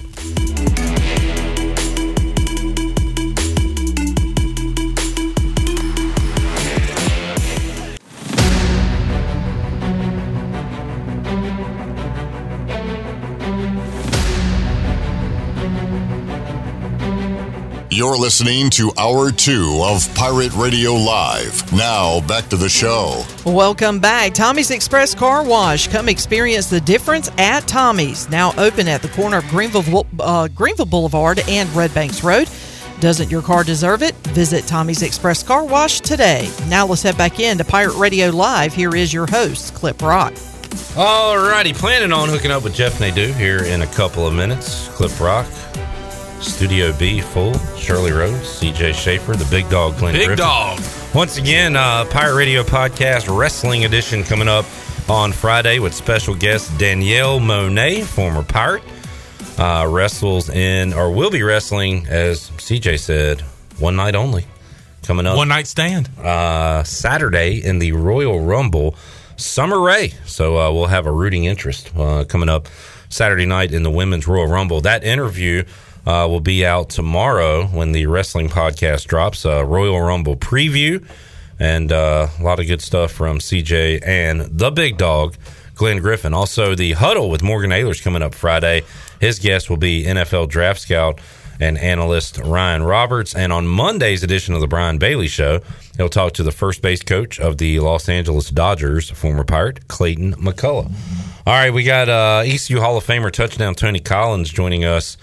[SPEAKER 2] You're listening to Hour Two of Pirate Radio Live. Now, back to the show.
[SPEAKER 11] Welcome back. Tommy's Express Car Wash. Come experience the difference at Tommy's. Now open at the corner of Greenville, uh, Greenville Boulevard and Red Banks Road. Doesn't your car deserve it? Visit Tommy's Express Car Wash today. Now let's head back in to Pirate Radio Live. Here is your host, Clip Rock.
[SPEAKER 9] Alrighty, planning on hooking up with Jeff Nadeau here in a couple of minutes. Clip Rock, Studio B full, Shirley Rose, CJ Schaefer, the big dog, Glenn
[SPEAKER 6] Big
[SPEAKER 9] Griffin.
[SPEAKER 6] dog.
[SPEAKER 9] Once again, uh, Pirate Radio Podcast Wrestling Edition coming up on Friday with special guest Danielle Monet, former Pirate, uh, wrestles in or will be wrestling, as CJ said, one night only. Coming up
[SPEAKER 6] One night stand.
[SPEAKER 9] uh, Saturday in the Royal Rumble, Summer Rae. So uh, we'll have a rooting interest uh, coming up Saturday night in the Women's Royal Rumble. That interview uh, will be out tomorrow when the wrestling podcast drops. Uh, Royal Rumble preview and uh, a lot of good stuff from CJ and the big dog. Glenn Griffin. Also, the huddle with Morgan Ayler's coming up Friday. His guest will be NFL draft scout and analyst Ryan Roberts. And on Monday's edition of the Brian Bailey Show, he'll talk to the first base coach of the Los Angeles Dodgers, former Pirate Clayton McCullough. All right, we got uh, ECU Hall of Famer touchdown Tony Collins joining us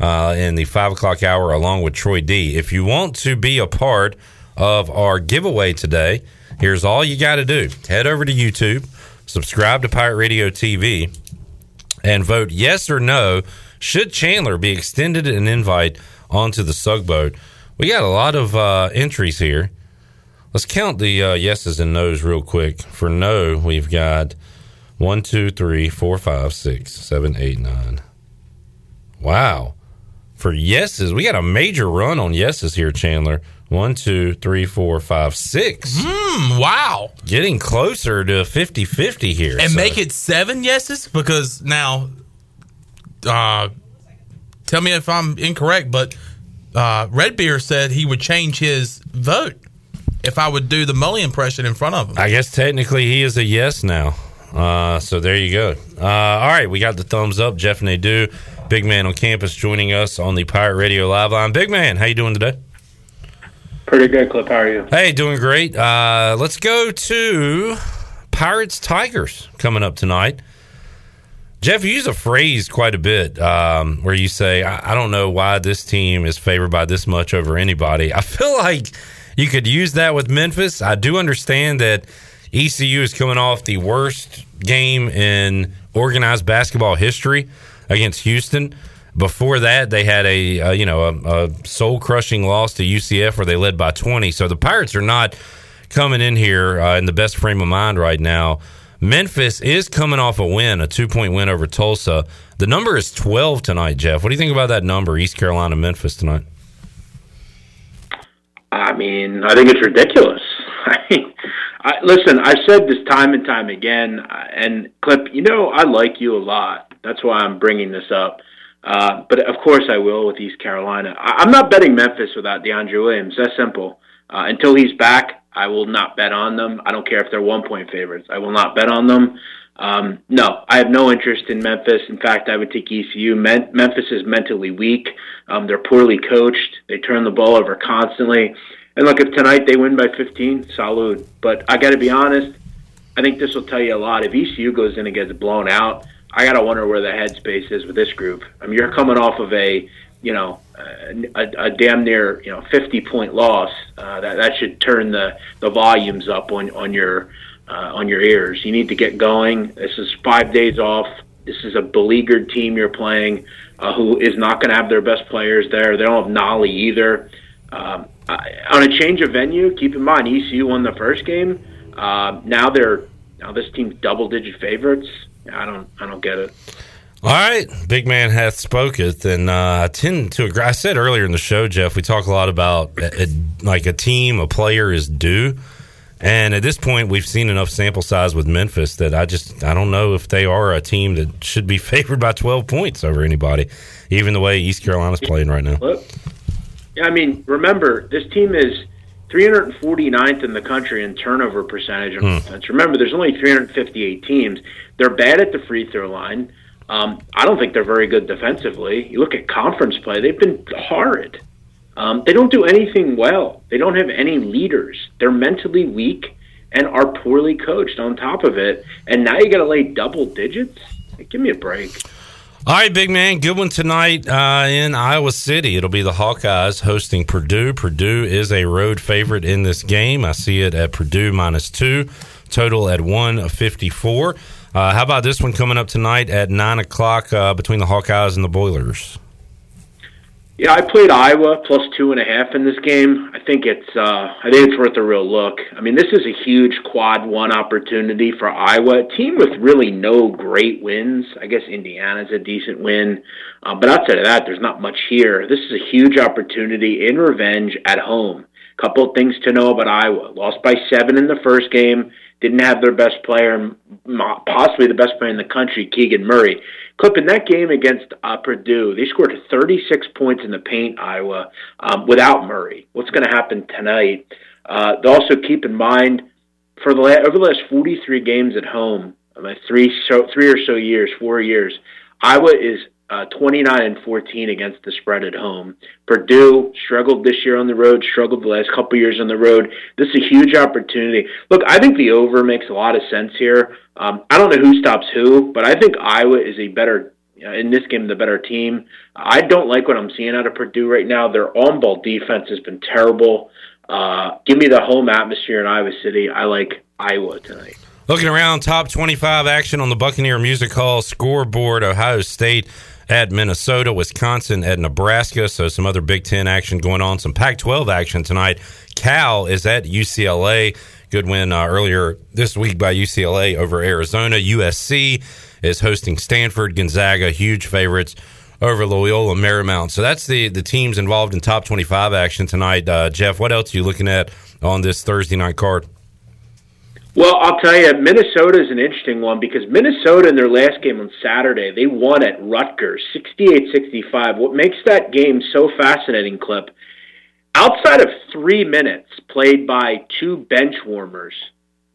[SPEAKER 9] uh, in the five o'clock hour, along with Troy D. If you want to be a part of our giveaway today, here's all you got to do: head over to YouTube, subscribe to Pirate Radio TV, and vote yes or no. Should Chandler be extended an invite onto the Sugboat? We got a lot of uh, entries here. Let's count the uh, yeses and nos real quick. For no, we've got one, two, three, four, five, six, seven, eight, nine. Wow. For yeses, we got a major run on yeses here, Chandler. One, two, three, four, five, six.
[SPEAKER 6] Hmm, wow.
[SPEAKER 9] Getting closer to 50 50 here.
[SPEAKER 6] And
[SPEAKER 9] so-
[SPEAKER 6] make it seven yeses because now, uh, tell me if I'm incorrect, but uh, Red Beer said he would change his vote if I would do the Mully impression in front of him.
[SPEAKER 9] I guess technically he is a yes now. Uh, so there you go. Uh, all right, we got the thumbs up. Jeff Nadeau, big man on campus, joining us on the Pirate Radio Live Line. Big man, how you doing today?
[SPEAKER 16] Pretty good, Clip. How are you?
[SPEAKER 9] Hey, doing great. Uh, let's go to Pirates Tigers coming up tonight. Jeff, you use a phrase quite a bit um, where you say, I-, "I don't know why this team is favored by this much over anybody." I feel like You could use that with Memphis. I do understand that ECU is coming off the worst game in organized basketball history against Houston. Before that, they had a, uh you know a, a soul crushing loss to UCF where they led by twenty. So the Pirates are not coming in here uh, in the best frame of mind right now. Memphis is coming off a win, a two point win over Tulsa. The number is twelve tonight, Jeff. What do you think about that number, East Carolina Memphis tonight?
[SPEAKER 17] I mean, I think it's ridiculous. I, mean, I listen. I said this time and time again, I- and Clip, you know, I like you a lot. That's why I'm bringing this up. Uh, but of course, I will with East Carolina. I, I'm not betting Memphis without DeAndre Williams. That's simple. Uh, until he's back, I will not bet on them. I don't care if they're one point favorites. I will not bet on them. Um, no, I have no interest in Memphis. In fact, I would take ECU. Men- Memphis is mentally weak. Um, they're poorly coached. They turn the ball over constantly. And look, if tonight they win by 15, salud. But I got to be honest, I think this will tell you a lot. If ECU goes in and gets blown out, I got to wonder where the headspace is with this group. I mean, you're coming off of a, you know, a, a, a damn near, you know, 50 point loss. Uh, that that should turn the the volumes up on on your uh, on your ears. You need to get going. This is five days off. This is a beleaguered team you're playing, uh, who is not going to have their best players there. They don't have Nolly either. Um, I, on a change of venue, keep in mind ECU won the first game. Uh, now they're now this team's double digit favorites. I don't I don't get it.
[SPEAKER 9] All right, big man hath spoketh, and uh, I tend to agree. I said earlier in the show, Jeff, we talk a lot about uh uh, like a team, a player is due, and at this point, we've seen enough sample size with Memphis that I just I don't know if they are a team that should be favored by twelve points over anybody, even the way East Carolina's playing right now.
[SPEAKER 17] Look, yeah, I mean, remember this team is 349th in the country in turnover percentage on
[SPEAKER 9] Hmm.
[SPEAKER 17] offense. Remember, there's only 358 teams. They're bad at the free throw line. Um, I don't think they're very good defensively. You look at conference play; they've been horrid. Um, they don't do anything well. They don't have any leaders. They're mentally weak and are poorly coached. On top of it, and now you got to lay double digits. Like, give me a break.
[SPEAKER 9] All right, big man. Good one tonight uh, in Iowa City. It'll be the Hawkeyes hosting Purdue. Purdue is a road favorite in this game. I see it at Purdue minus two, total at 154. Uh, how about this one coming up tonight at 9 o'clock uh, between the Hawkeyes and the Boilers?
[SPEAKER 17] Yeah, I played Iowa plus two and a half in this game. I think it's uh, I think it's worth a real look. I mean, this is a huge quad one opportunity for Iowa, a team with really no great wins. I guess Indiana's a decent win, uh, but outside of that, there's not much here. This is a huge opportunity in revenge at home. Couple of things to know about Iowa: lost by seven in the first game, didn't have their best player, mo- possibly the best player in the country, Keegan Murray. Clip in that game against uh, Purdue, they scored 36 points in the paint. Iowa um, without Murray. What's going to happen tonight? Uh, they also keep in mind for the la- over the last 43 games at home, uh, my three so three or so years, four years, Iowa is uh, 29 and 14 against the spread at home. Purdue struggled this year on the road, struggled the last couple years on the road. This is a huge opportunity. Look, I think the over makes a lot of sense here. Um, I don't know who stops who, but I think Iowa is a better uh, in this game the better team. I don't like what I'm seeing out of Purdue right now. Their on ball defense has been terrible. Uh, give me the home atmosphere in Iowa City. I like Iowa tonight.
[SPEAKER 9] Looking around, top 25 action on the Buccaneer Music Hall scoreboard. Ohio State at Minnesota, Wisconsin at Nebraska. So some other Big Ten action going on. Some Pac 12 action tonight. Cal is at UCLA. Good win uh, earlier this week by UCLA over Arizona. USC is hosting Stanford. Gonzaga, huge favorites over Loyola Marymount. So that's the, the teams involved in top 25 action tonight. Uh, Jeff, what else are you looking at on this Thursday night card?
[SPEAKER 17] Well, I'll tell you, Minnesota is an interesting one because Minnesota in their last game on Saturday, they won at Rutgers 68 65. What makes that game so fascinating, Clip, outside of three minutes played by two bench warmers,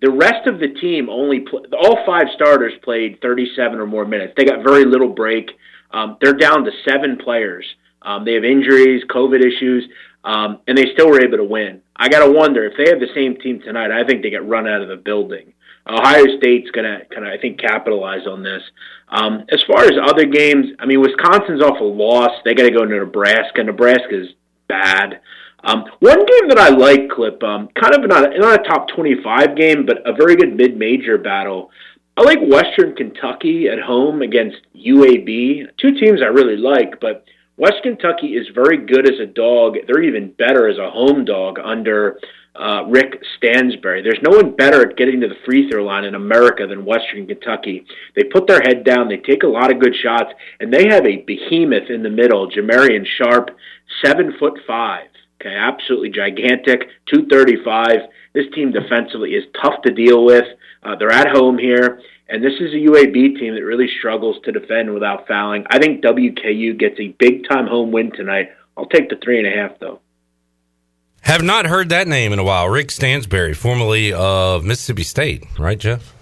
[SPEAKER 17] the rest of the team only pl- all five starters played 37 or more minutes. They got very little break. Um, they're down to seven players. Um, they have injuries, COVID issues, um, and they still were able to win. I got to wonder if they have the same team tonight. I think they get run out of the building. Ohio State's gonna kind of I think capitalize on this. Um, as far as other games, I mean Wisconsin's off a loss. They got to go to Nebraska. Nebraska's bad. Um, one game that I like, Clip, um, kind of not, not a top 25 game, but a very good mid major battle. I like Western Kentucky at home against UAB. Two teams I really like, but West Kentucky is very good as a dog. They're even better as a home dog under uh, Rick Stansbury. There's no one better at getting to the free throw line in America than Western Kentucky. They put their head down, they take a lot of good shots, and they have a behemoth in the middle, Jamarian Sharp, seven foot five. Okay, absolutely gigantic, 235. This team defensively is tough to deal with. Uh, they're at home here, and this is a UAB team that really struggles to defend without fouling. I think WKU gets a big time home win tonight. I'll take the three and a half, though.
[SPEAKER 9] Have not heard that name in a while. Rick Stansbury, formerly of Mississippi State, right, Jeff?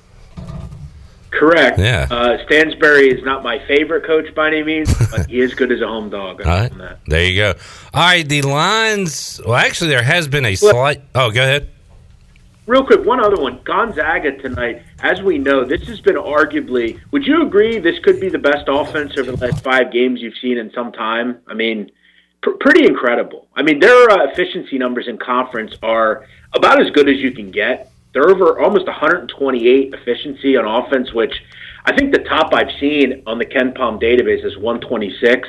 [SPEAKER 17] Correct.
[SPEAKER 9] Yeah.
[SPEAKER 17] Uh, Stansbury is not my favorite coach by any means, but he is good as a home dog.
[SPEAKER 9] All right. There you go. All right, the lines. Well, actually, there has been a
[SPEAKER 17] Well-
[SPEAKER 9] slight. Oh, go ahead.
[SPEAKER 17] Real quick, one other one. Gonzaga tonight, as we know, this has been arguably. Would you agree this could be the best offense over the last five games you've seen in some time? I mean, pr- pretty incredible. I mean, their uh, efficiency numbers in conference are about as good as you can get. They're over almost 128 efficiency on offense, which I think the top I've seen on the Ken Palm database is 126.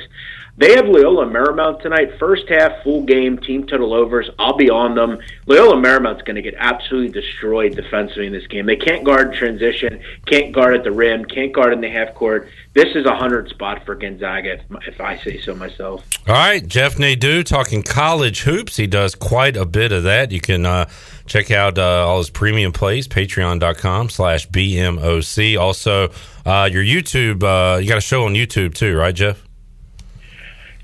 [SPEAKER 17] They have Loyola Marymount tonight. First half, full game, team total overs. I'll be on them. Loyola Marymount's going to get absolutely destroyed defensively in this game. They can't guard transition, can't guard at the rim, can't guard in the half court. This is a 100 spot for Gonzaga, if- if I say so myself.
[SPEAKER 9] All right, Jeff Nadeau talking college hoops. He does quite a bit of that. You can uh, check out uh, all his premium plays, patreon.com slash BMOC. Also, uh, your YouTube, uh, you got a show on YouTube too, right, Jeff?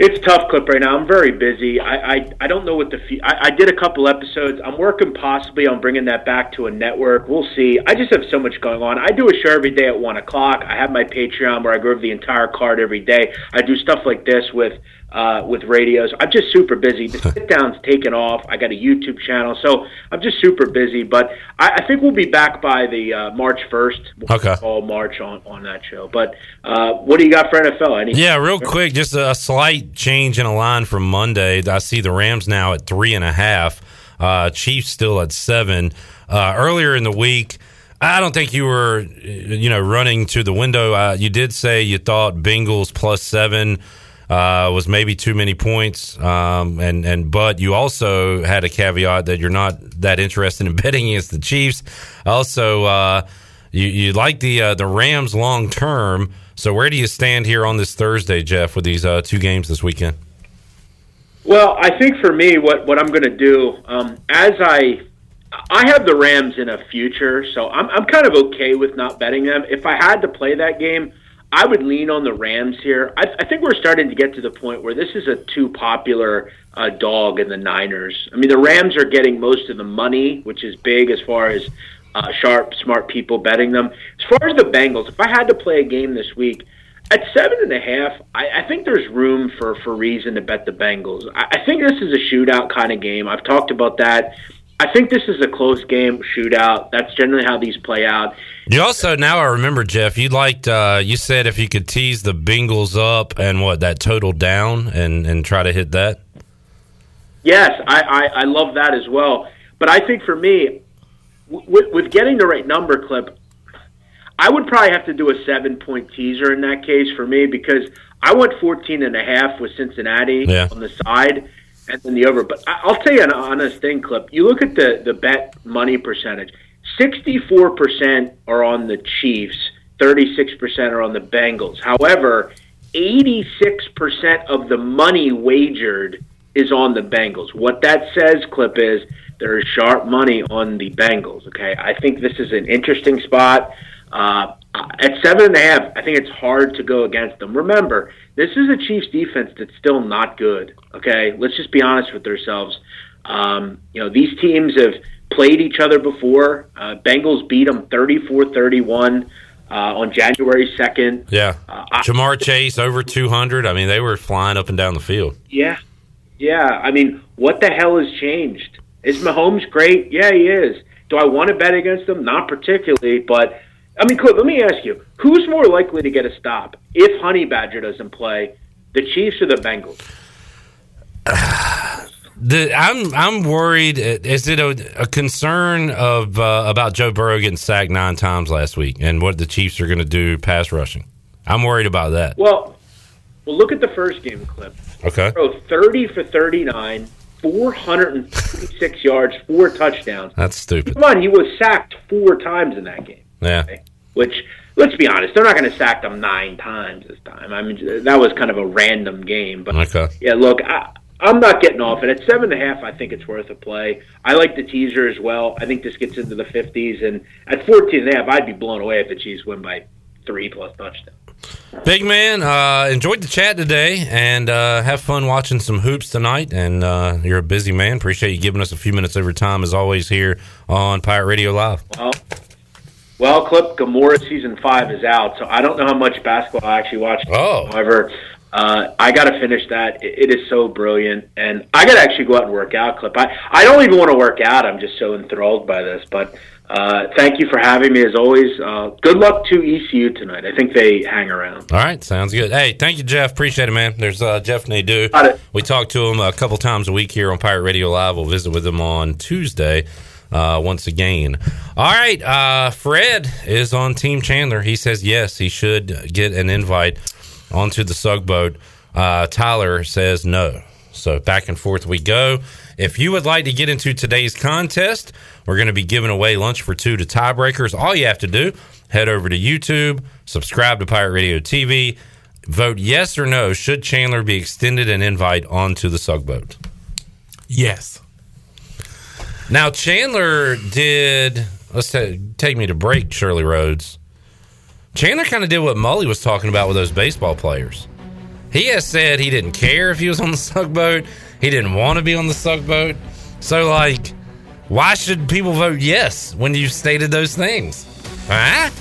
[SPEAKER 17] It's tough clip right now. I'm very busy. I I, I don't know what the fe- I, I did a couple episodes. I'm working possibly on bringing that back to a network. We'll see. I just have so much going on. I do a show every day at one o'clock. I have my Patreon where I go over the entire card every day. I do stuff like this with uh, with radios. I'm just super busy. The sit down's taken off. I got a YouTube channel, so I'm just super busy. But I, I think we'll be back by the uh, March 1st. We'll
[SPEAKER 9] Okay.
[SPEAKER 17] All March on on that show. But uh, what do you got for NFL? Any
[SPEAKER 9] Yeah, real quick, just a slight change in a line from Monday. I see the Rams now at three and a half. Uh, Chiefs still at seven. Uh, earlier in the week, I don't think you were, you know, running to the window. Uh, you did say you thought Bengals plus seven uh, was maybe too many points, um, and and but you also had a caveat that you're not that interested in betting against the Chiefs. Also. Uh, you, you like the uh, the Rams long term. So where do you stand here on this Thursday, Jeff, with these uh, two games this weekend?
[SPEAKER 17] Well, I think for me, what what I'm going to do um, as I I have the Rams in a future, so I'm I'm kind of okay with not betting them. If I had to play that game, I would lean on the Rams here. I, I think we're starting to get to the point where this is a too popular uh, dog in the Niners. I mean, the Rams are getting most of the money, which is big as far as uh, sharp, smart people betting them. As far as the Bengals, if I had to play a game this week, at seven and a half, I, I think there's room for, for reason to bet the Bengals. I, I think this is a shootout kind of game. I've talked about that. I think this is a close game shootout. That's generally how these play out.
[SPEAKER 9] You also now I remember Jeff, you liked uh, you said if you could tease the Bengals up and what that total down and and try to hit that.
[SPEAKER 17] Yes, I, I, I love that as well. But I think for me, w- with, with getting the right number clip, I would probably have to do a seven point teaser in that case for me because I went 14 and a half with Cincinnati
[SPEAKER 9] Yeah.
[SPEAKER 17] on the side and then the over. But I, I'll tell you an honest thing, clip. You look at the, the bet money percentage 64% are on the Chiefs, 36% are on the Bengals. However, 86% of the money wagered is on the Bengals. What that says, Clip, is there is sharp money on the Bengals. Okay, I think this is an interesting spot. Uh, at seven and a half, I think it's hard to go against them. Remember, this is a Chiefs defense that's still not good. Okay, let's just be honest with ourselves. Um, you know, these teams have played each other before. Uh, Bengals beat them 34-31 uh, on January second.
[SPEAKER 9] Yeah, Jamar Chase over two hundred. I mean, they were flying up and down the field.
[SPEAKER 17] Yeah. Yeah. I mean, what the hell has changed? Is Mahomes great? Yeah, he is. Do I want to bet against him? Not particularly, but I mean, Cliff, let me ask you who's more likely to get a stop if Honey Badger doesn't play, the Chiefs or the Bengals?
[SPEAKER 9] The, I'm I'm worried. uh, Is it a, a concern of uh, about Joe Burrow getting sacked nine times last week and what the Chiefs are going to do pass rushing? I'm worried about that.
[SPEAKER 17] Well, well, look at the first game clip.
[SPEAKER 9] Okay.
[SPEAKER 17] Throw 30 for 39, 446 yards, four touchdowns.
[SPEAKER 9] That's stupid.
[SPEAKER 17] Come on, he was sacked four times in that game.
[SPEAKER 9] Yeah.
[SPEAKER 17] Which, let's be honest, they're not going to sack them nine times this time. I mean, that was kind of a random game. But
[SPEAKER 9] Okay.
[SPEAKER 17] yeah, look, I, I'm not getting off it. At seven and a half, I think it's worth a play. I like the teaser as well. I think this gets into the 50s, and at 14 and a half, I'd be blown away if the Chiefs win by three plus touchdowns.
[SPEAKER 9] Big man, uh, enjoyed the chat today and uh, have fun watching some hoops tonight. And uh, you're a busy man. Appreciate you giving us a few minutes of your time as always here on Pirate Radio Live.
[SPEAKER 17] Well, well, Clip Gamora season five is out, so I don't know how much basketball I actually watched.
[SPEAKER 9] Oh.
[SPEAKER 17] However, uh, I got to finish that. It, it is so brilliant, and I got to actually go out and work out, Clip. I, I don't even want to work out. I'm just so enthralled by this. But uh, thank you for having me as always. Uh, good luck to ECU tonight. I think they hang around.
[SPEAKER 9] All right, sounds good. Hey, thank you, Jeff. Appreciate it, man. There's uh, Jeff Nadeau. We talk to him a couple times a week here on Pirate Radio Live. We'll visit with him on Tuesday uh, once again. All right, uh, Fred is on Team Chandler. He says yes, he should get an invite onto the Sugboat. Uh, Tyler says no. So back and forth we go. If you would like to get into today's contest, we're going to be giving away lunch for two to tiebreakers. All you have to do, head over to YouTube, subscribe to Pirate Radio TV, vote yes or no. Should Chandler be extended an invite onto the Sugboat?
[SPEAKER 6] Yes.
[SPEAKER 9] Now Chandler did. Let's ta- take me to break, Shirley Rhodes. Chandler kind of did what Mully was talking about with those baseball players. He has said he didn't care if he was on the tugboat. He didn't want to be on the tugboat. So, like, why should people vote yes when you've stated those things? Huh?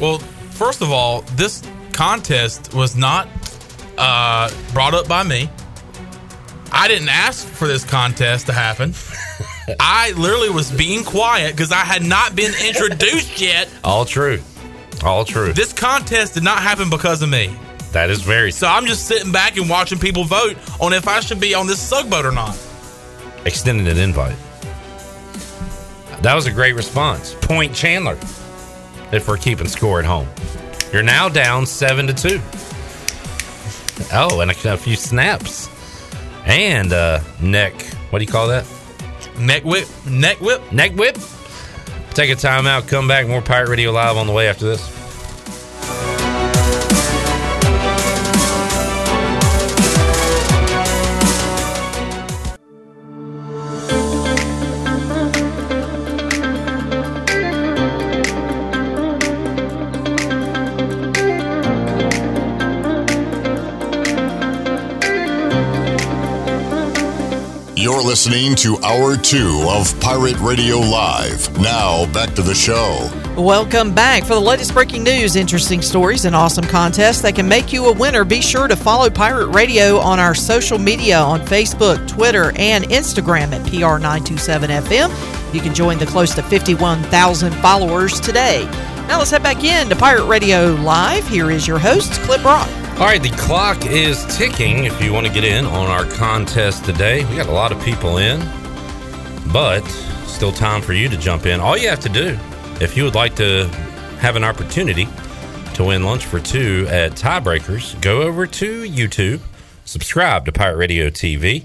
[SPEAKER 6] Well, first of all, this contest was not uh, brought up by me. I didn't ask for this contest to happen. I literally was being quiet because I had not been introduced yet.
[SPEAKER 9] All true. All true.
[SPEAKER 6] This contest did not happen because of me.
[SPEAKER 9] That is very.
[SPEAKER 6] So I'm just sitting back and watching people vote on if I should be on this tugboat or not.
[SPEAKER 9] Extended an invite. That was a great response. Point Chandler. If we're keeping score at home, you're now down seven to two. Oh, and a, a few snaps and uh, neck. What do you call that?
[SPEAKER 6] Neck whip. Neck whip.
[SPEAKER 9] Neck whip. Take a timeout. Come back. More Pirate Radio Live on the way after this.
[SPEAKER 2] You're listening to Hour 2 of Pirate Radio Live. Now, back to the show.
[SPEAKER 11] Welcome back for the latest breaking news, interesting stories, and awesome contests that can make you a winner. Be sure to follow Pirate Radio on our social media on Facebook, Twitter, and Instagram at PR927FM. You can join the close to 51,000 followers today. Now let's head back in to Pirate Radio Live. Here is your host, Clip Rock.
[SPEAKER 9] All right, the clock is ticking. If you want to get in on our contest today, we got a lot of people in, but still time for you to jump in. All you have to do, if you would like to have an opportunity to win lunch for two at Tiebreakers, go over to YouTube, subscribe to Pirate Radio TV,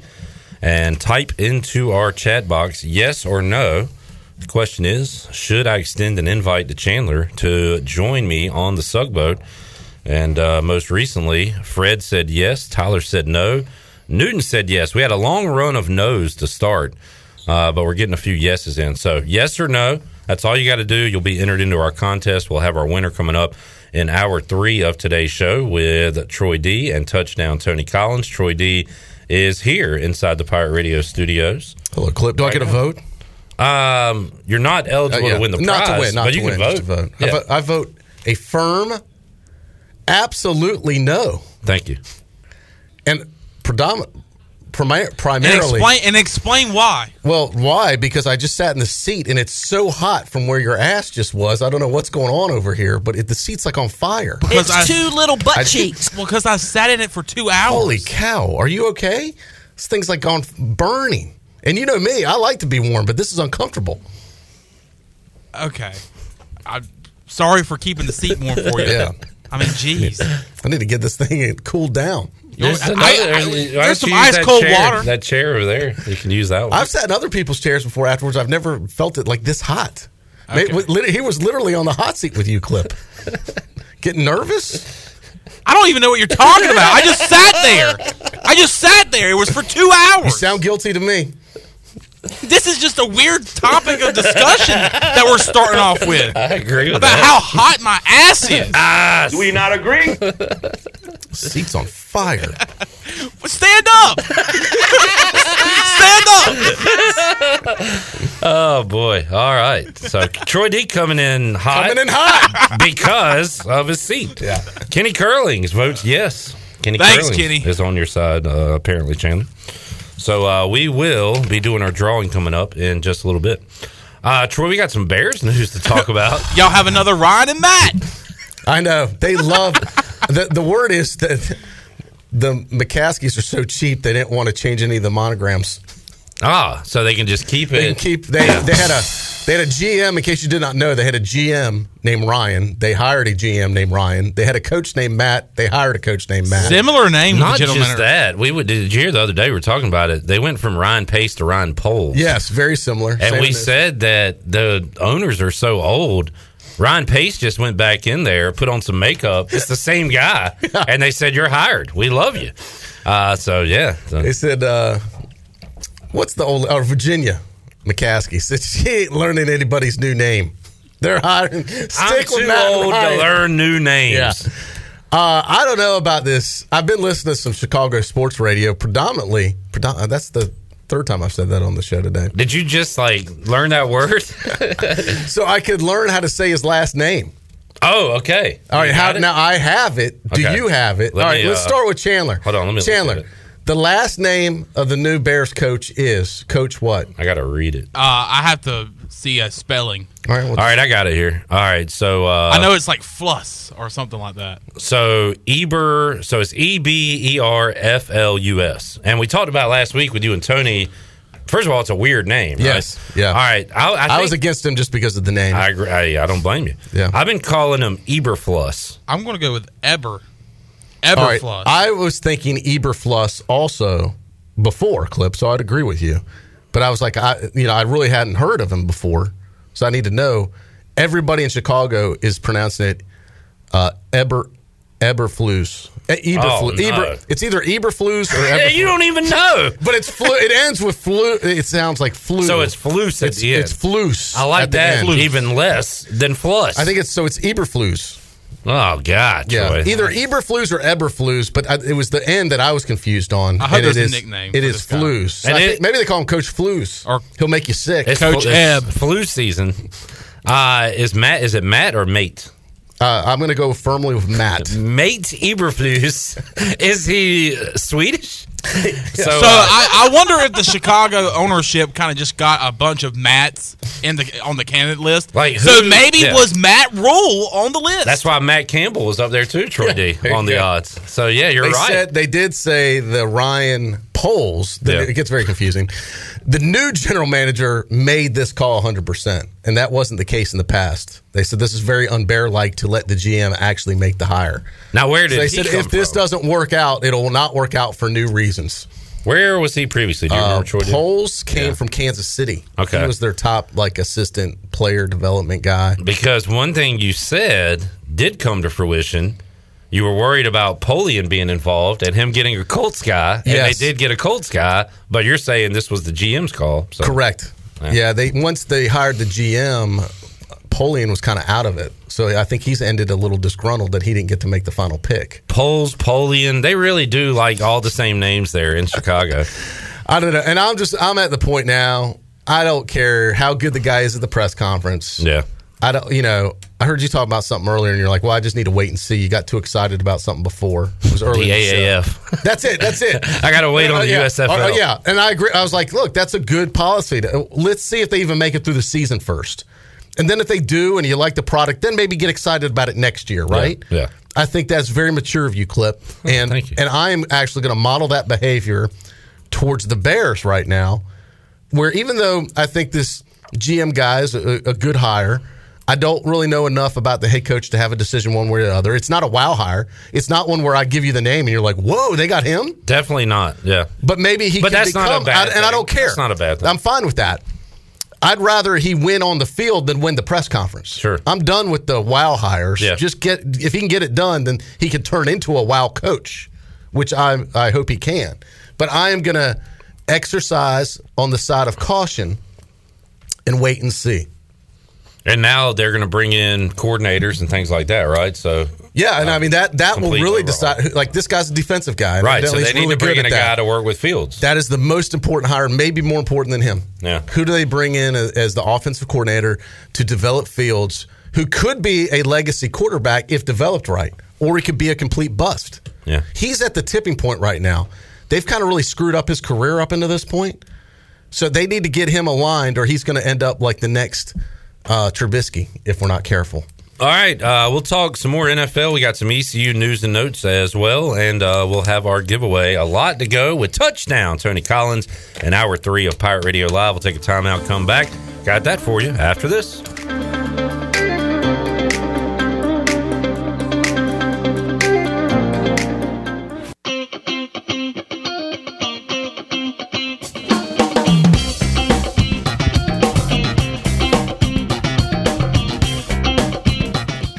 [SPEAKER 9] and type into our chat box yes or no. The question is, should I extend an invite to Chandler to join me on the Sugboat? And uh, most recently, Fred said yes. Tyler said no. Newton said yes. We had a long run of no's to start, uh, but we're getting a few yeses in. So, yes or no, that's all you got to do. You'll be entered into our contest. We'll have our winner coming up in hour three of today's show with Troy D and touchdown Tony Collins. Troy D is here inside the Pirate Radio studios.
[SPEAKER 15] Hello, Clip. Do I get a vote?
[SPEAKER 9] Um, you're not eligible
[SPEAKER 15] Uh, yeah.
[SPEAKER 9] to win the prize,
[SPEAKER 15] Not to win, not
[SPEAKER 9] but
[SPEAKER 15] to
[SPEAKER 9] you
[SPEAKER 15] win,
[SPEAKER 9] can vote.
[SPEAKER 15] just to vote. I
[SPEAKER 9] Yeah.
[SPEAKER 15] vote- I vote a firm, absolutely no.
[SPEAKER 9] Thank you.
[SPEAKER 15] And predominant,
[SPEAKER 6] And
[SPEAKER 15] primarily.
[SPEAKER 6] explain and explain why.
[SPEAKER 15] Well, why? Because I just sat in the seat and it's so hot from where your ass just was. I don't know what's going on over here, but it, the seat's like on fire.
[SPEAKER 6] Because I-
[SPEAKER 15] I-
[SPEAKER 6] Well, because I sat in it for two hours.
[SPEAKER 15] Holy cow! Are you okay? This thing's like on burning. And you know me, I like to be warm, but this is uncomfortable.
[SPEAKER 6] Okay. I'm sorry for keeping the seat warm for you.
[SPEAKER 15] Yeah.
[SPEAKER 6] I mean, jeez.
[SPEAKER 15] I need to get this thing cooled down.
[SPEAKER 9] There's,
[SPEAKER 6] I-
[SPEAKER 9] another-
[SPEAKER 6] I-
[SPEAKER 9] why
[SPEAKER 6] there's
[SPEAKER 9] don't
[SPEAKER 6] some
[SPEAKER 9] you use
[SPEAKER 6] ice
[SPEAKER 9] that
[SPEAKER 6] cold
[SPEAKER 9] chair-
[SPEAKER 6] water.
[SPEAKER 9] That chair over there, you can use that one.
[SPEAKER 15] I've sat in other people's chairs before afterwards. I've never felt it like this hot. Ma-
[SPEAKER 9] Okay.
[SPEAKER 15] was lit- He was literally on the hot seat with you, Clip. Getting nervous?
[SPEAKER 6] I don't even know what you're talking about. I just sat there. I just sat there. It was for two hours. You
[SPEAKER 15] sound guilty to me.
[SPEAKER 6] This is just a weird topic of discussion that we're starting off with.
[SPEAKER 9] I agree with
[SPEAKER 6] about
[SPEAKER 9] that.
[SPEAKER 6] how hot my ass is.
[SPEAKER 9] Do
[SPEAKER 5] we not agree?
[SPEAKER 15] Seat's on fire.
[SPEAKER 6] Stand up. Stand up.
[SPEAKER 9] Oh boy! All right. So Troy D coming in hot,
[SPEAKER 15] Coming in hot.
[SPEAKER 9] because of his seat. Yeah. Kenny Curlings votes yes. Kenny
[SPEAKER 6] Thanks,
[SPEAKER 9] Curlings
[SPEAKER 6] Kenny.
[SPEAKER 9] is on your side uh, apparently, Chandler. So uh, we will be doing our drawing coming up in just a little bit. Uh, Troy, we got some Bears news to talk about.
[SPEAKER 6] Y'all have another Ryan and Matt.
[SPEAKER 15] I know. They love the the word is that the McCaskies are so cheap they didn't want to change any of the monograms.
[SPEAKER 9] Ah, so they can just keep it.
[SPEAKER 15] They can keep they
[SPEAKER 9] Yeah.
[SPEAKER 15] they had a they had a GM in case you did not know they had a GM named Ryan. They hired a GM named Ryan. They had a coach named Matt. They hired a coach named Matt.
[SPEAKER 6] Similar name to the
[SPEAKER 9] Not
[SPEAKER 6] general
[SPEAKER 9] just
[SPEAKER 6] manager.
[SPEAKER 9] that. We would. Did you hear the other day? We were talking about it. They went from Ryan Pace to Ryan Poles.
[SPEAKER 15] Yes, very similar.
[SPEAKER 9] And
[SPEAKER 15] Same
[SPEAKER 9] we
[SPEAKER 15] as-
[SPEAKER 9] said that the owners are so old. Ryan Pace just went back in there, put on some makeup. It's the same guy. And they said, You're hired. We love you. Uh, so, yeah. So-
[SPEAKER 15] They said, uh, "What's the old or Virginia McCaskey?" Said she ain't learning anybody's new name. They're hiring. Stick
[SPEAKER 9] I'm
[SPEAKER 15] with
[SPEAKER 9] too
[SPEAKER 15] Matt and
[SPEAKER 9] old to
[SPEAKER 15] Ryan.
[SPEAKER 9] learn new names.
[SPEAKER 15] Yeah. Uh, I don't know about this. I've been listening to some Chicago sports radio, predominantly. Predom- uh, that's the third time I've said that on the show today.
[SPEAKER 9] Did you just like learn that word?
[SPEAKER 15] so I could learn how to say his last name.
[SPEAKER 9] Oh, okay.
[SPEAKER 15] All right,
[SPEAKER 9] You
[SPEAKER 15] how,
[SPEAKER 9] got it?
[SPEAKER 15] now I have it. Do
[SPEAKER 9] Okay.
[SPEAKER 15] you have it?
[SPEAKER 9] Let
[SPEAKER 15] All right,
[SPEAKER 9] me,
[SPEAKER 15] let's
[SPEAKER 9] uh,
[SPEAKER 15] start with Chandler.
[SPEAKER 9] hold on, let me look at
[SPEAKER 15] Chandler,
[SPEAKER 9] it.
[SPEAKER 15] the last name of the new Bears coach is Coach what?
[SPEAKER 9] I got to read it.
[SPEAKER 6] Uh, I have to see a spelling.
[SPEAKER 15] All right, well,
[SPEAKER 9] All right, I got it here. All right. So, uh,
[SPEAKER 6] I know it's like fluss or something like that.
[SPEAKER 9] So Eber, so it's E B E R F L U S, and we talked about last week with you and Tony. First of all, it's a weird name. right?
[SPEAKER 15] Yes, yeah.
[SPEAKER 9] All right. I, I,
[SPEAKER 15] I was against him just because of the name.
[SPEAKER 9] I agree. I, I don't blame you.
[SPEAKER 15] Yeah.
[SPEAKER 9] I've been calling him Eberfluss.
[SPEAKER 6] I'm going to go with Eber.
[SPEAKER 15] All
[SPEAKER 6] Eberfluss.
[SPEAKER 15] right, I was thinking Eberfluss also before Clip, so I'd agree with you. But I was like, I you know, I really hadn't heard of him before, so I need to know. Everybody in Chicago is pronouncing it uh, Eber Eberflus. E- Eberflu,
[SPEAKER 9] Oh, no.
[SPEAKER 15] Eber, it's either Eberflus or
[SPEAKER 9] Yeah,
[SPEAKER 15] Eberflus.
[SPEAKER 9] you don't even know.
[SPEAKER 15] but it's flu. It ends with flu. It sounds like flu.
[SPEAKER 9] So it's Flus at
[SPEAKER 15] it's,
[SPEAKER 9] the end.
[SPEAKER 15] It's flus.
[SPEAKER 9] I
[SPEAKER 15] at
[SPEAKER 9] like
[SPEAKER 15] the
[SPEAKER 9] that
[SPEAKER 15] end.
[SPEAKER 9] even less than Fluss.
[SPEAKER 15] I think it's so. It's Eberflus.
[SPEAKER 9] Oh God.
[SPEAKER 15] Yeah,
[SPEAKER 9] Troy.
[SPEAKER 15] either E Eberflus or Eberflus, but I, it was the end that I was confused on.
[SPEAKER 6] I hope
[SPEAKER 15] it
[SPEAKER 6] there's a
[SPEAKER 15] is-
[SPEAKER 6] nickname
[SPEAKER 15] It
[SPEAKER 6] for
[SPEAKER 15] is
[SPEAKER 6] this guy.
[SPEAKER 15] Flus.
[SPEAKER 9] And
[SPEAKER 15] I
[SPEAKER 9] it-
[SPEAKER 15] think maybe they call him Coach Flus. Or he'll make you sick.
[SPEAKER 9] It's flu- It's flu season. Uh, is Matt? Is it Matt or Mate?
[SPEAKER 15] Uh, I'm going to go firmly with Matt.
[SPEAKER 9] Mate Eberflus. is he uh, Swedish? So,
[SPEAKER 6] So,
[SPEAKER 9] uh,
[SPEAKER 6] I, I wonder if the Chicago ownership kind of just got a bunch of Matts in the on the candidate list.
[SPEAKER 9] Like
[SPEAKER 6] so
[SPEAKER 9] who-
[SPEAKER 6] maybe
[SPEAKER 9] yeah.
[SPEAKER 6] was Matt Rule on the list?
[SPEAKER 9] That's why Matt Campbell was up there too, Troy D,
[SPEAKER 15] there
[SPEAKER 9] on
[SPEAKER 15] you
[SPEAKER 9] the
[SPEAKER 15] go.
[SPEAKER 9] odds. So yeah, you're
[SPEAKER 15] they
[SPEAKER 9] right.
[SPEAKER 15] said they did say the Ryan polls. the-
[SPEAKER 9] Yeah.
[SPEAKER 15] It gets very confusing. The new general manager made this call 100, percent and that wasn't the case in the past. They said this is very unbear like to let the GM actually make the hire.
[SPEAKER 9] now where did
[SPEAKER 15] So they
[SPEAKER 9] he
[SPEAKER 15] said
[SPEAKER 9] come
[SPEAKER 15] if this
[SPEAKER 9] from?
[SPEAKER 15] doesn't work out, it'll not work out for new reasons.
[SPEAKER 9] Where was he previously? Do you remember Troy? D?
[SPEAKER 15] Poles came from Kansas City.
[SPEAKER 9] Okay.
[SPEAKER 15] he was their top like assistant player development guy.
[SPEAKER 9] Because one thing you said did come to fruition. You were worried about Polian being involved and him getting a Colts guy, and
[SPEAKER 15] Yes.
[SPEAKER 9] they did get a Colts guy. But you're saying this was the GM's call, so.
[SPEAKER 15] Correct.
[SPEAKER 9] Yeah.
[SPEAKER 15] Yeah. they once they hired the GM, Polian was kind of out of it. So I think he's ended a little disgruntled that he didn't get to make the final pick.
[SPEAKER 9] Poles, Polian, they really do like all the same names there in Chicago.
[SPEAKER 15] I don't know. And I'm just I'm at the point now. I don't care how good the guy is at the press conference.
[SPEAKER 9] Yeah.
[SPEAKER 15] I don't. You know, I heard you talk about something earlier, and you're like, "Well, I just need to wait and see." You got too excited about something before. It was early.
[SPEAKER 9] the
[SPEAKER 15] in show.
[SPEAKER 9] AAF.
[SPEAKER 15] That's it. That's it.
[SPEAKER 9] I got to wait on the
[SPEAKER 15] yeah.
[SPEAKER 9] USFL.
[SPEAKER 15] Oh, yeah, and I agree. I was like, look, that's a good policy. To, let's see if they even make it through the season first, and then if they do, and you like the product, then maybe get excited about it next year, right?
[SPEAKER 9] yeah.
[SPEAKER 15] I think that's very mature of you, Clip, and
[SPEAKER 9] thank you.
[SPEAKER 15] and I am actually going to model that behavior towards the Bears right now, where even though I think this GM guy is a, a good hire, I don't really know enough about the head coach to have a decision one way or the other. It's not a wow hire. It's not one where I give you the name and you're like, "Whoa, they got him."
[SPEAKER 9] Definitely not. Yeah,
[SPEAKER 15] but maybe he.
[SPEAKER 9] But
[SPEAKER 15] could
[SPEAKER 9] that's
[SPEAKER 15] become,
[SPEAKER 9] not a bad.
[SPEAKER 15] I- and I don't
[SPEAKER 9] thing.
[SPEAKER 15] care.
[SPEAKER 9] That's not a bad thing.
[SPEAKER 15] I'm fine with that. I'd rather he win on the field than win the press conference. Sure. I'm done with the wow hires.
[SPEAKER 9] Yeah.
[SPEAKER 15] Just get if he can get it done, then he can turn into a wow coach, which I I hope he can. But I am going to exercise on the side of caution and wait and see.
[SPEAKER 9] And now they're going to bring in coordinators and things like that, right? So
[SPEAKER 15] Yeah, and I mean that that will
[SPEAKER 9] Uh, complete
[SPEAKER 15] really
[SPEAKER 9] overhaul.
[SPEAKER 15] decide. who- Like this guy's a defensive guy, and
[SPEAKER 9] right, so
[SPEAKER 15] evidently
[SPEAKER 9] they
[SPEAKER 15] he's
[SPEAKER 9] need
[SPEAKER 15] really
[SPEAKER 9] to bring
[SPEAKER 15] good
[SPEAKER 9] in a
[SPEAKER 15] at
[SPEAKER 9] guy
[SPEAKER 15] that.
[SPEAKER 9] to work with Fields.
[SPEAKER 15] That is the most important hire, maybe more important than him.
[SPEAKER 9] Yeah.
[SPEAKER 15] Who do they bring in as, as the offensive coordinator to develop Fields, who could be a legacy quarterback if developed right, or he could be a complete bust?
[SPEAKER 9] Yeah.
[SPEAKER 15] He's at the tipping point right now. They've kind of really screwed up his career up into this point. So they need to get him aligned, or he's going to end up like the next uh, Trubisky if we're not careful.
[SPEAKER 9] All right, uh, we'll talk some more NFL. We got some ECU news and notes as well, and uh, we'll have our giveaway. A lot to go with touchdown, Tony Collins, and hour three of Pirate Radio Live. We'll take a timeout, come back. Got that for you after this.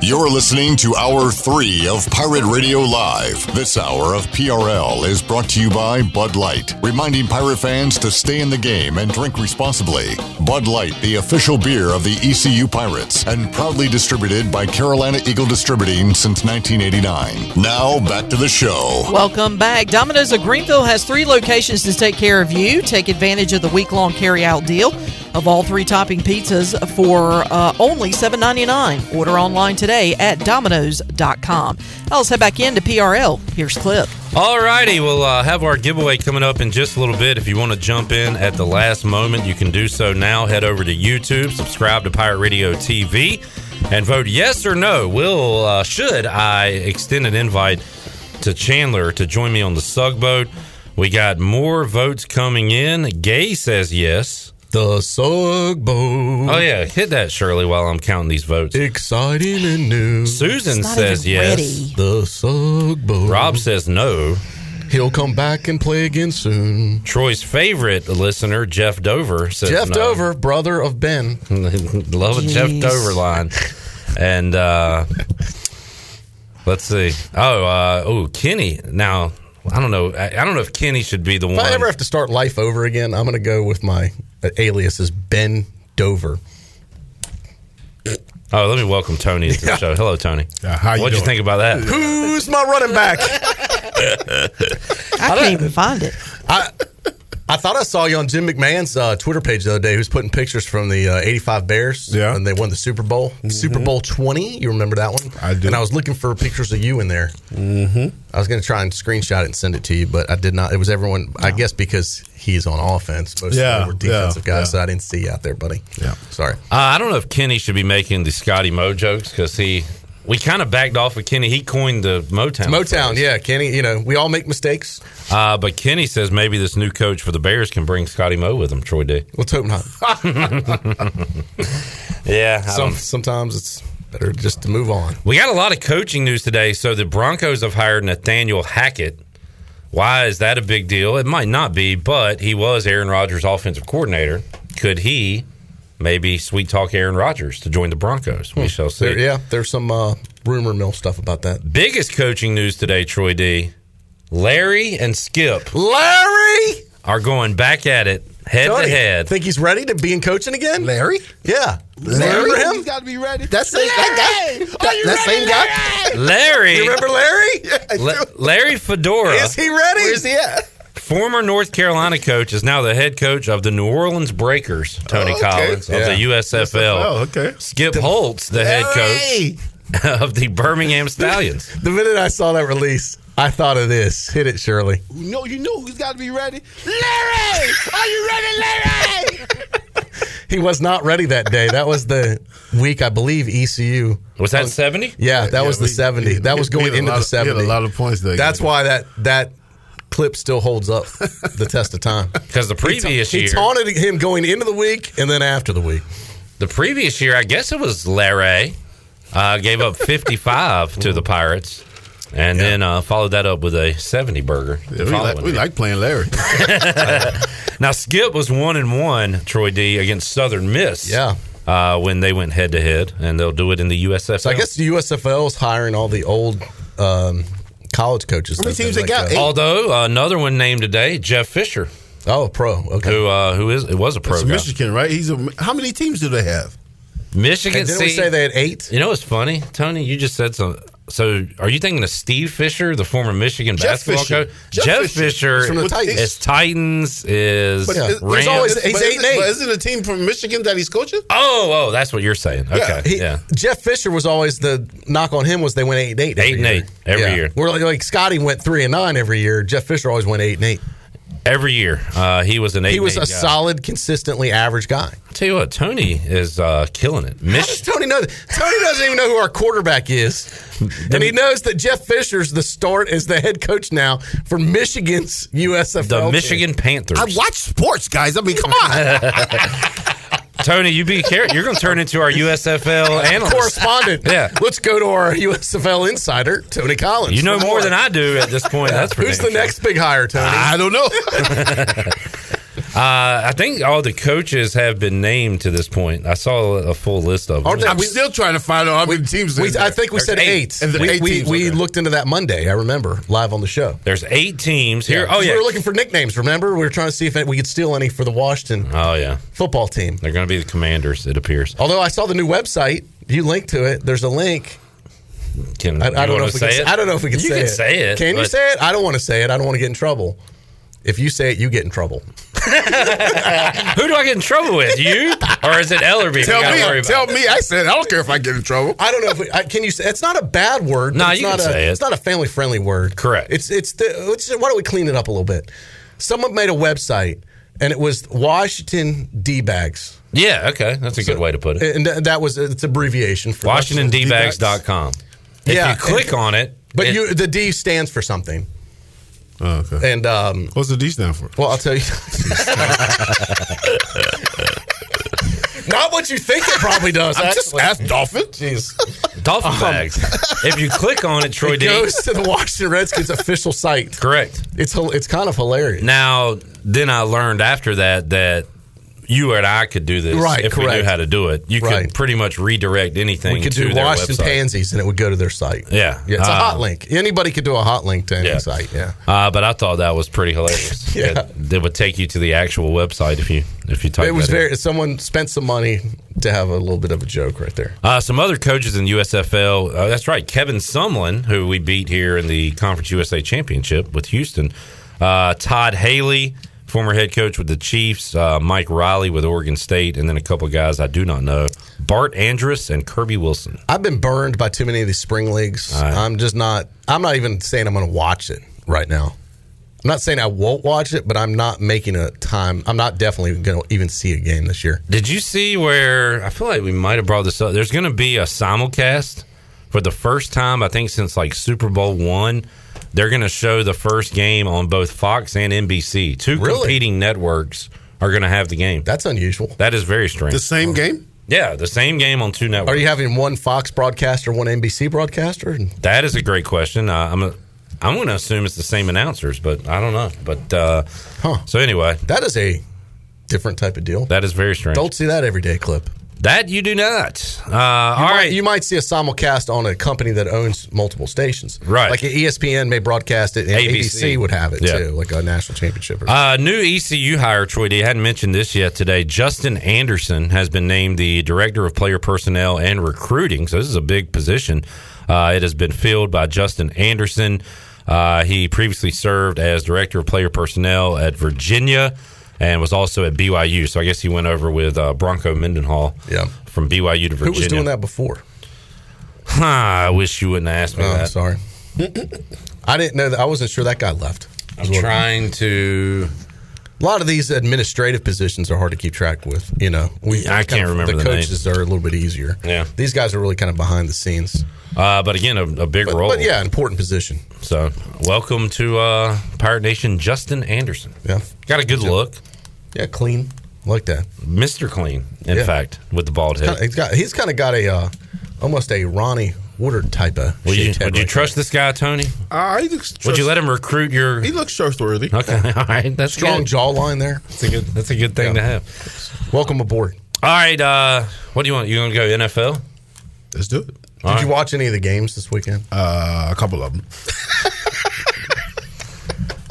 [SPEAKER 2] You're listening to Hour 3 of Pirate Radio Live. This hour of PRL is brought to you by Bud Light, reminding pirate fans to stay in the game and drink responsibly. Bud Light, the official beer of the ECU Pirates, and proudly distributed by Carolina Eagle Distributing since 1989. Now, back to the show.
[SPEAKER 11] Welcome back. Domino's of Greenville has three locations to take care of you. Take advantage of the week long carry out deal of all three topping pizzas for uh, only $7.99. Order online today at domino's.com. Now let's head back into PRL. Here's Clip.
[SPEAKER 9] All righty, we'll uh, have our giveaway coming up in just a little bit. If you want to jump in at the last moment, you can do so now. Head over to YouTube, subscribe to Pirate Radio TV, and vote yes or no. Will uh, should I extend an invite to Chandler to join me on the Sugboat? We got more votes coming in. Gay says yes.
[SPEAKER 15] The Sugboat.
[SPEAKER 9] Oh yeah, hit that Shirley while I'm counting these votes.
[SPEAKER 15] Exciting and new.
[SPEAKER 9] Susan says yes.
[SPEAKER 15] The Sugboat.
[SPEAKER 9] Rob says no.
[SPEAKER 15] He'll come back and play again soon.
[SPEAKER 9] Troy's favorite listener, Jeff Dover, says
[SPEAKER 15] Jeff
[SPEAKER 9] no.
[SPEAKER 15] Dover, brother of Ben.
[SPEAKER 9] Love a Jeff
[SPEAKER 15] Jeez.
[SPEAKER 9] Dover line. And uh let's see. Oh, uh oh, Kenny. Now, I don't know. I, I don't know if Kenny should be the
[SPEAKER 15] If
[SPEAKER 9] one.
[SPEAKER 15] I ever have to start life over again, I'm going to go with my uh, alias is Ben Dover.
[SPEAKER 9] Oh, let me welcome Tony to the
[SPEAKER 15] Yeah.
[SPEAKER 9] show. Hello, Tony.
[SPEAKER 15] Uh, how you
[SPEAKER 9] What'd you
[SPEAKER 15] doing?
[SPEAKER 9] think about that?
[SPEAKER 15] Who's my running back?
[SPEAKER 11] I can't even find it.
[SPEAKER 15] I I thought I saw you on Jim McMahon's uh, Twitter page the other day. Who's putting pictures from the uh, '85 Bears? Yeah, and they won the Super Bowl. Super Bowl 20. You remember that one? I do. And I was looking for pictures of you in there. Mm-hmm. I was going to try and screenshot it and send it to you, but I did not. It was everyone. I guess because he's on offense. Most
[SPEAKER 18] Yeah,
[SPEAKER 15] of them were defensive
[SPEAKER 18] yeah,
[SPEAKER 15] guys,
[SPEAKER 18] yeah.
[SPEAKER 15] so I didn't see you out there, buddy. Yeah, sorry.
[SPEAKER 9] Uh, I don't know if Kenny should be making the Scotty Mo jokes because he we kind of backed off with Kenny. He coined the Motown.
[SPEAKER 15] Motown, yeah, Kenny. You know, we all make mistakes.
[SPEAKER 9] Uh, but Kenny says maybe this new coach for the Bears can bring Scotty Moe with him, Troy D.
[SPEAKER 15] Let's hope not.
[SPEAKER 9] yeah. I
[SPEAKER 15] Some,
[SPEAKER 9] don't-
[SPEAKER 15] sometimes it's better just to move on.
[SPEAKER 9] we got a lot of coaching news today. So the Broncos have hired Nathaniel Hackett. Why is that a big deal? It might not be, but he was Aaron Rodgers' offensive coordinator. Could he maybe sweet talk Aaron Rodgers to join the Broncos? We shall see.
[SPEAKER 15] Hmm. There, yeah, there's some uh, rumor mill stuff about that.
[SPEAKER 9] Biggest coaching news today, Troy D. Larry and Skip.
[SPEAKER 15] Larry
[SPEAKER 9] are going back at it head to
[SPEAKER 15] Tony,
[SPEAKER 9] head.
[SPEAKER 15] Think he's ready to be in coaching again? Larry? Yeah. Larry? Remember him?
[SPEAKER 18] got to be ready.
[SPEAKER 15] That's it. That guy. That, that same guy.
[SPEAKER 9] Larry. Uh-huh.
[SPEAKER 15] You remember Larry?
[SPEAKER 9] La- Larry Fedora.
[SPEAKER 15] Is he ready? Where's he at?
[SPEAKER 9] Former North Carolina coach is now the head coach of the New Orleans Breakers, Tony
[SPEAKER 15] Oh,
[SPEAKER 18] okay.
[SPEAKER 9] Collins of
[SPEAKER 18] Yeah.
[SPEAKER 9] the USFL.
[SPEAKER 18] USFL, okay.
[SPEAKER 9] Skip Holtz, the head
[SPEAKER 15] Larry!
[SPEAKER 9] coach of the Birmingham Stallions.
[SPEAKER 15] The minute I saw that release, I thought of this. Hit it, Shirley.
[SPEAKER 18] You know, you know who's got to be ready. Larry, are you ready, Larry?
[SPEAKER 15] He was not ready that day. That was the week, I believe, ECU.
[SPEAKER 9] Was that 70?
[SPEAKER 15] Yeah, that was the 70. that was
[SPEAKER 18] we
[SPEAKER 15] going
[SPEAKER 18] had a
[SPEAKER 15] into
[SPEAKER 18] lot
[SPEAKER 15] the
[SPEAKER 18] of- we had a
[SPEAKER 15] 70.
[SPEAKER 18] lot of points that
[SPEAKER 15] That's
[SPEAKER 18] game.
[SPEAKER 15] why that that clip still holds up the test of time.
[SPEAKER 9] Because the previous
[SPEAKER 15] he ta-
[SPEAKER 9] year-
[SPEAKER 15] he taunted him going into the week and then after the week.
[SPEAKER 9] The previous year, I guess it was Larry, uh, gave up 55 to the Pirates. And then uh, followed that up with a 70 burger. the
[SPEAKER 19] Yeah, we, like,
[SPEAKER 9] following
[SPEAKER 19] we
[SPEAKER 9] year.
[SPEAKER 19] like playing Larry.
[SPEAKER 9] now Skip was one and one, Troy D against Southern Miss.
[SPEAKER 15] Yeah.
[SPEAKER 9] Uh, when they went head to head, and they'll do it in the USFL.
[SPEAKER 15] So I guess the USFL is hiring all the old um, college coaches. that have been like that.
[SPEAKER 9] Although uh, another one named today, Jeff Fisher.
[SPEAKER 15] Oh, pro. Okay.
[SPEAKER 9] Who uh, who is it was a pro?
[SPEAKER 19] It's
[SPEAKER 9] guy.
[SPEAKER 19] Michigan, right? He's a, how many teams do they have?
[SPEAKER 9] Michigan.
[SPEAKER 19] And didn't we
[SPEAKER 9] see-
[SPEAKER 19] say they had eight?
[SPEAKER 9] You know what's funny, Tony? You just said something. So, are you thinking of Steve Fisher, the former Michigan
[SPEAKER 19] Jeff
[SPEAKER 9] basketball
[SPEAKER 19] Fisher.
[SPEAKER 9] coach?
[SPEAKER 19] Jeff Fisher.
[SPEAKER 9] Fisher
[SPEAKER 19] He's from the
[SPEAKER 9] is
[SPEAKER 19] Titans.
[SPEAKER 9] is Titans. Is
[SPEAKER 19] But is-
[SPEAKER 9] Rams.
[SPEAKER 19] there's always he's eight
[SPEAKER 15] eight.
[SPEAKER 19] But isn't a team from Michigan that he's coaching?
[SPEAKER 9] Oh, oh, that's what you're saying. Okay, yeah.
[SPEAKER 15] He- Jeff Fisher was always the knock on him was they went eight and eight, every
[SPEAKER 9] Eight and
[SPEAKER 15] year.
[SPEAKER 9] eight every
[SPEAKER 15] Yeah.
[SPEAKER 9] year.
[SPEAKER 15] We're like, like Scotty went three and nine every year. Jeff Fisher always went eight and eight.
[SPEAKER 9] Every year, uh, he was an eight.
[SPEAKER 15] He was a
[SPEAKER 9] and eight guy.
[SPEAKER 15] solid, consistently average guy.
[SPEAKER 9] I'll tell you what, Tony is uh, killing it. Mich-
[SPEAKER 15] Tony knows. Tony doesn't even know who our quarterback is, and he knows that Jeff Fisher's the start is the head coach now for Michigan's USFL.
[SPEAKER 9] the
[SPEAKER 15] team.
[SPEAKER 9] uh, Michigan Panthers.
[SPEAKER 19] I watch sports, guys. I mean, come on.
[SPEAKER 9] Tony, you be careful. You're going to turn into our USFL analyst.
[SPEAKER 15] correspondent.
[SPEAKER 9] Yeah.
[SPEAKER 15] let's go to our USFL insider, Tony Collins.
[SPEAKER 9] You know more than I do at this point. That's for
[SPEAKER 15] Who's
[SPEAKER 9] damn
[SPEAKER 15] the
[SPEAKER 9] sure.
[SPEAKER 15] next big hire, Tony? I
[SPEAKER 19] don't know.
[SPEAKER 9] Uh, I think all the coaches have been named to this point. I saw a full list of them.
[SPEAKER 19] I'm still trying to find out how many teams.
[SPEAKER 15] We,
[SPEAKER 19] is
[SPEAKER 15] I
[SPEAKER 19] there.
[SPEAKER 15] think we said
[SPEAKER 19] There's
[SPEAKER 15] eight.
[SPEAKER 19] And the
[SPEAKER 15] we
[SPEAKER 19] eight
[SPEAKER 15] we,
[SPEAKER 19] teams,
[SPEAKER 15] we
[SPEAKER 19] okay.
[SPEAKER 15] looked into that Monday. I remember live on the show.
[SPEAKER 9] There's eight teams here. Oh
[SPEAKER 15] Because
[SPEAKER 9] yeah,
[SPEAKER 15] we were looking for nicknames. Remember, we were trying to see if we could steal any for the Washington
[SPEAKER 9] oh yeah,
[SPEAKER 15] football team.
[SPEAKER 9] they're going to be the Commanders. It appears.
[SPEAKER 15] Although I saw the new website, you linked to it. There's a link.
[SPEAKER 9] Can,
[SPEAKER 15] I, I
[SPEAKER 9] you
[SPEAKER 15] don't
[SPEAKER 9] wanna
[SPEAKER 15] know if we can.
[SPEAKER 9] say it?
[SPEAKER 15] I don't know if we can.
[SPEAKER 9] You
[SPEAKER 15] say
[SPEAKER 9] can
[SPEAKER 15] it.
[SPEAKER 9] say it.
[SPEAKER 15] Can you
[SPEAKER 9] but-
[SPEAKER 15] say it? I don't want to say it. I don't want to get in trouble. If you say it, you get in trouble.
[SPEAKER 9] Who do I get in trouble with? You or is it Ellerby?
[SPEAKER 19] Tell
[SPEAKER 9] I gotta worry
[SPEAKER 19] me,
[SPEAKER 9] about?
[SPEAKER 19] tell me. I said I don't care if I get in trouble.
[SPEAKER 15] I don't know if we, I, can you. say It's not a bad word. but
[SPEAKER 9] Nah,
[SPEAKER 15] it's
[SPEAKER 9] you
[SPEAKER 15] not
[SPEAKER 9] can
[SPEAKER 15] a,
[SPEAKER 9] say it.
[SPEAKER 15] It's not a family friendly word. Correct. It's it's. The, it's- why don't we clean it up a little bit? Someone made a website, and it was Washington D bags,
[SPEAKER 9] Yeah, okay, that's a good way to put it.
[SPEAKER 15] and th- that was its abbreviation for
[SPEAKER 9] WashingtonDbags.com. If
[SPEAKER 15] Yeah,
[SPEAKER 9] you click
[SPEAKER 15] and-
[SPEAKER 9] on it,
[SPEAKER 15] But
[SPEAKER 9] it-
[SPEAKER 15] you, the D stands for something.
[SPEAKER 19] Oh, okay.
[SPEAKER 15] And um,
[SPEAKER 19] what's the D stand for?
[SPEAKER 15] Well, I'll tell you. Not what you think it probably does.
[SPEAKER 19] I'm just
[SPEAKER 15] actually.
[SPEAKER 19] asked Dolphin.
[SPEAKER 15] Jeez.
[SPEAKER 9] dolphin bags. if you click on it, Troy
[SPEAKER 15] Um, it
[SPEAKER 9] D.
[SPEAKER 15] goes to the Washington Redskins official site.
[SPEAKER 9] Correct.
[SPEAKER 15] It's hil- it's kind of hilarious.
[SPEAKER 9] Now, then I learned after that that you and I could do this
[SPEAKER 15] Right,
[SPEAKER 9] if we knew
[SPEAKER 15] correct.
[SPEAKER 9] how to do it. You
[SPEAKER 15] Right.
[SPEAKER 9] could pretty much redirect anything.
[SPEAKER 15] We could
[SPEAKER 9] to
[SPEAKER 15] do
[SPEAKER 9] their
[SPEAKER 15] Washington
[SPEAKER 9] website.
[SPEAKER 15] pansies, and it would go to their site.
[SPEAKER 9] Yeah,
[SPEAKER 15] Yeah, it's a
[SPEAKER 9] Uh,
[SPEAKER 15] hot link. Anybody could do a hot link to any
[SPEAKER 9] Yeah.
[SPEAKER 15] site. Yeah.
[SPEAKER 9] Uh, but I thought that was pretty hilarious.
[SPEAKER 15] Yeah.
[SPEAKER 9] that, that would take you to the actual website if you if you type.
[SPEAKER 15] it was
[SPEAKER 9] that in.
[SPEAKER 15] very. Someone spent some money to have a little bit of a joke right there.
[SPEAKER 9] Uh, some other coaches in USFL. Uh, that's right, Kevin Sumlin, who we beat here in the Conference USA Championship with Houston. Uh, Todd Haley, former head coach with the Chiefs. Uh, Mike Riley with Oregon State, and then a couple of guys I do not know: Bart Andrus and Kirby Wilson.
[SPEAKER 15] I've been burned by too many of these spring leagues. I'm just not. I'm not even saying I'm going to watch it right now. I'm not saying I won't watch it, but I'm not making a time. I'm not definitely going to even see a game this year.
[SPEAKER 9] Did you see where I feel like we might have brought this up? There's going to be a simulcast for the first time, I think, since like Super Bowl one. They're going to show the first game on both Fox and NBC. Two
[SPEAKER 15] Really?
[SPEAKER 9] competing networks are going to have the game.
[SPEAKER 15] That's unusual.
[SPEAKER 9] That is very strange.
[SPEAKER 19] The same game?
[SPEAKER 9] yeah, the same game on two networks.
[SPEAKER 15] Are you having one Fox broadcaster, one NBC broadcaster? And
[SPEAKER 9] That is a great question. Uh, I'm a, I'm going to assume it's the same announcers, but I don't know. But uh, so anyway,
[SPEAKER 15] that is a different type of deal.
[SPEAKER 9] That is very strange.
[SPEAKER 15] Don't see that everyday clip.
[SPEAKER 9] That you do not. Uh, all
[SPEAKER 15] you might,
[SPEAKER 9] right.
[SPEAKER 15] you might see a simulcast on a company that owns multiple stations.
[SPEAKER 9] Right.
[SPEAKER 15] Like E ESPN may broadcast it, and ABC,
[SPEAKER 9] ABC.
[SPEAKER 15] would have it
[SPEAKER 9] Yeah.
[SPEAKER 15] too, like a national championship. Or
[SPEAKER 9] Uh, new ECU hire, Troy D. I hadn't mentioned this yet today. Justin Anderson has been named the Director of Player Personnel and Recruiting. So this is a big position. Uh, it has been filled by Justin Anderson. Uh, he previously served as Director of Player Personnel at Virginia and was also at BYU. So I guess he went over with uh, Bronco Mendenhall from BYU to Virginia.
[SPEAKER 15] Who was doing that before?
[SPEAKER 9] Huh, I wish you wouldn't ask me
[SPEAKER 15] Oh,
[SPEAKER 9] that.
[SPEAKER 15] sorry. I didn't know that. I wasn't sure that guy left.
[SPEAKER 9] I'm trying to
[SPEAKER 15] A lot of these administrative positions are hard to keep track with. You know, we
[SPEAKER 9] I can't remember
[SPEAKER 15] the
[SPEAKER 9] the
[SPEAKER 15] coaches are a little bit easier.
[SPEAKER 9] Yeah.
[SPEAKER 15] these guys are really kind of behind the scenes.
[SPEAKER 9] Uh, but again, a, a big
[SPEAKER 15] But-
[SPEAKER 9] role.
[SPEAKER 15] but yeah, important position.
[SPEAKER 9] So, welcome to uh, Pirate Nation, Justin Anderson.
[SPEAKER 15] Yeah,
[SPEAKER 9] got a good look.
[SPEAKER 15] Yeah, clean. Like that,
[SPEAKER 9] Mister Clean. In
[SPEAKER 15] Yeah.
[SPEAKER 9] fact, with the bald head.
[SPEAKER 15] Kinda- he's got he's kind of got a uh, almost a Ronnie Woodard type of.
[SPEAKER 9] Would you,
[SPEAKER 15] shaved head
[SPEAKER 9] would you
[SPEAKER 15] right
[SPEAKER 9] trust this guy, Tony?
[SPEAKER 19] Uh, he looks
[SPEAKER 9] Would you let him recruit your?
[SPEAKER 19] He looks trustworthy.
[SPEAKER 9] Okay, all right. That's
[SPEAKER 15] Strong
[SPEAKER 9] good.
[SPEAKER 15] jawline there.
[SPEAKER 9] That's a good. That's a good thing to have.
[SPEAKER 15] Welcome aboard.
[SPEAKER 9] All right. Uh, what do you want? You want to go NFL?
[SPEAKER 19] Let's do it.
[SPEAKER 15] Did you watch any of the games this weekend?
[SPEAKER 19] Uh, a couple of them.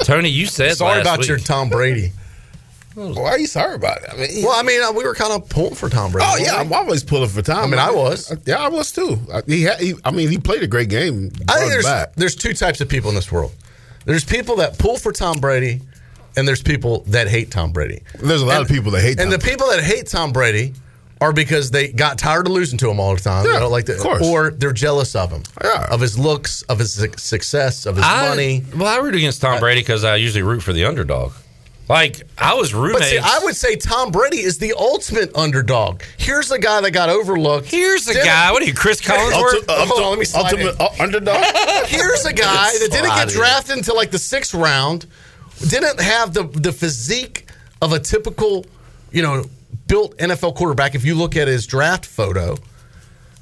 [SPEAKER 9] Tony, you said
[SPEAKER 15] Sorry
[SPEAKER 9] last
[SPEAKER 15] about
[SPEAKER 9] week-
[SPEAKER 15] your Tom Brady.
[SPEAKER 19] Why are you sorry about it? I mean,
[SPEAKER 15] well, I mean, uh, we were kind of pulling for Tom Brady.
[SPEAKER 19] Oh yeah, I'm always pulling for time.
[SPEAKER 15] I mean, I was.
[SPEAKER 19] Yeah, I was too. I- He, had, he I mean, he played a great game.
[SPEAKER 15] I
[SPEAKER 19] Brought
[SPEAKER 15] think
[SPEAKER 19] it
[SPEAKER 15] there's
[SPEAKER 19] back.
[SPEAKER 15] there's two types of people in this world. There's people that pull for Tom Brady, and there's people that hate Tom Brady.
[SPEAKER 19] There's a lot of people that hate Tom
[SPEAKER 15] And the people that hate Tom Brady are because they got tired of losing to him all the time. they
[SPEAKER 19] Yeah,
[SPEAKER 15] don't like
[SPEAKER 19] of
[SPEAKER 15] that,
[SPEAKER 19] course.
[SPEAKER 15] or they're jealous of him, of his looks, of his su- success, of his
[SPEAKER 9] I-
[SPEAKER 15] money.
[SPEAKER 9] Well, I root against Tom Brady because I usually root for the underdog. Like I was
[SPEAKER 15] But
[SPEAKER 9] roommates.
[SPEAKER 15] see, I would say Tom Brady is the ultimate underdog. Here's a guy that got overlooked. Here's
[SPEAKER 9] a guy- what are you, Chris Collinsworth?
[SPEAKER 15] Hold on, let me slide in.
[SPEAKER 19] ultimate u- underdog.
[SPEAKER 15] Here's a guy that didn't
[SPEAKER 19] Slide
[SPEAKER 15] get
[SPEAKER 19] in.
[SPEAKER 15] drafted until like the sixth round, didn't have the the physique of a typical, you know, built NFL quarterback. If you look at his draft photo,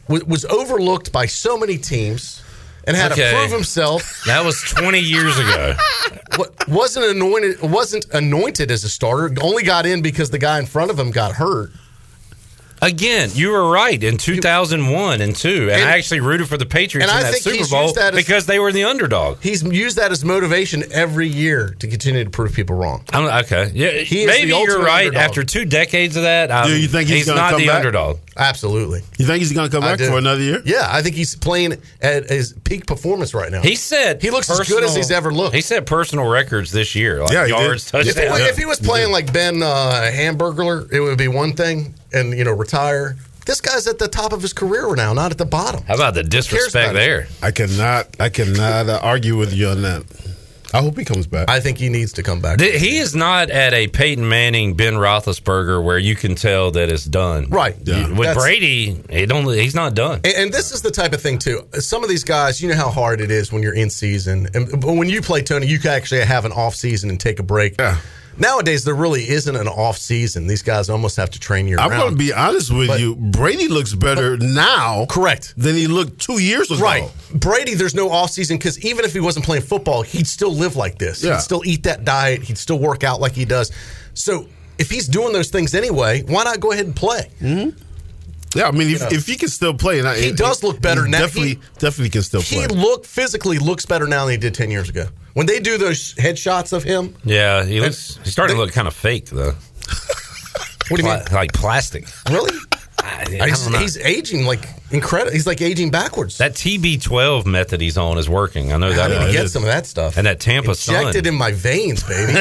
[SPEAKER 15] was, was overlooked by so many teams and had
[SPEAKER 9] Okay.
[SPEAKER 15] to prove himself.
[SPEAKER 9] That was 20 years ago.
[SPEAKER 15] Wa- wasn't anointed wasn't anointed as a starter. Only got in because the guy in front of him got hurt.
[SPEAKER 9] Again, you were right in 2001 and 2. And, I actually rooted for the Patriots
[SPEAKER 15] and
[SPEAKER 9] in
[SPEAKER 15] I
[SPEAKER 9] that
[SPEAKER 15] think
[SPEAKER 9] Super
[SPEAKER 15] he's
[SPEAKER 9] Bowl
[SPEAKER 15] used that as-
[SPEAKER 9] because they were the underdog.
[SPEAKER 15] He's used that as motivation every year to continue to prove people wrong.
[SPEAKER 9] I'm, okay. Yeah,
[SPEAKER 15] He is
[SPEAKER 9] maybe
[SPEAKER 15] the
[SPEAKER 9] you're
[SPEAKER 15] ultimate
[SPEAKER 9] right.
[SPEAKER 15] underdog.
[SPEAKER 9] After two decades of that, i
[SPEAKER 19] Do you think he's gonna
[SPEAKER 9] not
[SPEAKER 19] come
[SPEAKER 9] the
[SPEAKER 19] back?
[SPEAKER 9] underdog?
[SPEAKER 15] Absolutely.
[SPEAKER 19] You think he's going to come
[SPEAKER 15] I
[SPEAKER 19] back
[SPEAKER 15] do.
[SPEAKER 19] for another year?
[SPEAKER 15] Yeah, I think he's playing at his peak performance right now.
[SPEAKER 9] He said
[SPEAKER 15] he looks as good as
[SPEAKER 9] personal-
[SPEAKER 15] he's ever looked.
[SPEAKER 9] He set personal records this year, like
[SPEAKER 19] Yeah, he did.
[SPEAKER 9] yards,
[SPEAKER 15] If he,
[SPEAKER 9] touchdowns.
[SPEAKER 15] if he was playing like Ben uh, Hamburglar, it would be one thing, and you know retire. This guy's at the top of his career now, not at the bottom.
[SPEAKER 9] How about the disrespect
[SPEAKER 15] about it?
[SPEAKER 9] there?
[SPEAKER 19] I cannot. I cannot uh, argue with you on that. I hope he comes back.
[SPEAKER 15] I think he needs to come back.
[SPEAKER 9] Th- He is not at a Peyton Manning, Ben Roethlisberger, where you can tell that it's done.
[SPEAKER 15] Right.
[SPEAKER 9] You- With
[SPEAKER 15] That's-
[SPEAKER 9] Brady, he don't. He's not done.
[SPEAKER 15] And, and this is the type of thing too. Some of these guys, you know how hard it is when you're in season, and but when you play Tony, you can actually have an off season and take a break. Nowadays, there really isn't an off season. These guys almost have to train year
[SPEAKER 19] I'm
[SPEAKER 15] round.
[SPEAKER 19] going to be honest with you. Brady looks better now,
[SPEAKER 15] correct,
[SPEAKER 19] than he looked two years ago.
[SPEAKER 15] Right. Brady, there's no offseason because even if he wasn't playing football, he'd still live like this.
[SPEAKER 19] Yeah.
[SPEAKER 15] He'd still eat that diet. He'd still work out like he does. So if he's doing those things anyway, why not go ahead and play?
[SPEAKER 19] Mm-hmm. Yeah, I mean, if,
[SPEAKER 15] You know.
[SPEAKER 19] if he can still play, and I,
[SPEAKER 15] He does look better
[SPEAKER 19] he
[SPEAKER 15] now.
[SPEAKER 19] Definitely,
[SPEAKER 15] He-
[SPEAKER 19] definitely can still
[SPEAKER 15] He
[SPEAKER 19] play.
[SPEAKER 15] look physically looks better now than he did 10 years ago. When they do those headshots of him,
[SPEAKER 9] Yeah, he looks. He started to look kind of fake though.
[SPEAKER 15] what do you mean?
[SPEAKER 9] Like plastic.
[SPEAKER 15] Really?
[SPEAKER 9] I, I
[SPEAKER 15] He's,
[SPEAKER 9] don't know.
[SPEAKER 15] he's aging like incredible. He's like aging backwards.
[SPEAKER 9] that TB12 method he's on is working. I know
[SPEAKER 15] I
[SPEAKER 9] that.
[SPEAKER 15] need to
[SPEAKER 9] much.
[SPEAKER 15] get some of that stuff.
[SPEAKER 9] And that Tampa
[SPEAKER 15] Injected
[SPEAKER 9] sun.
[SPEAKER 15] in my veins, baby.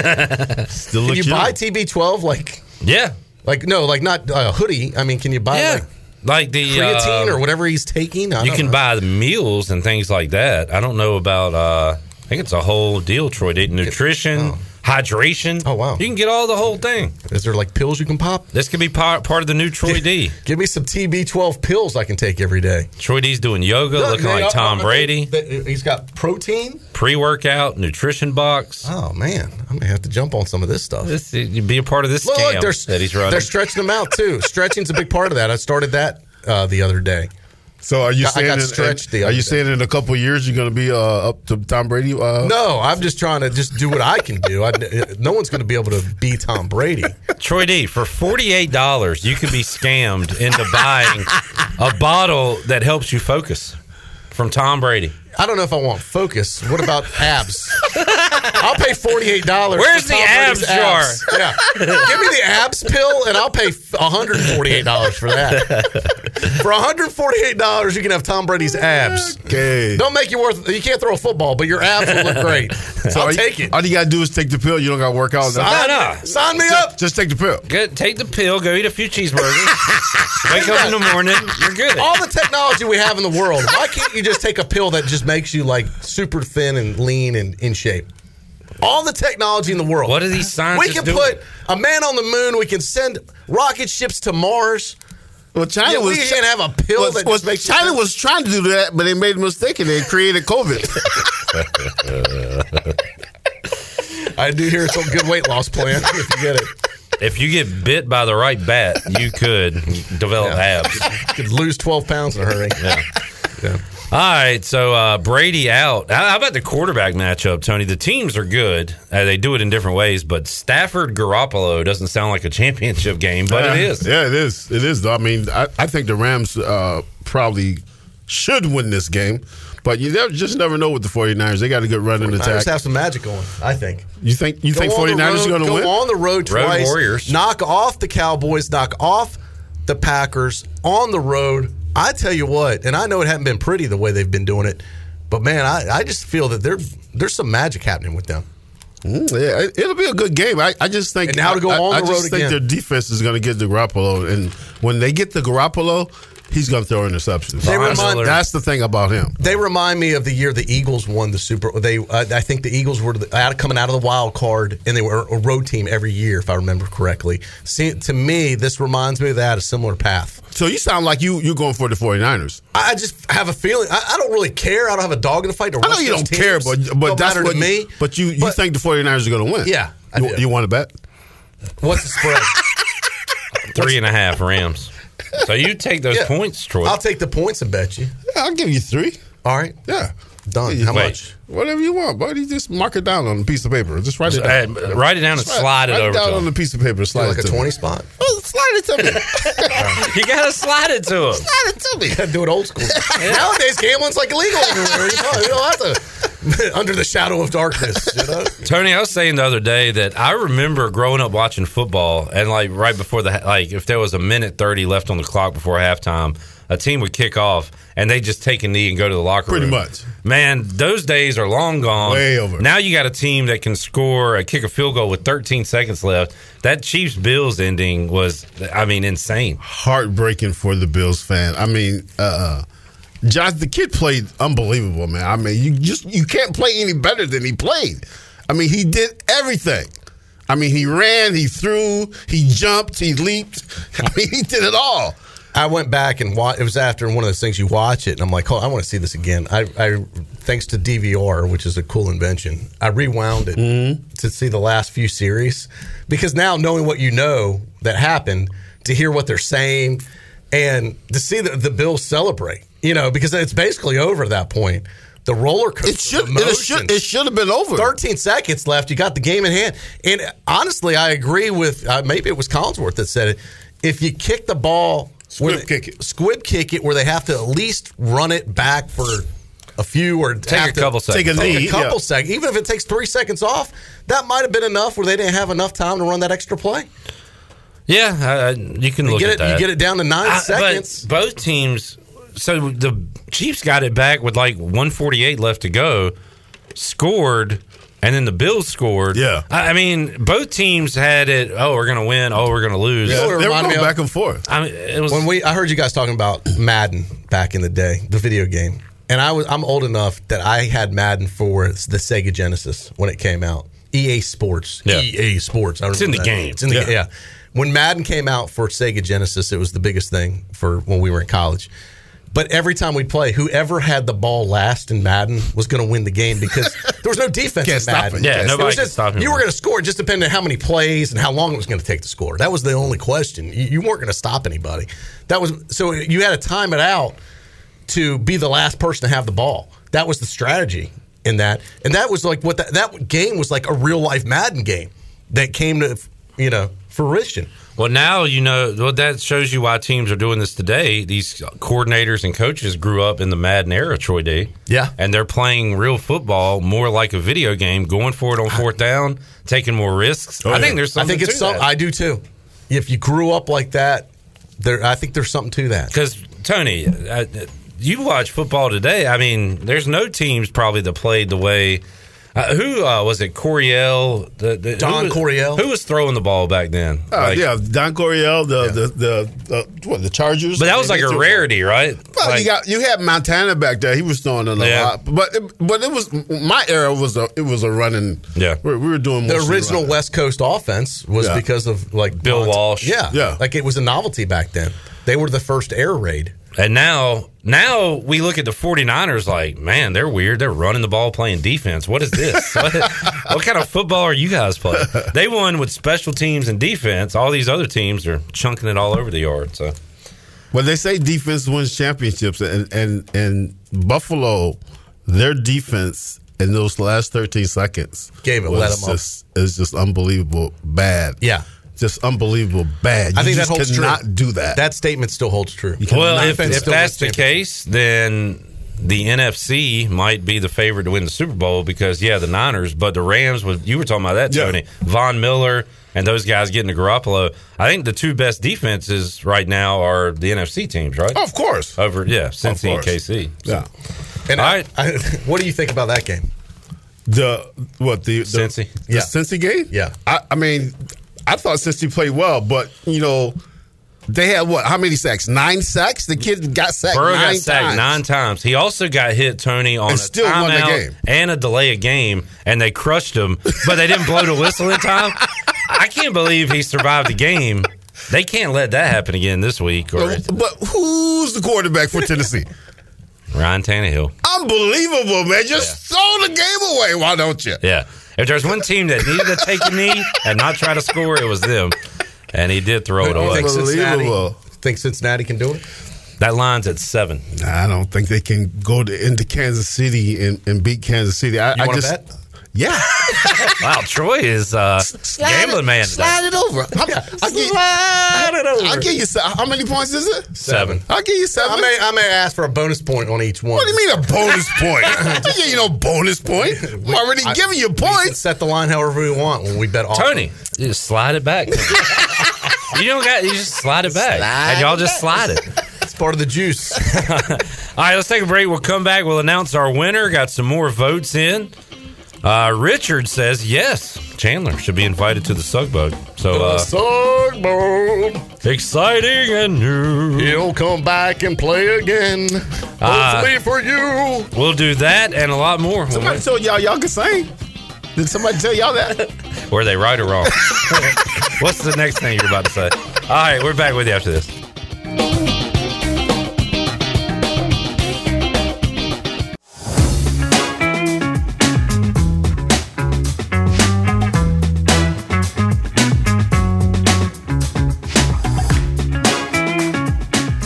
[SPEAKER 19] Still
[SPEAKER 15] Can
[SPEAKER 19] look
[SPEAKER 15] you
[SPEAKER 19] young.
[SPEAKER 15] buy TB12? Like,
[SPEAKER 9] yeah,
[SPEAKER 15] like no, like not a hoodie. I mean, can you buy
[SPEAKER 9] yeah.
[SPEAKER 15] like
[SPEAKER 9] Like the
[SPEAKER 15] creatine
[SPEAKER 9] uh,
[SPEAKER 15] or whatever he's taking. I
[SPEAKER 9] You
[SPEAKER 15] don't
[SPEAKER 9] can
[SPEAKER 15] know.
[SPEAKER 9] buy the meals and things like that. I don't know about. uh I think it's a whole deal, Troy. Did nutrition, hydration.
[SPEAKER 15] Oh wow!
[SPEAKER 9] You can get all the whole thing.
[SPEAKER 15] Is there like pills you can pop?
[SPEAKER 9] This could be part, part of the new Troy D.
[SPEAKER 15] Give me some TB12 pills I can take every day.
[SPEAKER 9] Troy D's doing yoga,
[SPEAKER 15] Look,
[SPEAKER 9] looking
[SPEAKER 15] man,
[SPEAKER 9] like
[SPEAKER 15] I-
[SPEAKER 9] Tom
[SPEAKER 15] I- I-
[SPEAKER 9] Brady.
[SPEAKER 15] that- He's got protein.
[SPEAKER 9] Pre workout, nutrition box.
[SPEAKER 15] Oh man, I'm gonna have to jump on some of this stuff.
[SPEAKER 9] This, you'd be a part of this
[SPEAKER 15] Look,
[SPEAKER 9] scam
[SPEAKER 15] look, they're,
[SPEAKER 9] that he's running.
[SPEAKER 15] they're stretching them out too. Stretching's a big part of that. I started that uh, the other day.
[SPEAKER 19] so, are you
[SPEAKER 15] I- I
[SPEAKER 19] saying?
[SPEAKER 15] got
[SPEAKER 19] in-
[SPEAKER 15] stretched the
[SPEAKER 19] are
[SPEAKER 15] other
[SPEAKER 19] you
[SPEAKER 15] day.
[SPEAKER 19] saying in a couple of years you're going to be uh, up to Tom Brady? Uh,
[SPEAKER 15] No, I'm just trying to just do what I can do. I, no one's going to be able to be Tom Brady.
[SPEAKER 9] Troy D, for $48, you could be scammed into buying a bottle that helps you focus from Tom Brady.
[SPEAKER 15] I don't know if I want focus. What about abs? I'll pay forty eight dollars.
[SPEAKER 9] Where's the abs jar?
[SPEAKER 15] Yeah, give me the abs pill, and I'll pay one hundred forty eight dollars for that. For one hundred forty eight dollars, you can have Tom Brady's abs.
[SPEAKER 19] Okay.
[SPEAKER 15] Don't make you worth. You can't throw a football, but your abs will look great.
[SPEAKER 19] So
[SPEAKER 15] I'll
[SPEAKER 19] all you-
[SPEAKER 15] take it.
[SPEAKER 19] All you got to do is take the pill. You don't got to work out.
[SPEAKER 9] Sign up.
[SPEAKER 15] Sign me
[SPEAKER 19] Just-
[SPEAKER 15] up.
[SPEAKER 19] Just take the pill.
[SPEAKER 9] Good. Uh, Take the pill, go eat a few cheeseburgers, wake up in the morning, you're good.
[SPEAKER 15] All the technology we have in the world, why can't you just take a pill that just makes you like super thin and lean and in shape? All the technology in the world.
[SPEAKER 9] What are these scientists
[SPEAKER 15] We can
[SPEAKER 9] doing?
[SPEAKER 15] put a man on the moon. We can send rocket ships to Mars.
[SPEAKER 19] Well, China
[SPEAKER 15] Yeah, we
[SPEAKER 19] was
[SPEAKER 15] can't have a pill
[SPEAKER 19] was-
[SPEAKER 15] that
[SPEAKER 19] was-
[SPEAKER 15] just makes you
[SPEAKER 19] China
[SPEAKER 15] fat.
[SPEAKER 19] was trying to do that, but they made a mistake and they created COVID.
[SPEAKER 15] I do hear it's a good weight loss plan if you get it.
[SPEAKER 9] If you get bit by the right bat, you could develop abs.
[SPEAKER 15] could lose 12 pounds in a hurry.
[SPEAKER 9] Yeah. All right, so uh, Brady out. How how about the quarterback matchup, Tony? The teams are good; uh, they do it in different ways. But Stafford Garoppolo doesn't sound like a championship game, but it
[SPEAKER 19] Yeah.
[SPEAKER 9] is.
[SPEAKER 19] Yeah, it is. It is. Though I mean, I, I think the Rams uh, probably should win this game, but you never, just never know with the 49ers. They got a good running attack.
[SPEAKER 15] Niners have some magic going, I think.
[SPEAKER 19] you think you think
[SPEAKER 15] Go on the
[SPEAKER 19] 49ers
[SPEAKER 15] road-
[SPEAKER 19] are going to
[SPEAKER 15] go
[SPEAKER 19] win?
[SPEAKER 15] on the road
[SPEAKER 9] Road
[SPEAKER 15] twice?
[SPEAKER 9] Warriors.
[SPEAKER 15] Knock off the Cowboys. Knock off the Packers on the road. I tell you what, and I know it hasn't been pretty the way they've been doing it, but man, I, I just feel that there there's some magic happening with them.
[SPEAKER 19] Mm, yeah, it- it'll be a good game. I, I just think
[SPEAKER 15] And now to go
[SPEAKER 19] I,
[SPEAKER 15] on
[SPEAKER 19] I
[SPEAKER 15] the
[SPEAKER 19] just
[SPEAKER 15] road
[SPEAKER 19] think
[SPEAKER 15] again.
[SPEAKER 19] their defense is going to get the Garoppolo, and when they get the Garoppolo, he's going to throw interceptions.
[SPEAKER 15] They remind-
[SPEAKER 19] That's the thing about him.
[SPEAKER 15] They remind me of the year the Eagles won the Super. They, uh, I think the Eagles were the, out, coming out of the wild card, and they were a road team every year, if I remember correctly. See, to me, this reminds me of that a similar path.
[SPEAKER 19] So you sound like you you're going for the 49ers.
[SPEAKER 15] I I just have a feeling. I, I don't really care. I don't have a dog in the fight. to
[SPEAKER 19] I know
[SPEAKER 15] rush
[SPEAKER 19] you
[SPEAKER 15] those
[SPEAKER 19] don't
[SPEAKER 15] teams.
[SPEAKER 19] care, but but
[SPEAKER 15] Don't
[SPEAKER 19] that's
[SPEAKER 15] matter
[SPEAKER 19] what
[SPEAKER 15] to me.
[SPEAKER 19] But you you think the 49ers are going to win?
[SPEAKER 15] Yeah, I
[SPEAKER 19] You,
[SPEAKER 15] do.
[SPEAKER 19] you want to bet?
[SPEAKER 15] What's the spread?
[SPEAKER 9] Three and a half Rams. So you take those
[SPEAKER 15] Yeah.
[SPEAKER 9] points, Troy.
[SPEAKER 15] I'll take the points and bet you.
[SPEAKER 19] Yeah, I'll give you three.
[SPEAKER 15] All right,
[SPEAKER 19] Yeah,
[SPEAKER 15] done.
[SPEAKER 19] Yeah,
[SPEAKER 15] How
[SPEAKER 9] wait.
[SPEAKER 15] much?
[SPEAKER 19] whatever you want, buddy. Just mark it down on a piece of paper. Just write it
[SPEAKER 9] Just,
[SPEAKER 19] down.
[SPEAKER 9] uh, write it down
[SPEAKER 19] Just
[SPEAKER 9] and slide it
[SPEAKER 19] write
[SPEAKER 9] over
[SPEAKER 19] down
[SPEAKER 9] to him.
[SPEAKER 19] on a piece of paper. Slide
[SPEAKER 15] Like
[SPEAKER 19] it
[SPEAKER 15] a
[SPEAKER 19] to
[SPEAKER 15] twenty
[SPEAKER 19] me.
[SPEAKER 15] spot.
[SPEAKER 19] Oh, slide it to me.
[SPEAKER 9] you gotta slide it to him.
[SPEAKER 19] slide it to me.
[SPEAKER 15] Gotta do it old school. Nowadays, gambling's like illegal everywhere. You know, you don't have to. Under the shadow of darkness, you know.
[SPEAKER 9] Tony, I was saying the other day that I remember growing up watching football, and like right before the like, if there was a minute thirty left on the clock before halftime, a team would kick off and they just take a knee and go to the locker
[SPEAKER 19] Pretty
[SPEAKER 9] room.
[SPEAKER 19] much.
[SPEAKER 9] man, those days are long gone.
[SPEAKER 19] Way over.
[SPEAKER 9] Now you got a team that can score a kick a field goal with thirteen seconds left. That Chiefs Bills ending was, I mean, insane.
[SPEAKER 19] heartbreaking for the Bills fan. I mean, uh, Josh, the kid played unbelievable, man. I mean, you just you can't play any better than he played. I mean, he did everything. I mean, he ran, he threw, he jumped, he leaped. I mean, he did it all.
[SPEAKER 15] I went back and watched. It was after one of those things you watch it, and I'm like, "Oh, I want to see this again." I, I thanks to DVR, which is a cool invention, I rewound it to see the last few series because now knowing what you know that happened, to hear what they're saying, and to see the, the Bills celebrate, you know, because it's basically over at that point. The roller coaster.
[SPEAKER 19] It should
[SPEAKER 15] of
[SPEAKER 19] it should it
[SPEAKER 15] emotions.
[SPEAKER 19] should have been over.
[SPEAKER 15] 13 seconds left. You got the game in hand. And honestly, I agree with uh, maybe it was Collinsworth that said it. If you kick the ball, where
[SPEAKER 19] Squib kick it.
[SPEAKER 15] squib kick it, where they have to at least run it back for a few or
[SPEAKER 9] Take
[SPEAKER 15] have
[SPEAKER 9] a
[SPEAKER 15] to
[SPEAKER 9] couple seconds.
[SPEAKER 19] Take a knee,
[SPEAKER 15] Take a couple
[SPEAKER 19] yeah.
[SPEAKER 15] seconds. Even if it takes three seconds off, that might have been enough where they didn't have enough time to run that extra play.
[SPEAKER 9] Yeah, I- I- you can
[SPEAKER 15] You
[SPEAKER 9] look
[SPEAKER 15] get
[SPEAKER 9] at
[SPEAKER 15] it.
[SPEAKER 9] that.
[SPEAKER 15] You get it down to nine
[SPEAKER 9] I-
[SPEAKER 15] seconds.
[SPEAKER 9] But both teams. So the Chiefs got it back with like 148 left to go, scored, and then the Bills scored.
[SPEAKER 19] Yeah.
[SPEAKER 9] I, I mean, both teams had it. Oh, we're gonna win. Oh, we're gonna lose.
[SPEAKER 19] Yeah, they were
[SPEAKER 15] reminded
[SPEAKER 19] going
[SPEAKER 15] me of-
[SPEAKER 19] back and forth.
[SPEAKER 9] I mean, it was.
[SPEAKER 15] when we I heard you guys talking about Madden back in the day, the video game. And I was I'm old enough that I had Madden for the Sega Genesis when it came out. EA Sports.
[SPEAKER 9] Yeah.
[SPEAKER 15] EA Sports. I
[SPEAKER 9] It's in
[SPEAKER 15] remember
[SPEAKER 9] the
[SPEAKER 15] that.
[SPEAKER 9] game.
[SPEAKER 15] It's in the
[SPEAKER 9] Yeah.
[SPEAKER 15] yeah. yeah. When Madden came out for Sega Genesis, it was the biggest thing for when we were in college. But every time we'd play, whoever had the ball last in Madden was going to win the game because there was no defense
[SPEAKER 19] Can't
[SPEAKER 15] in
[SPEAKER 19] stop
[SPEAKER 15] Madden.
[SPEAKER 19] it. Yeah,
[SPEAKER 15] It
[SPEAKER 9] nobody
[SPEAKER 15] was
[SPEAKER 9] can
[SPEAKER 15] just-
[SPEAKER 9] stop him.
[SPEAKER 15] You were going to score just depending on how many plays and how long it was going to take to score. That was the only question. You, you weren't going to stop anybody. That was so you had to time it out to be the last person to have the ball. That was the strategy in that, and that was like what that, that game was like a real life Madden game that came to you know fruition.
[SPEAKER 9] well, now you know. Well, that shows you why teams are doing this today. These coordinators and coaches grew up in the Madden era, Troy D.
[SPEAKER 15] Yeah.
[SPEAKER 9] and they're playing real football more like a video game, going for it on fourth down, taking more risks. I think there's
[SPEAKER 15] Oh, I
[SPEAKER 9] something
[SPEAKER 15] think it's
[SPEAKER 9] to
[SPEAKER 15] some.
[SPEAKER 9] that.
[SPEAKER 15] I do too. If you grew up like that, there I think there's something to that.
[SPEAKER 9] Because Tony, uh, you watch football today. I mean, there's no teams probably that played the way. Uh, who uh, was it? Coriel, the, the,
[SPEAKER 15] Don
[SPEAKER 9] who was,
[SPEAKER 15] Coryell?
[SPEAKER 9] Who was throwing the ball back then?
[SPEAKER 19] Oh
[SPEAKER 9] Like-
[SPEAKER 19] yeah, Don Coryell, the, the the the what the Chargers.
[SPEAKER 9] But that was like a rarity, right?
[SPEAKER 19] Well,
[SPEAKER 9] Like-
[SPEAKER 19] you got you had Montana back there. He was throwing it a
[SPEAKER 9] Yeah.
[SPEAKER 19] lot, but it, but it was my era was a it was a running.
[SPEAKER 9] Yeah,
[SPEAKER 19] we, we were doing
[SPEAKER 15] The
[SPEAKER 19] mostly
[SPEAKER 15] original
[SPEAKER 19] running.
[SPEAKER 15] West Coast offense was
[SPEAKER 19] Yeah.
[SPEAKER 15] because of like
[SPEAKER 9] Bill Walsh.
[SPEAKER 15] Yeah,
[SPEAKER 9] Yeah.
[SPEAKER 15] Like it was a novelty back then. They were the first air raid.
[SPEAKER 9] And now, now we look at the 49ers like, man, they're weird. They're running the ball, playing defense. What is this? what, what kind of football are you guys playing? They won with special teams and defense. All these other teams are chunking it all over the yard. So,
[SPEAKER 19] Well, they say defense wins championships, and and and Buffalo, their defense in those last thirteen seconds
[SPEAKER 15] Gave it,
[SPEAKER 19] was
[SPEAKER 15] let 'em up.
[SPEAKER 19] just is just unbelievable bad.
[SPEAKER 15] Yeah.
[SPEAKER 19] just unbelievable bad.
[SPEAKER 15] I
[SPEAKER 19] You
[SPEAKER 15] think that
[SPEAKER 19] just
[SPEAKER 15] holds
[SPEAKER 19] cannot
[SPEAKER 15] true.
[SPEAKER 19] do that.
[SPEAKER 15] That statement still holds true.
[SPEAKER 9] well, if,
[SPEAKER 15] Defense
[SPEAKER 9] if
[SPEAKER 15] still
[SPEAKER 9] that's the
[SPEAKER 15] wins
[SPEAKER 9] case, then the NFC might be the favorite to win the Super Bowl because, yeah, the Niners, but the Rams, was, you were talking about that, Tony. Von Miller and those guys getting to Garoppolo. I think the two best defenses right now are the NFC teams, right?
[SPEAKER 19] Of course.
[SPEAKER 9] Over, yeah, Cincy and
[SPEAKER 19] course.
[SPEAKER 9] KC.
[SPEAKER 19] Yeah.
[SPEAKER 15] And I, I- what do you think about that game?
[SPEAKER 19] The what the the
[SPEAKER 9] Cincy.
[SPEAKER 19] the
[SPEAKER 15] Yeah.
[SPEAKER 19] Cincy game?
[SPEAKER 15] Yeah.
[SPEAKER 19] I, I mean, I thought Cincy played well, but you know, they had what? How many sacks? Nine sacks. The kid got sacked
[SPEAKER 9] Burrow
[SPEAKER 19] nine
[SPEAKER 9] got sacked
[SPEAKER 19] times.
[SPEAKER 9] nine times. He also got hit Tony on
[SPEAKER 19] And
[SPEAKER 9] a
[SPEAKER 19] still won the
[SPEAKER 9] timeout
[SPEAKER 19] game.
[SPEAKER 9] and a delay of game, and they crushed him, but they didn't blow the whistle in time. I can't believe he survived the game. They can't let that happen again this week. Or
[SPEAKER 19] But who's the quarterback for Tennessee?
[SPEAKER 9] Ryan Tannehill.
[SPEAKER 19] Unbelievable, man! Just throw the game away. Why don't you?
[SPEAKER 9] Yeah. If there's one team that needed to take a knee and not try to score, it was them. And he did throw it
[SPEAKER 15] You
[SPEAKER 9] away.
[SPEAKER 15] think Cincinnati,
[SPEAKER 19] Unbelievable.
[SPEAKER 15] think Cincinnati can do it?
[SPEAKER 9] That line's at seven.
[SPEAKER 19] Nah, I don't think they can go to, into Kansas City and, and beat Kansas City. I,
[SPEAKER 9] You
[SPEAKER 19] I
[SPEAKER 9] wanna
[SPEAKER 19] just
[SPEAKER 9] bet?
[SPEAKER 19] yeah,
[SPEAKER 9] Wow, Troy is uh, gambling man. today.
[SPEAKER 19] slide it over. I'm, I give, slide it over. I give you se- how many points is it?
[SPEAKER 9] Seven.
[SPEAKER 19] I give you seven.
[SPEAKER 15] I may, I may ask for a bonus point on each one.
[SPEAKER 19] What do you mean a bonus point? you get you no bonus point. I'm already
[SPEAKER 15] I-
[SPEAKER 19] giving you
[SPEAKER 15] we can
[SPEAKER 19] points.
[SPEAKER 15] set the line however we want when we bet off.
[SPEAKER 9] Tony, you just slide it back. you don't got. You just slide it back, and y'all just slide it.
[SPEAKER 15] It's part of the juice.
[SPEAKER 9] All right, let's take a break. We'll come back. We'll announce our winner. Got some more votes in. Uh, Richard says yes. Chandler should be invited to the Sugboat. So uh, exciting and new.
[SPEAKER 15] He'll
[SPEAKER 9] come back and play again.
[SPEAKER 15] Hopefully for you.
[SPEAKER 9] we'll do that and a lot more. When
[SPEAKER 19] Somebody told y'all y'all could sing. Did somebody tell y'all that?
[SPEAKER 9] we- Were they right or wrong? What's the next thing you're about to say? All right, we're back with you after this.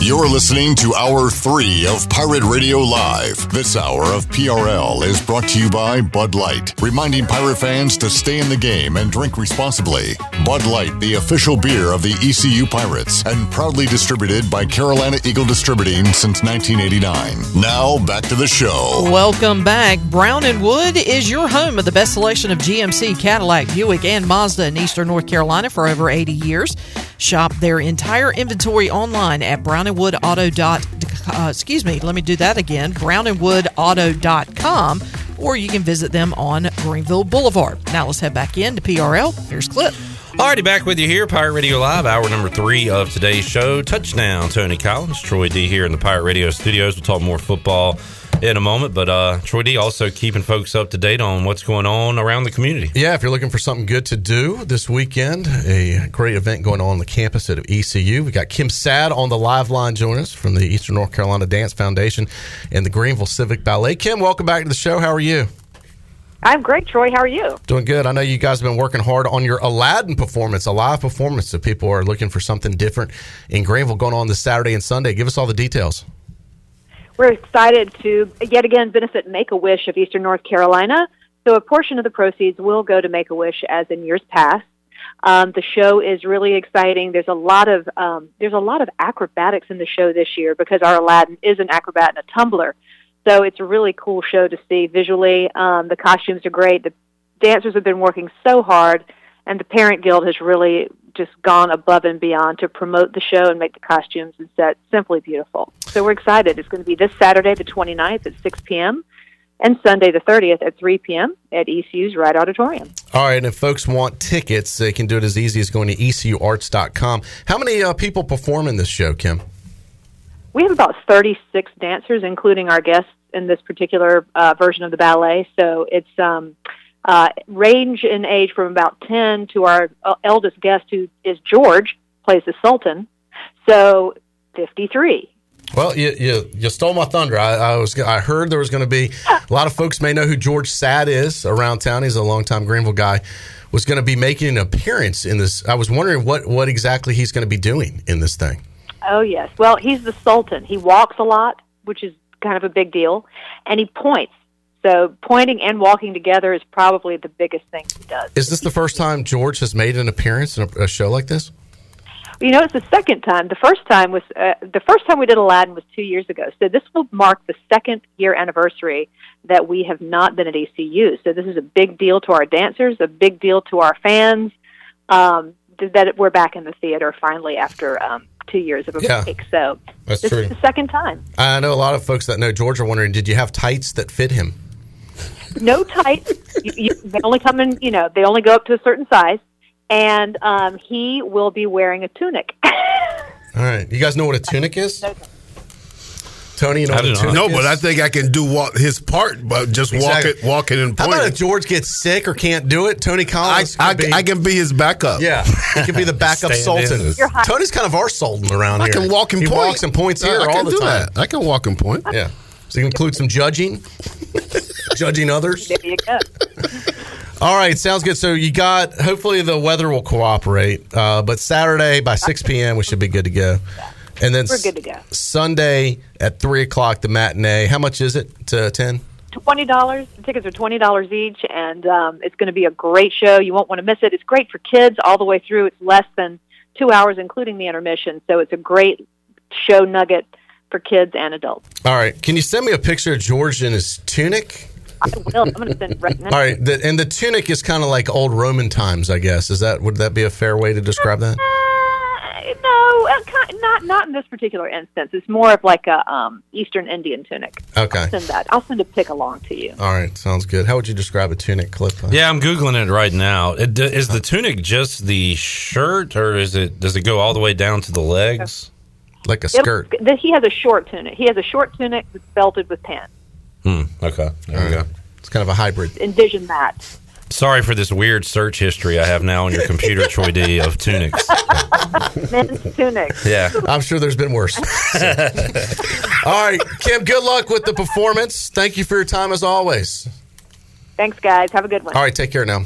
[SPEAKER 2] You're listening to Hour 3 of Pirate Radio Live. This hour of PRL is brought to you by Bud Light, reminding pirate fans to stay in the game and drink responsibly. Bud Light, the official beer of the ECU Pirates, and proudly distributed by Carolina Eagle Distributing since 1989. Now, back to the show.
[SPEAKER 11] Welcome back. Brown and Wood is your home of the best selection of GMC, Cadillac, Buick, and Mazda in Eastern North Carolina for over 80 years. Shop their entire inventory online at brownandwoodauto.com. Uh, excuse me, let me do that again. brownandwoodauto.com or you can visit them on Greenville Boulevard. Now let's head back in to PRL. Here's Clip.
[SPEAKER 9] Alrighty, back with you here, Pirate Radio Live, hour number three of today's show. Touchdown, Tony Collins, Troy D here in the Pirate Radio studios. We'll talk more football in a moment, but uh, Troy D also keeping folks up to date on what's going on around the community.
[SPEAKER 15] Yeah, if you're looking for something good to do this weekend, a great event going on on the campus at E ECU. We got Kim Sad on the live line joining us from the Eastern North Carolina Dance Foundation and the Greenville Civic Ballet. Kim, welcome back to the show. How are you?
[SPEAKER 20] I'm great, Troy. How are you?
[SPEAKER 15] Doing good. I know you guys have been working hard on your Aladdin performance, a live performance. So people are looking for something different in Greenville going on this Saturday and Sunday. Give us all the details.
[SPEAKER 20] We're excited to yet again benefit Make a Wish of Eastern North Carolina. So, a portion of the proceeds will go to Make a Wish as in years past. Um, the show is really exciting. There's a lot of um, there's a lot of acrobatics in the show this year because our Aladdin is an acrobat and a tumbler. So it's a really cool show to see visually. Um, the costumes are great. The dancers have been working so hard, and the Parent Guild has really just gone above and beyond to promote the show and make the costumes and set simply beautiful. So we're excited. It's going to be this Saturday, the 29th at 6 p.m. and Sunday the 30th at 3 p.m. at ECU's Wright Auditorium.
[SPEAKER 15] All right, and if folks want tickets, they can do it as easy as going to E ecuarts.com. How many uh, people perform in this show, Kim?
[SPEAKER 20] We have about 36 dancers, including our guests in this particular uh, version of the ballet. So it's um, uh, range in age from about 10 to our uh, eldest guest, who is George, plays the Sultan. So 53.
[SPEAKER 15] Well, you, you, you stole my thunder. I, I was I heard there was going to be a lot of folks may know who George Sad is around town. He's a longtime Greenville guy. Was going to be making an appearance in this. I was wondering what what exactly he's going to be doing in this thing.
[SPEAKER 20] Oh, yes. Well, he's the Sultan. He walks a lot, which is kind of a big deal, and he points. So pointing and walking together is probably the biggest thing he does.
[SPEAKER 15] Is this the first time George has made an appearance in a, a show like this?
[SPEAKER 20] You know, it's the second time. The first time was uh, the first time we did Aladdin was two years ago. So this will mark the second year anniversary that we have not been at ECU. So this is a big deal to our dancers, a big deal to our fans um, that we're back in the theater finally after um, two years of a
[SPEAKER 15] Yeah.
[SPEAKER 20] break. So
[SPEAKER 15] That's
[SPEAKER 20] this
[SPEAKER 15] true.
[SPEAKER 20] is the second time.
[SPEAKER 15] I know a lot of folks that know George are wondering, did you have tights that fit him?
[SPEAKER 20] no tights. you, you, they only come in, you know, they only go up to a certain size. And um, he will be wearing a tunic.
[SPEAKER 15] All right, you guys know what a tunic is? Tony, you know what a tunic
[SPEAKER 19] No,
[SPEAKER 15] is?
[SPEAKER 19] but I think I can do walk, his part, but just
[SPEAKER 15] Exactly.
[SPEAKER 19] walk it, walking and
[SPEAKER 15] How
[SPEAKER 19] pointing.
[SPEAKER 15] about if George gets sick or can't do it? Tony Collins.
[SPEAKER 19] I-
[SPEAKER 15] could
[SPEAKER 19] I- I can be his backup.
[SPEAKER 15] Yeah, he can be the backup
[SPEAKER 19] Stand in.
[SPEAKER 15] Sultan.
[SPEAKER 19] You're high.
[SPEAKER 15] Tony's kind of our Sultan around
[SPEAKER 19] I
[SPEAKER 15] here.
[SPEAKER 19] can walk and
[SPEAKER 15] he
[SPEAKER 19] point.
[SPEAKER 15] walks and points
[SPEAKER 19] Yeah,
[SPEAKER 15] here
[SPEAKER 19] I
[SPEAKER 15] all
[SPEAKER 19] can
[SPEAKER 15] the
[SPEAKER 19] do
[SPEAKER 15] time.
[SPEAKER 19] that. I can walk and point.
[SPEAKER 15] Yeah. So you include some judging, judging others.
[SPEAKER 20] There you go.
[SPEAKER 15] All right, sounds good. So you got. Hopefully the weather will cooperate. Uh, but Saturday by six p.m. we should be good to go. And then
[SPEAKER 20] We're good to go.
[SPEAKER 15] Sunday at three o'clock the matinee. How much is it to attend?
[SPEAKER 20] twenty dollars. The tickets are twenty dollars each, and um, it's going to be a great show. You won't want to miss it. It's great for kids all the way through. It's less than two hours, including the intermission. So it's a great show nugget for kids and adults.
[SPEAKER 15] All right. Can you send me a picture of George in his tunic?
[SPEAKER 20] I will. I'm going to send it right now.
[SPEAKER 15] All right, the, and the tunic is kind of like old Roman times, I guess. Is that would that be a fair way to describe that?
[SPEAKER 20] Uh, no, uh, ki- not not in this particular instance. It's more of like a um, Eastern Indian tunic.
[SPEAKER 15] Okay.
[SPEAKER 20] I'll send that. I'll send a pic along to you.
[SPEAKER 15] All right, sounds good. How would you describe a tunic clip?
[SPEAKER 9] Yeah, I'm googling it right now. It, d- is the tunic just the shirt, or is it does it go all the way down to the legs,
[SPEAKER 15] like a
[SPEAKER 20] It'll- th- he has a short tunic. He has a short tunic that's belted with pants.
[SPEAKER 9] Hmm. Okay. There we go.
[SPEAKER 15] It's kind of a hybrid.
[SPEAKER 20] Envision that.
[SPEAKER 9] Sorry for this weird search history I have now on your computer, Troy D, of tunics.
[SPEAKER 20] Men's tunic.
[SPEAKER 9] Yeah.
[SPEAKER 15] I'm sure there's been worse. All right, Kim, good luck with the performance. Thank you for your time as always.
[SPEAKER 20] Thanks, guys. Have a good one.
[SPEAKER 15] All right, take care now.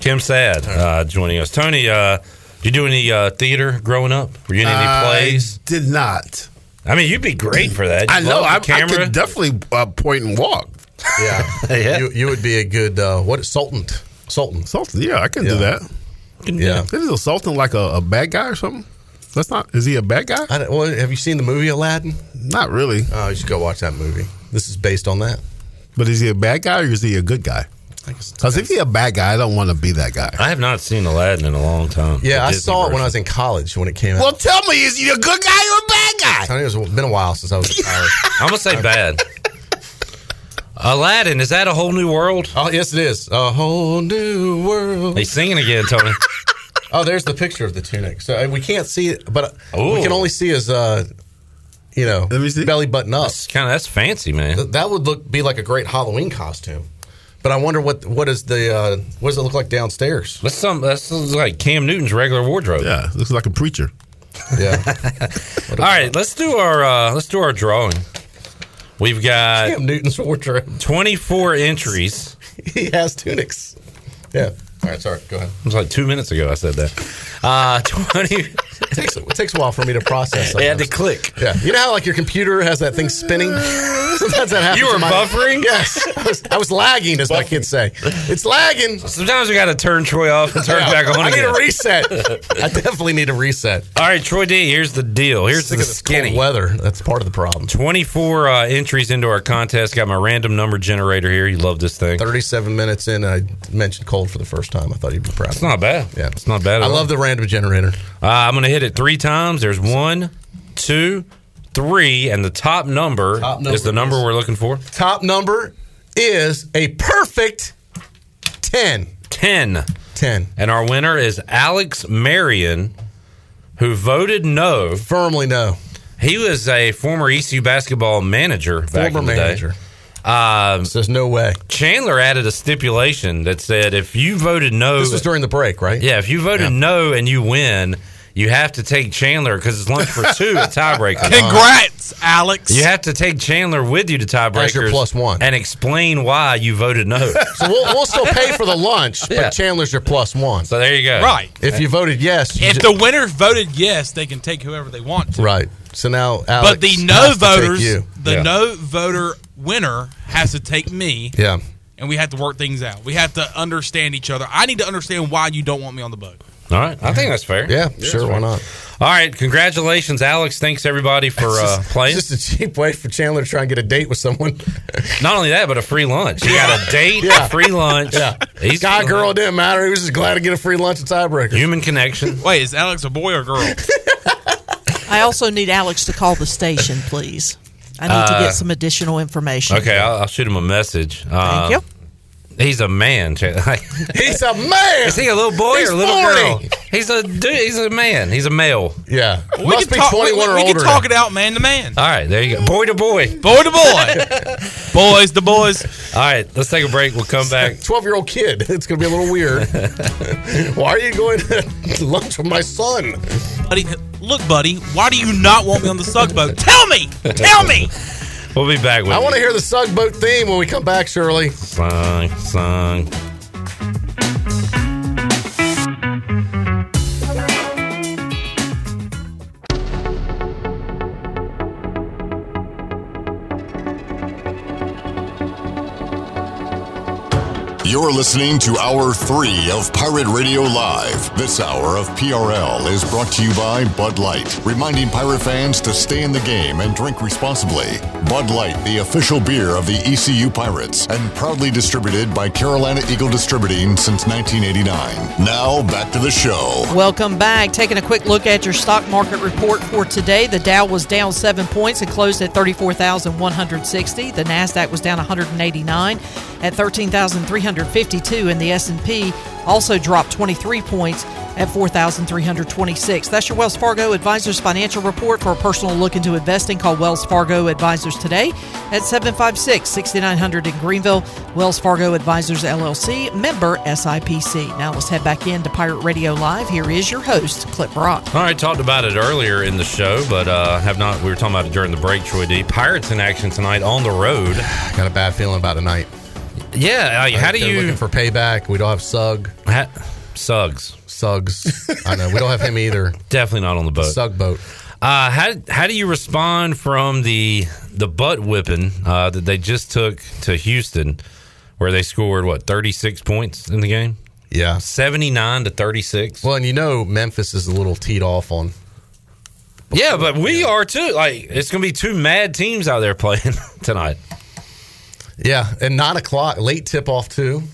[SPEAKER 9] Kim Sad uh, joining us. Tony, uh, you do any uh, theater growing up? Were you in any
[SPEAKER 19] I
[SPEAKER 9] plays?
[SPEAKER 19] Did not.
[SPEAKER 9] I mean, you'd be great for that.
[SPEAKER 19] I
[SPEAKER 9] You
[SPEAKER 19] know.
[SPEAKER 9] love the
[SPEAKER 19] I, I
[SPEAKER 9] camera.
[SPEAKER 19] could definitely uh, point and walk.
[SPEAKER 15] Yeah, You, you would be a good uh, what Sultan? Sultan?
[SPEAKER 19] Sultan? Yeah, I can do that.
[SPEAKER 15] Yeah.
[SPEAKER 19] Is a Sultan like a, a bad guy or something? That's not. Is he a bad guy?
[SPEAKER 15] I don't- well, have you seen the movie Aladdin?
[SPEAKER 19] Not really.
[SPEAKER 15] Oh, you should go watch that movie. This is based on that.
[SPEAKER 19] But is he a bad guy or is he a good guy? Because if he's a bad guy, I don't want to be that guy.
[SPEAKER 9] I have not seen Aladdin in a long time.
[SPEAKER 15] Yeah,
[SPEAKER 9] The
[SPEAKER 15] I
[SPEAKER 9] Disney
[SPEAKER 15] saw it when
[SPEAKER 9] version.
[SPEAKER 15] I was in college when it came out.
[SPEAKER 19] Well, tell me, is he a good guy or a bad guy?
[SPEAKER 15] Tony, it's been a while since I was in college.
[SPEAKER 9] I'm gonna say bad. Aladdin is that a whole new world?
[SPEAKER 15] Oh yes, it is a whole new world.
[SPEAKER 9] He's singing again, Tony.
[SPEAKER 15] Oh, there's the picture of the tunic. So uh, we can't see it, but uh,
[SPEAKER 9] Ooh.
[SPEAKER 15] we can only see his, uh, you know, belly button up. That's
[SPEAKER 9] kind of that's fancy, man.
[SPEAKER 15] Th- that would look be like a great Halloween costume. But I wonder what what is the uh, what does it look like downstairs?
[SPEAKER 9] That's some that's like Cam Newton's regular wardrobe.
[SPEAKER 19] Yeah, looks like a preacher.
[SPEAKER 15] Yeah.
[SPEAKER 9] All right, let's do our uh, let's do our drawing. We've got
[SPEAKER 15] Cam Newton's wardrobe.
[SPEAKER 9] 24 entries.
[SPEAKER 15] he has tunics. Yeah. All right. Sorry. Go ahead.
[SPEAKER 9] It was like two minutes ago I said that. Uh, 20.
[SPEAKER 15] It takes, it takes a while for me to process.
[SPEAKER 9] They had to
[SPEAKER 15] sometimes. Yeah. You know how like your computer has that thing spinning. Sometimes that happens.
[SPEAKER 9] You
[SPEAKER 15] to
[SPEAKER 9] were
[SPEAKER 15] mine.
[SPEAKER 9] buffering?
[SPEAKER 15] Yes. I was, I was lagging, as my kids say. It's lagging.
[SPEAKER 9] Sometimes we got to turn Troy off and turn
[SPEAKER 15] Yeah.
[SPEAKER 9] back on.
[SPEAKER 15] I need
[SPEAKER 9] again.
[SPEAKER 15] a reset. I definitely need a reset.
[SPEAKER 9] All right, Troy D. Here's the deal. Here's
[SPEAKER 15] Sick
[SPEAKER 9] the
[SPEAKER 15] of this cold
[SPEAKER 9] skinny
[SPEAKER 15] weather. That's part of the problem.
[SPEAKER 9] 24 uh, entries into our contest. Got my random number generator here. You love this thing.
[SPEAKER 15] 37 minutes in, I mentioned cold for the first time. I thought you'd be proud.
[SPEAKER 9] It's not bad. Yeah, it's not bad. At
[SPEAKER 15] I
[SPEAKER 9] all.
[SPEAKER 15] love the random generator.
[SPEAKER 9] Uh, I'm going to hit it three times. There's one, two, three, and the top number,
[SPEAKER 15] Top number
[SPEAKER 9] is the number we're looking for.
[SPEAKER 15] Top number is a perfect 10.
[SPEAKER 9] 10.
[SPEAKER 15] 10.
[SPEAKER 9] And our winner is Alex Marion, who voted no.
[SPEAKER 15] Firmly no.
[SPEAKER 9] He was a former ECU basketball manager back
[SPEAKER 15] Former
[SPEAKER 9] in the
[SPEAKER 15] manager.
[SPEAKER 9] day. Um,
[SPEAKER 15] so there's no way.
[SPEAKER 9] Chandler added a stipulation that said if you voted no.
[SPEAKER 15] This was during the break, right?
[SPEAKER 9] Yeah, if you voted no and you win, you have to take Chandler because it's lunch for two at tiebreaker.
[SPEAKER 10] Congrats, Alex.
[SPEAKER 9] You have to take Chandler with you to tiebreakers.
[SPEAKER 15] As your plus one.
[SPEAKER 9] And explain why you voted no.
[SPEAKER 15] So we'll, we'll still pay for the lunch, but Chandler's your plus one.
[SPEAKER 9] So there you go.
[SPEAKER 10] Right.
[SPEAKER 15] If you voted yes, you
[SPEAKER 10] If
[SPEAKER 15] ju-
[SPEAKER 10] the winner voted yes, they can take whoever they want to.
[SPEAKER 15] right. So now, Alex
[SPEAKER 10] but the no
[SPEAKER 15] has to take
[SPEAKER 10] voters,
[SPEAKER 15] you.
[SPEAKER 10] the no voter winner has to take me.
[SPEAKER 15] Yeah.
[SPEAKER 10] And we have to work things out. We have to understand each other. I need to understand why you don't want me on the boat.
[SPEAKER 9] All right. I think that's fair.
[SPEAKER 15] Yeah, sure. Why not?
[SPEAKER 9] All right. Congratulations, Alex. Thanks, everybody, for uh, playing.
[SPEAKER 15] It's just a cheap way for Chandler to try and get a date with someone.
[SPEAKER 9] Not only that, but a free lunch. He got a date,
[SPEAKER 15] Yeah.
[SPEAKER 9] a free lunch.
[SPEAKER 15] Yeah.
[SPEAKER 9] He's
[SPEAKER 15] Guy, girl, it didn't matter. He was just glad to get a free lunch at tiebreaker.
[SPEAKER 9] Human connection.
[SPEAKER 10] Wait, is Alex a boy or girl?
[SPEAKER 11] I also need Alex to call the station, please. I need to
[SPEAKER 9] Uh,
[SPEAKER 11] get some additional information.
[SPEAKER 9] Okay. I'll, I'll shoot him a message. Um,
[SPEAKER 11] you.
[SPEAKER 9] He's a man. Chandler.
[SPEAKER 15] He's a man.
[SPEAKER 9] Is he a little boy
[SPEAKER 15] He's
[SPEAKER 9] or a little
[SPEAKER 15] 40.
[SPEAKER 9] girl? He's a dude. He's a man. He's a male.
[SPEAKER 15] Yeah.
[SPEAKER 10] We can talk- we- we- we can talk it out, man to man.
[SPEAKER 9] All right, there you go. Boy to boy.
[SPEAKER 10] Boy to boy. boys to boys.
[SPEAKER 9] All right, let's take a break. We'll come back.
[SPEAKER 15] 12 year old kid. It's going to be a little weird. Why are you going to lunch with my son?
[SPEAKER 10] Buddy, look, buddy, why do you not want me on the sug boat? Tell me! Tell me!
[SPEAKER 9] We'll be back with
[SPEAKER 15] I
[SPEAKER 9] you.
[SPEAKER 15] want to hear the Sug Boat theme when we come back, Shirley.
[SPEAKER 9] Song, song.
[SPEAKER 2] You're listening to Hour 3 of Pirate Radio Live. This hour of PRL is brought to you by Bud Light, reminding pirate fans to stay in the game and drink responsibly. Bud Light, the official beer of the ECU Pirates, and proudly distributed by Carolina Eagle Distributing since 1989. Now, back to the show.
[SPEAKER 11] Welcome back. Taking a quick look at your stock market report for today. The Dow was down seven points and closed at 34,160. The Nasdaq was down 189 at 13,352, and the S&P also dropped 23 points at 4,326. That's your Wells Fargo Advisors Financial Report. For a personal look into investing, call Wells Fargo Advisors today at 756 6900 in Greenville. Wells Fargo Advisors LLC, member SIPC. Now let's head back into Pirate Radio Live. Here is your host, Clip Brock.
[SPEAKER 9] All right, talked about it earlier in the show, but uh, have not. We were talking about it during the break. Troy D. Pirates in action tonight on the road.
[SPEAKER 15] Got a bad feeling about tonight.
[SPEAKER 9] Yeah, like, how do
[SPEAKER 15] They're
[SPEAKER 9] you
[SPEAKER 15] looking for payback? We don't have Sug.
[SPEAKER 9] Ha- Suggs.
[SPEAKER 15] Suggs. I know. We don't have him either.
[SPEAKER 9] Definitely not on the boat.
[SPEAKER 15] Sug boat.
[SPEAKER 9] Uh, how how do you respond from the the butt whipping uh, that they just took to Houston, where they scored what thirty six points in the game?
[SPEAKER 15] Yeah,
[SPEAKER 9] seventy nine to thirty six.
[SPEAKER 15] Well, and you know Memphis is a little teed off on.
[SPEAKER 9] Yeah, but we are too. Like it's going to be two mad teams out there playing tonight.
[SPEAKER 15] Yeah, and nine o'clock late tip off too,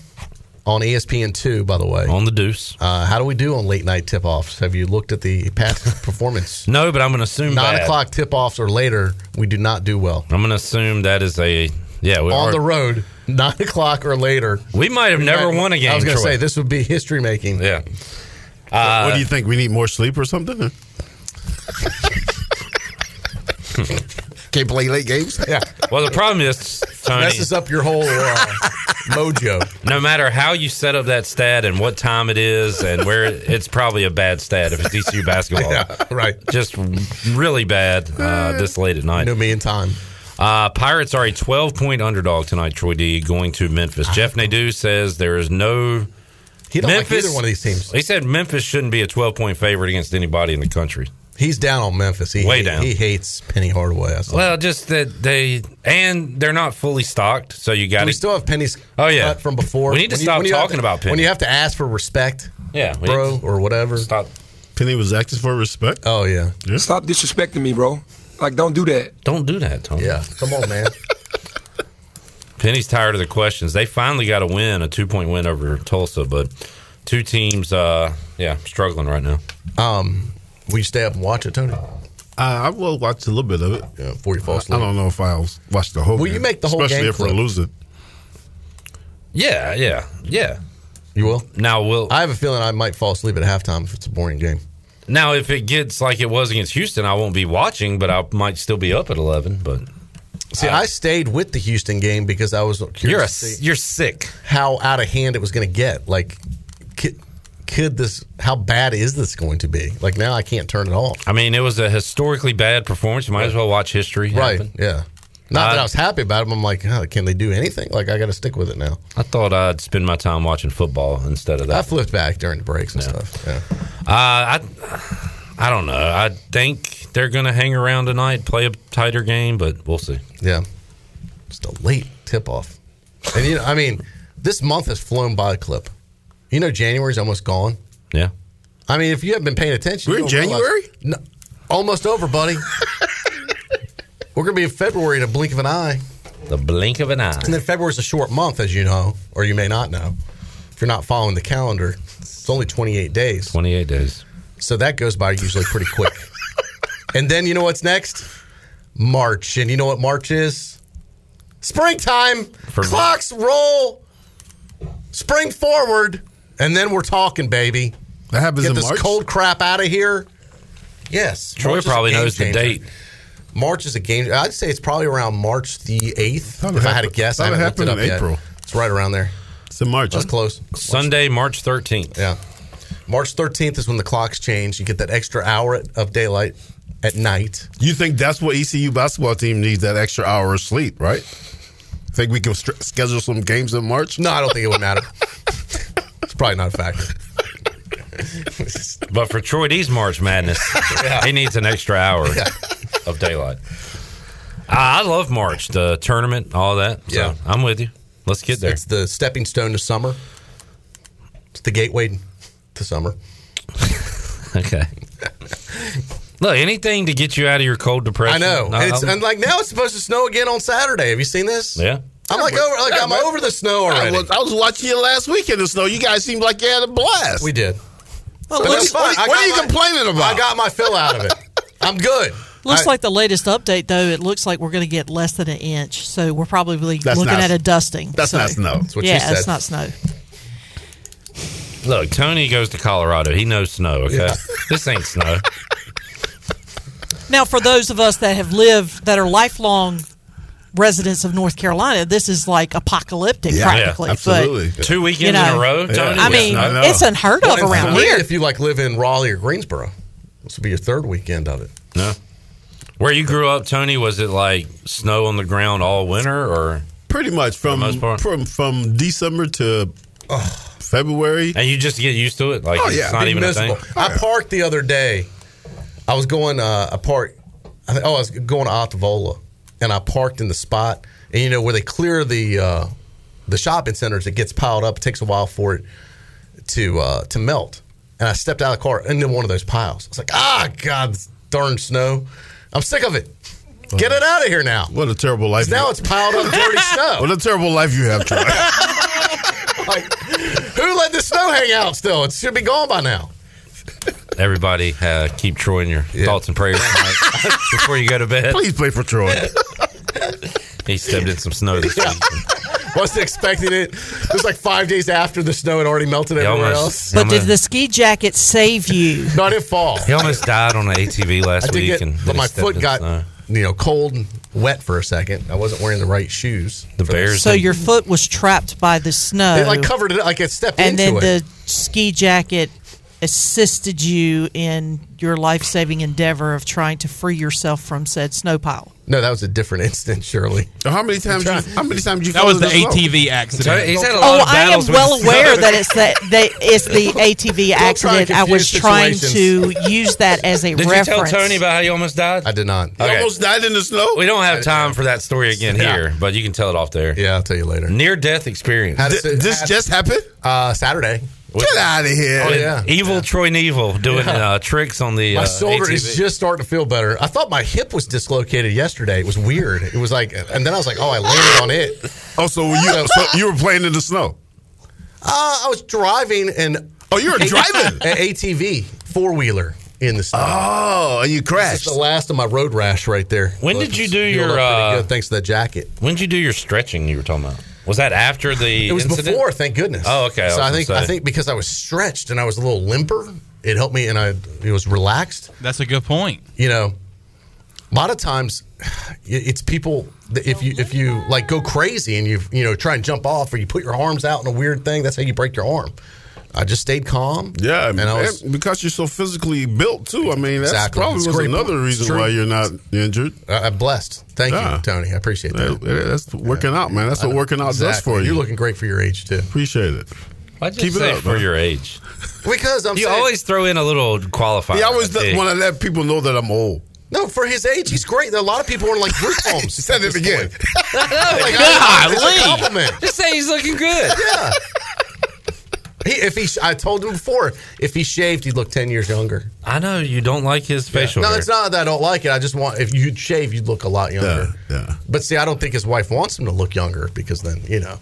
[SPEAKER 15] on E ESPN two. By the way,
[SPEAKER 9] on the Deuce.
[SPEAKER 15] Uh, how do we do on late night tip offs? Have you looked at the past performance?
[SPEAKER 9] No, but I'm going to assume
[SPEAKER 15] Nine
[SPEAKER 9] bad.
[SPEAKER 15] o'clock tip offs or later, we do not do well
[SPEAKER 9] I'm going to assume that is a yeah. We
[SPEAKER 15] on
[SPEAKER 9] are-
[SPEAKER 15] the road. Nine o'clock or later,
[SPEAKER 9] We might have never won a game.
[SPEAKER 15] I was going to
[SPEAKER 9] Troy.
[SPEAKER 15] say this would be history making.
[SPEAKER 9] Yeah.
[SPEAKER 15] Uh,
[SPEAKER 19] what do you think? We need more sleep or something? Can't play late games.
[SPEAKER 15] Yeah.
[SPEAKER 9] Well, the problem is, Tony,
[SPEAKER 15] messes up your whole uh, mojo.
[SPEAKER 9] no matter how you set up that stat and what time it is and where it- it's probably a bad stat if it's DCU basketball.
[SPEAKER 15] right.
[SPEAKER 9] Just really bad uh, this late at night.
[SPEAKER 15] No me in time.
[SPEAKER 9] Uh, Pirates are a 12 point underdog tonight, Troy D, going to Memphis. Jeff Nadeau says there is no.
[SPEAKER 15] Ah. He don't like either one of these teams.
[SPEAKER 9] He said Memphis shouldn't be a 12 point favorite against anybody in the country.
[SPEAKER 15] He's down on Memphis. He,
[SPEAKER 9] Way
[SPEAKER 15] he-
[SPEAKER 9] down.
[SPEAKER 15] He hates Penny Hardaway. I saw.
[SPEAKER 9] Well, just that they and they're not fully stocked, so you got
[SPEAKER 15] we
[SPEAKER 9] to.
[SPEAKER 15] still have pennies.
[SPEAKER 9] Oh, yeah.
[SPEAKER 15] cut from before.
[SPEAKER 9] We need to
[SPEAKER 15] When you-
[SPEAKER 9] stop
[SPEAKER 15] when you have
[SPEAKER 9] talking
[SPEAKER 15] to-
[SPEAKER 9] about Penny.
[SPEAKER 15] When you have to ask for respect,
[SPEAKER 9] Yeah, we
[SPEAKER 15] bro,
[SPEAKER 9] need
[SPEAKER 15] or whatever.
[SPEAKER 9] Stop.
[SPEAKER 19] Penny was asking for respect.
[SPEAKER 15] Oh yeah.
[SPEAKER 7] Stop disrespecting me, bro. Like, don't do that.
[SPEAKER 9] Don't do that, Tony.
[SPEAKER 15] Yeah, come on, man.
[SPEAKER 9] Penny's tired of the questions. They finally got a win, a two point win over Tulsa, but two teams, uh, yeah, struggling right now.
[SPEAKER 15] Um, will you stay up and watch it, Tony?
[SPEAKER 19] I will watch a little bit of it
[SPEAKER 15] before you fall
[SPEAKER 19] I don't know if I'll watch the whole.
[SPEAKER 15] Will
[SPEAKER 19] game,
[SPEAKER 15] you make the whole
[SPEAKER 19] especially
[SPEAKER 15] game
[SPEAKER 19] if
[SPEAKER 15] clip?
[SPEAKER 19] we're losing.
[SPEAKER 9] Yeah, yeah, yeah.
[SPEAKER 15] You will?
[SPEAKER 9] Now, will
[SPEAKER 15] I have a feeling I might fall asleep at halftime if it's a boring game.
[SPEAKER 9] Now, if it gets like it was against Houston, I won't be watching, but I might still be up at eleven. But
[SPEAKER 15] See, I, stayed with the Houston game because I was curious.
[SPEAKER 9] Uh, You're a-
[SPEAKER 15] to see
[SPEAKER 9] you're sick.
[SPEAKER 15] How out of hand it was going to get? Like, could, could this? How bad is this going to be? Like now, I can't turn it off.
[SPEAKER 9] I mean, it was a historically bad performance. You might as well watch history.
[SPEAKER 15] Right?
[SPEAKER 9] happen.
[SPEAKER 15] Yeah. Not that
[SPEAKER 9] Uh,
[SPEAKER 15] I was happy about it. But I'm like, huh, can they do anything? Like, I got to stick with it now.
[SPEAKER 9] I thought I'd spend my time watching football instead of that.
[SPEAKER 15] I flipped back during the breaks and stuff. Yeah.
[SPEAKER 9] Uh, I I don't know. I think they're going to hang around tonight, play a tighter game, but we'll see.
[SPEAKER 15] Yeah. Just a late tip off. And you know, I mean, this month has flown by clip. You know, January's almost gone.
[SPEAKER 9] Yeah.
[SPEAKER 15] I mean, if you haven't been paying attention,
[SPEAKER 19] We're
[SPEAKER 15] you
[SPEAKER 19] in
[SPEAKER 15] don't realize-
[SPEAKER 19] January?
[SPEAKER 15] no, almost over, buddy. We're gonna be in February in a blink of an eye,
[SPEAKER 9] The blink of an eye.
[SPEAKER 15] and then February's a short month, as you know, or you may not know, if you're not following the calendar. It's only 28 days.
[SPEAKER 9] 28 days.
[SPEAKER 15] So that goes by usually pretty quick. and then you know what's next? March, and you know what March is? Springtime.
[SPEAKER 9] For-
[SPEAKER 15] Clocks roll. Spring forward, and then we're talking, baby.
[SPEAKER 19] That happens
[SPEAKER 15] Get
[SPEAKER 19] in
[SPEAKER 15] this
[SPEAKER 19] March?
[SPEAKER 15] cold crap out of here. Yes,
[SPEAKER 9] Troy
[SPEAKER 15] March is a
[SPEAKER 9] probably
[SPEAKER 15] game
[SPEAKER 9] knows the
[SPEAKER 15] changer.
[SPEAKER 9] date.
[SPEAKER 15] March is a game. I'd say it's probably around March the eighth. If
[SPEAKER 19] it
[SPEAKER 15] I had a
[SPEAKER 19] happened-
[SPEAKER 15] guess, I
[SPEAKER 19] thought it
[SPEAKER 15] haven't looked it up
[SPEAKER 19] happened in
[SPEAKER 15] yet.
[SPEAKER 19] April.
[SPEAKER 15] It's right around there.
[SPEAKER 19] It's in March.
[SPEAKER 15] That's
[SPEAKER 19] huh?
[SPEAKER 15] close.
[SPEAKER 9] Sunday, March 13th.
[SPEAKER 15] Yeah. March 13th is when the clocks change. You get that extra hour of daylight at night.
[SPEAKER 19] You think that's what ECU basketball team needs that extra hour of sleep, right? Think we can str schedule some games in March?
[SPEAKER 15] No, I don't think it would matter. it's probably not a factor.
[SPEAKER 9] But for Troy D's March Madness, he needs an extra hour of daylight. I I love March, the tournament, all that. So
[SPEAKER 15] Yeah.
[SPEAKER 9] I'm with you. Let's get there.
[SPEAKER 15] It's the stepping stone to summer. It's the gateway to summer.
[SPEAKER 9] Okay. Look, anything to get you out of your cold depression.
[SPEAKER 15] I know.
[SPEAKER 9] No,
[SPEAKER 15] and, it's,
[SPEAKER 9] I'm-
[SPEAKER 15] and like now it's supposed to snow again on Saturday. Have you seen this?
[SPEAKER 9] yeah.
[SPEAKER 15] I'm like over like I'm over the snow
[SPEAKER 19] I
[SPEAKER 15] already.
[SPEAKER 19] was, I was watching you last week in the snow. You guys seemed like you had a blast.
[SPEAKER 15] We did.
[SPEAKER 19] But
[SPEAKER 15] looks
[SPEAKER 19] that's- what
[SPEAKER 15] fine. I
[SPEAKER 19] what are you
[SPEAKER 15] got my-
[SPEAKER 19] complaining about?
[SPEAKER 15] I got my fill out of it. I'm good.
[SPEAKER 11] Looks
[SPEAKER 15] I-
[SPEAKER 11] like the latest update, though. It looks like we're going to get less than an inch, so we're probably
[SPEAKER 19] That's
[SPEAKER 11] looking
[SPEAKER 19] not-
[SPEAKER 11] at a dusting.
[SPEAKER 19] that's
[SPEAKER 11] so-
[SPEAKER 19] not snow.
[SPEAKER 15] That's what
[SPEAKER 11] yeah,
[SPEAKER 15] she said.
[SPEAKER 11] it's not snow.
[SPEAKER 9] Look, Tony goes to Colorado. He knows snow. Okay, this ain't snow.
[SPEAKER 11] Now, for those of us that have lived, that are lifelong residents of North Carolina, this is like apocalyptic,
[SPEAKER 19] Yeah,
[SPEAKER 11] practically.
[SPEAKER 19] yeah, absolutely.
[SPEAKER 11] But,
[SPEAKER 9] Two weekends
[SPEAKER 11] You know,
[SPEAKER 9] in a row, Tony.
[SPEAKER 11] I
[SPEAKER 9] with
[SPEAKER 11] mean,
[SPEAKER 9] snow.
[SPEAKER 19] know.
[SPEAKER 11] it's unheard of
[SPEAKER 15] Well, and
[SPEAKER 11] around
[SPEAKER 15] for me,
[SPEAKER 11] here.
[SPEAKER 15] If you like live in Raleigh or Greensboro, this will be your third weekend of it.
[SPEAKER 9] no. Where you grew up, Tony, was it like snow on the ground all winter, or
[SPEAKER 19] Pretty much from
[SPEAKER 9] most part.
[SPEAKER 19] from from December to uh, February.
[SPEAKER 9] and you just get used to it? Like
[SPEAKER 19] Oh, yeah,
[SPEAKER 9] it's not
[SPEAKER 15] Be
[SPEAKER 9] even
[SPEAKER 15] miserable.
[SPEAKER 9] a thing.
[SPEAKER 15] I parked the other day. I was going uh, a park. I think, oh, I was going to Altavola, and I parked in the spot. And you know where they clear the uh, the shopping centers, it gets piled up. It takes a while for it to uh, to melt. And I stepped out of the car into one of those piles. I was like, ah, God, this darn snow. I'm sick of it. Get it out of here now.
[SPEAKER 19] What a terrible life! you-
[SPEAKER 15] Now it's piled up dirty snow.
[SPEAKER 19] what a terrible life you have, Troy.
[SPEAKER 15] Like, who let the snow hang out still? It should be gone by now.
[SPEAKER 9] Everybody, uh, keep Troy in your thoughts and prayers tonight before you go to bed.
[SPEAKER 19] Please play for Troy.
[SPEAKER 9] He stepped in some snow this week.
[SPEAKER 15] Wasn't expecting it. It was like five days after the snow had already melted
[SPEAKER 9] He
[SPEAKER 15] everywhere
[SPEAKER 9] almost,
[SPEAKER 15] else.
[SPEAKER 9] he
[SPEAKER 11] But did
[SPEAKER 9] almost,
[SPEAKER 11] the ski jacket save you?
[SPEAKER 15] No, I didn't fall.
[SPEAKER 9] he almost died on an ATV
[SPEAKER 15] I
[SPEAKER 9] last
[SPEAKER 15] did
[SPEAKER 9] week,
[SPEAKER 15] get,
[SPEAKER 9] and then
[SPEAKER 15] but
[SPEAKER 9] he
[SPEAKER 15] my
[SPEAKER 9] stepped
[SPEAKER 15] foot
[SPEAKER 9] in
[SPEAKER 15] got
[SPEAKER 9] snow.
[SPEAKER 15] you know cold and wet for a second. I wasn't wearing the right shoes.
[SPEAKER 9] the bears.
[SPEAKER 11] So
[SPEAKER 9] didn't-
[SPEAKER 11] your foot was trapped by the snow.
[SPEAKER 15] It like covered it up, like it stepped
[SPEAKER 11] and then
[SPEAKER 15] into it.
[SPEAKER 11] the ski jacket assisted you in your life-saving endeavor of trying to free yourself from said snow pile.
[SPEAKER 15] no, that was a different instance, surely.
[SPEAKER 19] how many times? You, how many times you?
[SPEAKER 6] That was the
[SPEAKER 19] fell in snow?
[SPEAKER 6] ATV
[SPEAKER 9] Tony-
[SPEAKER 6] accident.
[SPEAKER 9] he's had a lot
[SPEAKER 11] Oh,
[SPEAKER 9] of
[SPEAKER 11] I am
[SPEAKER 9] battles with
[SPEAKER 11] well
[SPEAKER 9] the snow.
[SPEAKER 11] aware that it's that they, it's the ATV
[SPEAKER 15] and
[SPEAKER 11] accident. I was
[SPEAKER 15] confuse
[SPEAKER 11] trying to
[SPEAKER 15] situations.
[SPEAKER 11] use that as a
[SPEAKER 9] Did
[SPEAKER 11] reference.
[SPEAKER 9] you tell Tony about how you almost died?
[SPEAKER 15] I did not.
[SPEAKER 19] You
[SPEAKER 9] Okay.
[SPEAKER 19] almost died in the snow.
[SPEAKER 9] We don't have time for that story again
[SPEAKER 15] Yeah.
[SPEAKER 9] here, but you can tell it off there.
[SPEAKER 15] Yeah, I'll tell you later.
[SPEAKER 9] Near death experience.
[SPEAKER 15] How
[SPEAKER 19] Th-
[SPEAKER 15] does it-
[SPEAKER 19] this just happened.
[SPEAKER 15] uh, Saturday.
[SPEAKER 19] Get out of here.
[SPEAKER 15] Oh, yeah.
[SPEAKER 9] Evil Troy Neville doing uh, tricks on the
[SPEAKER 15] My
[SPEAKER 9] uh,
[SPEAKER 15] shoulder
[SPEAKER 9] ATV.
[SPEAKER 15] is just starting to feel better. I thought my hip was dislocated yesterday. It was weird. It was like, and then I was like, oh, I landed on it.
[SPEAKER 19] Oh, so you so you were playing in the snow.
[SPEAKER 15] Uh, I was driving an
[SPEAKER 19] Oh, you were driving.
[SPEAKER 15] an ATV four wheeler in the snow.
[SPEAKER 19] Oh, and you
[SPEAKER 15] That's
[SPEAKER 19] crashed.
[SPEAKER 15] the last of my road rash right there.
[SPEAKER 9] When did you do
[SPEAKER 15] healed
[SPEAKER 9] your,
[SPEAKER 15] up pretty
[SPEAKER 9] uh,
[SPEAKER 15] good thanks to that jacket?
[SPEAKER 9] When'd you do your stretching you were talking about? Was that after the?
[SPEAKER 15] It was
[SPEAKER 9] incident?
[SPEAKER 15] before, thank goodness.
[SPEAKER 9] Oh, okay. was
[SPEAKER 15] So I
[SPEAKER 9] gonna
[SPEAKER 15] think
[SPEAKER 9] say.
[SPEAKER 15] I think because I was stretched and I was a little limper, it helped me, and I it was relaxed.
[SPEAKER 21] That's a good point.
[SPEAKER 15] You know, a lot of times i- it's people that if you if you like go crazy and you you know try and jump off or you put your arms out in a weird thing, that's how you break your arm. I just stayed calm.
[SPEAKER 19] Yeah,
[SPEAKER 15] and I was
[SPEAKER 19] and because you're so physically built too. I mean, that's
[SPEAKER 15] Exactly.
[SPEAKER 19] probably
[SPEAKER 15] It's
[SPEAKER 19] was
[SPEAKER 15] great.
[SPEAKER 19] another
[SPEAKER 15] It's
[SPEAKER 19] reason
[SPEAKER 15] true.
[SPEAKER 19] why you're not injured.
[SPEAKER 15] I, I'm blessed. Thank you, Tony. I appreciate that.
[SPEAKER 19] that's working out, man. That's
[SPEAKER 15] I
[SPEAKER 19] what
[SPEAKER 15] know.
[SPEAKER 19] working out does
[SPEAKER 15] Exactly.
[SPEAKER 19] for you.
[SPEAKER 15] You're looking great for your age too.
[SPEAKER 19] Appreciate it.
[SPEAKER 9] Why'd you
[SPEAKER 19] Keep it
[SPEAKER 9] say
[SPEAKER 19] up,
[SPEAKER 9] for
[SPEAKER 19] man.
[SPEAKER 9] your age?
[SPEAKER 15] Because I'm
[SPEAKER 9] you
[SPEAKER 15] saying-
[SPEAKER 9] always throw in a little qualifier.
[SPEAKER 19] He always
[SPEAKER 9] I think.
[SPEAKER 19] want to let people know that I'm old.
[SPEAKER 15] No, for his age, he's great. A lot of people are like group homes. Said it again. like,
[SPEAKER 9] Golly.
[SPEAKER 15] it's a compliment.
[SPEAKER 9] Just say he's looking good.
[SPEAKER 15] Yeah. He, if he, I told him before, if he shaved, he'd look ten years younger.
[SPEAKER 9] I know you don't like his facial.
[SPEAKER 15] No,
[SPEAKER 9] hair.
[SPEAKER 15] it's not that I don't like it. I just want if you'd shave, you'd look a lot younger.
[SPEAKER 19] Yeah,
[SPEAKER 15] But see, I don't think his wife wants him to look younger because then you know,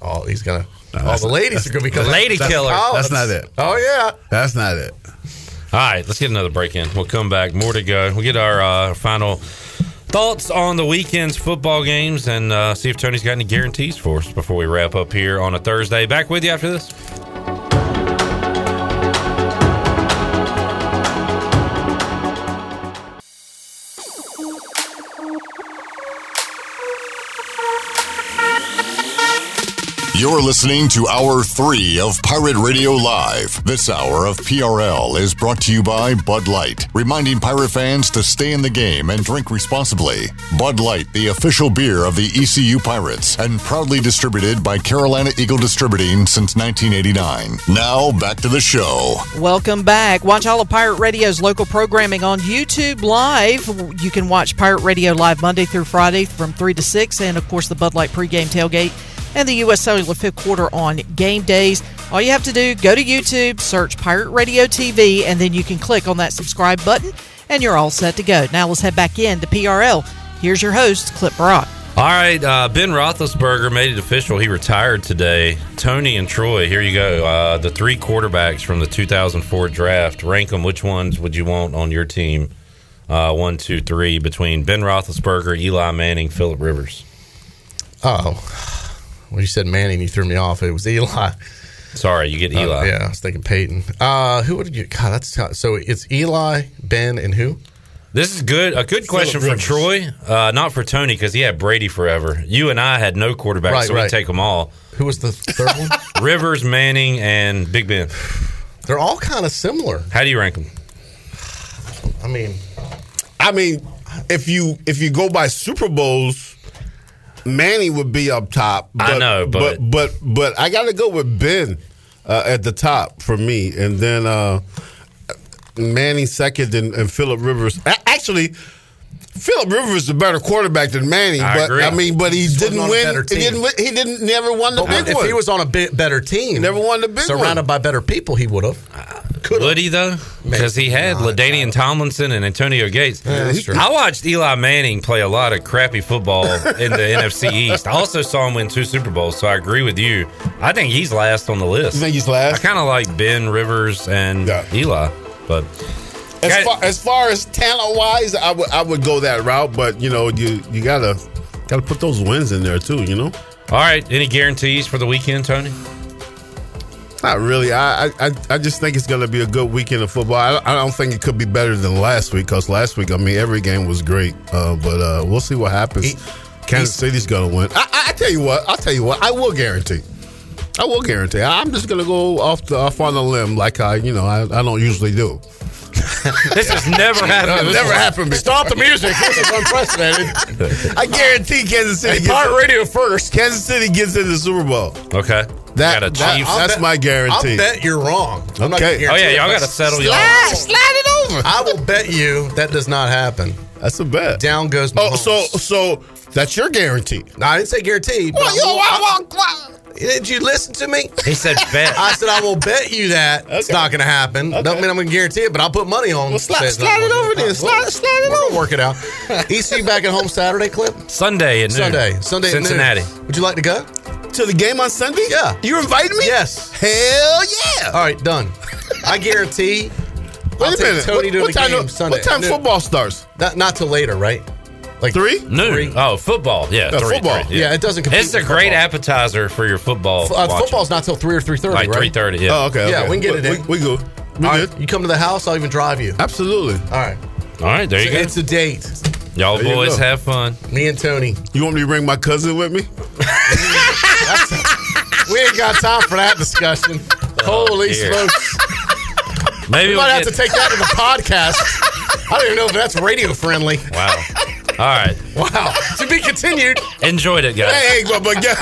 [SPEAKER 15] all he's gonna, all
[SPEAKER 19] that's
[SPEAKER 15] the
[SPEAKER 19] not-
[SPEAKER 15] ladies
[SPEAKER 19] that's-
[SPEAKER 15] are gonna be coming.
[SPEAKER 9] Lady killer.
[SPEAKER 19] That's not it.
[SPEAKER 15] Oh yeah,
[SPEAKER 19] that's not it.
[SPEAKER 9] All right, let's get another break in. We'll come back. More to go. We'll get our uh, final thoughts on the weekend's football games and uh, see if Tony's got any guarantees for us before we wrap up here on a Thursday. Back with you after this.
[SPEAKER 2] You're listening to Hour 3 of Pirate Radio Live. This hour of PRL is brought to you by Bud Light, reminding pirate fans to stay in the game and drink responsibly. Bud Light, the official beer of the ECU Pirates, and proudly distributed by Carolina Eagle Distributing since 1989. Now, back to the show.
[SPEAKER 11] Welcome back. Watch all of Pirate Radio's local programming on YouTube Live. You can watch Pirate Radio Live Monday through Friday from 3 to 6, and of course, the Bud Light pregame tailgate and the U.S. Cellular fifth quarter on game days. All you have to do, go to YouTube, search Pirate Radio TV, and then you can click on that subscribe button, and you're all set to go. Now let's head back in to PRL. Here's your host, Clip Brock.
[SPEAKER 9] All right, uh, Ben Roethlisberger made it official. He retired today. Tony and Troy, here you go. Uh, the three quarterbacks from the 2004 draft. Rank them. Which ones would you want on your team? Uh, one, two, three. Between Ben Roethlisberger, Eli Manning, Philip Rivers.
[SPEAKER 15] Oh, when you said Manning, you threw me off. It was Eli.
[SPEAKER 9] Sorry, you get Eli.
[SPEAKER 15] Uh, yeah, I was thinking Peyton. Uh, who would you? God, that's so. It's Eli, Ben, and who?
[SPEAKER 9] This is good. A good question for Troy, uh, not for Tony, because he had Brady forever. You and I had no quarterbacks,
[SPEAKER 15] Right,
[SPEAKER 9] so we
[SPEAKER 15] right.
[SPEAKER 9] take them all.
[SPEAKER 15] Who was the third one?
[SPEAKER 9] Rivers, Manning, and Big Ben.
[SPEAKER 15] They're all kind of similar.
[SPEAKER 9] How do you rank them?
[SPEAKER 15] I mean,
[SPEAKER 19] I mean, if you if you go by Super Bowls, Manny would be up top.
[SPEAKER 9] I know, but-
[SPEAKER 19] but but, but I got to go with Ben uh, at the top for me, and then uh, Manny second, and, and Philip Rivers. A- Actually, Philip Rivers is a better quarterback than Manny,
[SPEAKER 15] I
[SPEAKER 19] but
[SPEAKER 15] agree.
[SPEAKER 19] I mean, but he
[SPEAKER 15] Just wasn't
[SPEAKER 19] didn't
[SPEAKER 15] on a
[SPEAKER 19] win.
[SPEAKER 15] better
[SPEAKER 19] He
[SPEAKER 15] team.
[SPEAKER 19] didn't. Win, he didn't never won the
[SPEAKER 15] But
[SPEAKER 19] big
[SPEAKER 15] if
[SPEAKER 19] one.
[SPEAKER 15] he was on a bit better team,
[SPEAKER 19] never won the big one.
[SPEAKER 15] surrounded by better people, he would have.
[SPEAKER 9] Would he though? Because he had Ladainian Tomlinson and Antonio Gates.
[SPEAKER 15] Yeah, that's true.
[SPEAKER 9] I watched Eli Manning play a lot of crappy football in the NFC East. I also saw him win two Super Bowls, so I agree with you. I think he's last on the list.
[SPEAKER 19] You think he's
[SPEAKER 9] I
[SPEAKER 19] last?
[SPEAKER 9] kind of like Ben Rivers and Eli, but
[SPEAKER 19] As far, as far as talent wise, I would I would go that route, but you know you you gotta gotta put those wins in there too. You know,
[SPEAKER 9] all right. Any guarantees for the weekend, Tony?
[SPEAKER 19] not really. I I, I- I just think it's gonna be a good weekend of football. I, don't- I don't think it could be better than last week because last week I mean every game was great, uh, but uh, we'll see what happens. Kansas City's gonna win. I, I, I tell you what. I'll tell you what. I will guarantee. I will guarantee. I'm just gonna go off the off on a limb like I you know I, I don't usually do.
[SPEAKER 9] This has never happened.
[SPEAKER 19] never happened. before.
[SPEAKER 15] Stop the music. This is unprecedented.
[SPEAKER 19] I guarantee Kansas City.
[SPEAKER 15] Hey, pirate
[SPEAKER 19] radio first. Kansas City gets in the Super Bowl.
[SPEAKER 9] Okay.
[SPEAKER 19] That,
[SPEAKER 9] Got a
[SPEAKER 19] that-
[SPEAKER 9] Chiefs.
[SPEAKER 19] that's
[SPEAKER 9] I'll bet-
[SPEAKER 19] my guarantee.
[SPEAKER 15] I'll bet you're wrong. I'm not
[SPEAKER 19] Okay.
[SPEAKER 15] gonna
[SPEAKER 9] Oh, yeah,
[SPEAKER 15] guarantee
[SPEAKER 9] y'all
[SPEAKER 15] it, but
[SPEAKER 9] gotta settle y'all.
[SPEAKER 15] slide-
[SPEAKER 19] slide it over.
[SPEAKER 15] I will bet you that does not happen.
[SPEAKER 19] That's a bet.
[SPEAKER 15] Down goes. Mahomes.
[SPEAKER 19] Oh, so so that's your guarantee.
[SPEAKER 15] No, I didn't say guarantee. But
[SPEAKER 19] Well, yo,
[SPEAKER 15] I, will-
[SPEAKER 19] I,
[SPEAKER 15] did you listen to me?
[SPEAKER 9] He said bet.
[SPEAKER 15] I said I will bet you that it's not going to happen. Don't mean I'm going to guarantee it, but I'll put money on.
[SPEAKER 19] Well, slide-
[SPEAKER 15] that it's not
[SPEAKER 19] slide it
[SPEAKER 15] gonna
[SPEAKER 19] over
[SPEAKER 15] happen.
[SPEAKER 19] then. Slide-
[SPEAKER 15] Well,
[SPEAKER 19] slide it
[SPEAKER 15] we're gonna Work it out. EC back at home Saturday clip.
[SPEAKER 9] Sunday at noon.
[SPEAKER 15] Sunday. Sunday. at noon.
[SPEAKER 9] Cincinnati.
[SPEAKER 15] Would you like to go
[SPEAKER 19] to the game on Sunday?
[SPEAKER 15] Yeah.
[SPEAKER 19] You're inviting me?
[SPEAKER 15] Yes.
[SPEAKER 19] Hell yeah.
[SPEAKER 15] All right, done. I guarantee.
[SPEAKER 19] Wait
[SPEAKER 15] I'll
[SPEAKER 19] a
[SPEAKER 15] take
[SPEAKER 19] minute.
[SPEAKER 15] Tony
[SPEAKER 19] What-
[SPEAKER 15] to
[SPEAKER 19] what
[SPEAKER 15] the
[SPEAKER 19] time
[SPEAKER 15] game
[SPEAKER 19] do-
[SPEAKER 15] Sunday.
[SPEAKER 19] what time
[SPEAKER 15] Noon.
[SPEAKER 19] football starts?
[SPEAKER 15] Not, not till later, right? Like
[SPEAKER 19] three?
[SPEAKER 9] Noon. Oh, football. Yeah,
[SPEAKER 15] No, football. Yeah, it doesn't compete
[SPEAKER 9] It's a
[SPEAKER 15] with
[SPEAKER 9] great
[SPEAKER 15] football.
[SPEAKER 9] appetizer for your football.
[SPEAKER 15] Uh,
[SPEAKER 9] watching.
[SPEAKER 15] football's not till three or three thirty,
[SPEAKER 9] Like
[SPEAKER 15] right?
[SPEAKER 9] 3:30, yeah. Oh, okay,
[SPEAKER 15] Yeah,
[SPEAKER 9] okay.
[SPEAKER 15] we can get
[SPEAKER 9] We-
[SPEAKER 15] it in.
[SPEAKER 19] We, go.
[SPEAKER 15] We good. You come to the house, I'll even drive you.
[SPEAKER 19] Absolutely.
[SPEAKER 15] All right.
[SPEAKER 9] All right, there you
[SPEAKER 15] So
[SPEAKER 9] go.
[SPEAKER 15] It's a date.
[SPEAKER 9] Y'all
[SPEAKER 19] There you
[SPEAKER 9] boys
[SPEAKER 19] go.
[SPEAKER 9] have fun.
[SPEAKER 15] Me and Tony.
[SPEAKER 19] You want me to bring my cousin with me?
[SPEAKER 15] We ain't got time for that discussion. Holy
[SPEAKER 9] Oh, dear.
[SPEAKER 15] smokes.
[SPEAKER 9] Maybe
[SPEAKER 15] we
[SPEAKER 9] we'll
[SPEAKER 15] might have
[SPEAKER 9] get-
[SPEAKER 15] to take that to the podcast. I don't even know if that's radio friendly.
[SPEAKER 9] Wow. All right.
[SPEAKER 15] Wow. To be continued.
[SPEAKER 9] Enjoyed it, guys.
[SPEAKER 19] Hey, hey, but, but yeah,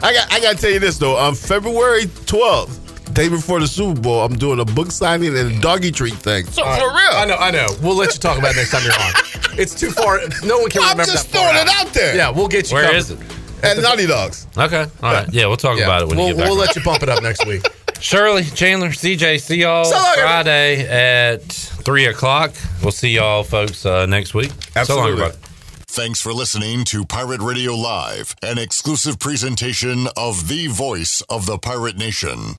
[SPEAKER 19] I got I got to tell you this though. On February twelfth, day before the Super Bowl, I'm doing a book signing and a doggy treat thing. So
[SPEAKER 15] All right.
[SPEAKER 19] for real,
[SPEAKER 15] I know, I know. We'll let you talk about it next time you're on. It's too far. No one can
[SPEAKER 19] I'm
[SPEAKER 15] remember
[SPEAKER 19] just
[SPEAKER 15] that far
[SPEAKER 19] throwing it out there.
[SPEAKER 15] Yeah, we'll get you.
[SPEAKER 9] Where
[SPEAKER 15] covered.
[SPEAKER 9] is it?
[SPEAKER 19] At Naughty Dogs.
[SPEAKER 9] Okay. All right. Yeah, we'll talk
[SPEAKER 15] Yeah.
[SPEAKER 9] about it when
[SPEAKER 15] we'll,
[SPEAKER 9] you get back.
[SPEAKER 15] We'll let you bump it up next week.
[SPEAKER 9] Shirley, Chandler, CJ, see y'all
[SPEAKER 15] So long, everybody.
[SPEAKER 9] Friday at 3 o'clock. We'll see y'all, folks, uh, next week. So long, everybody.
[SPEAKER 2] Thanks for listening to Pirate Radio Live, an exclusive presentation of the voice of the Pirate Nation.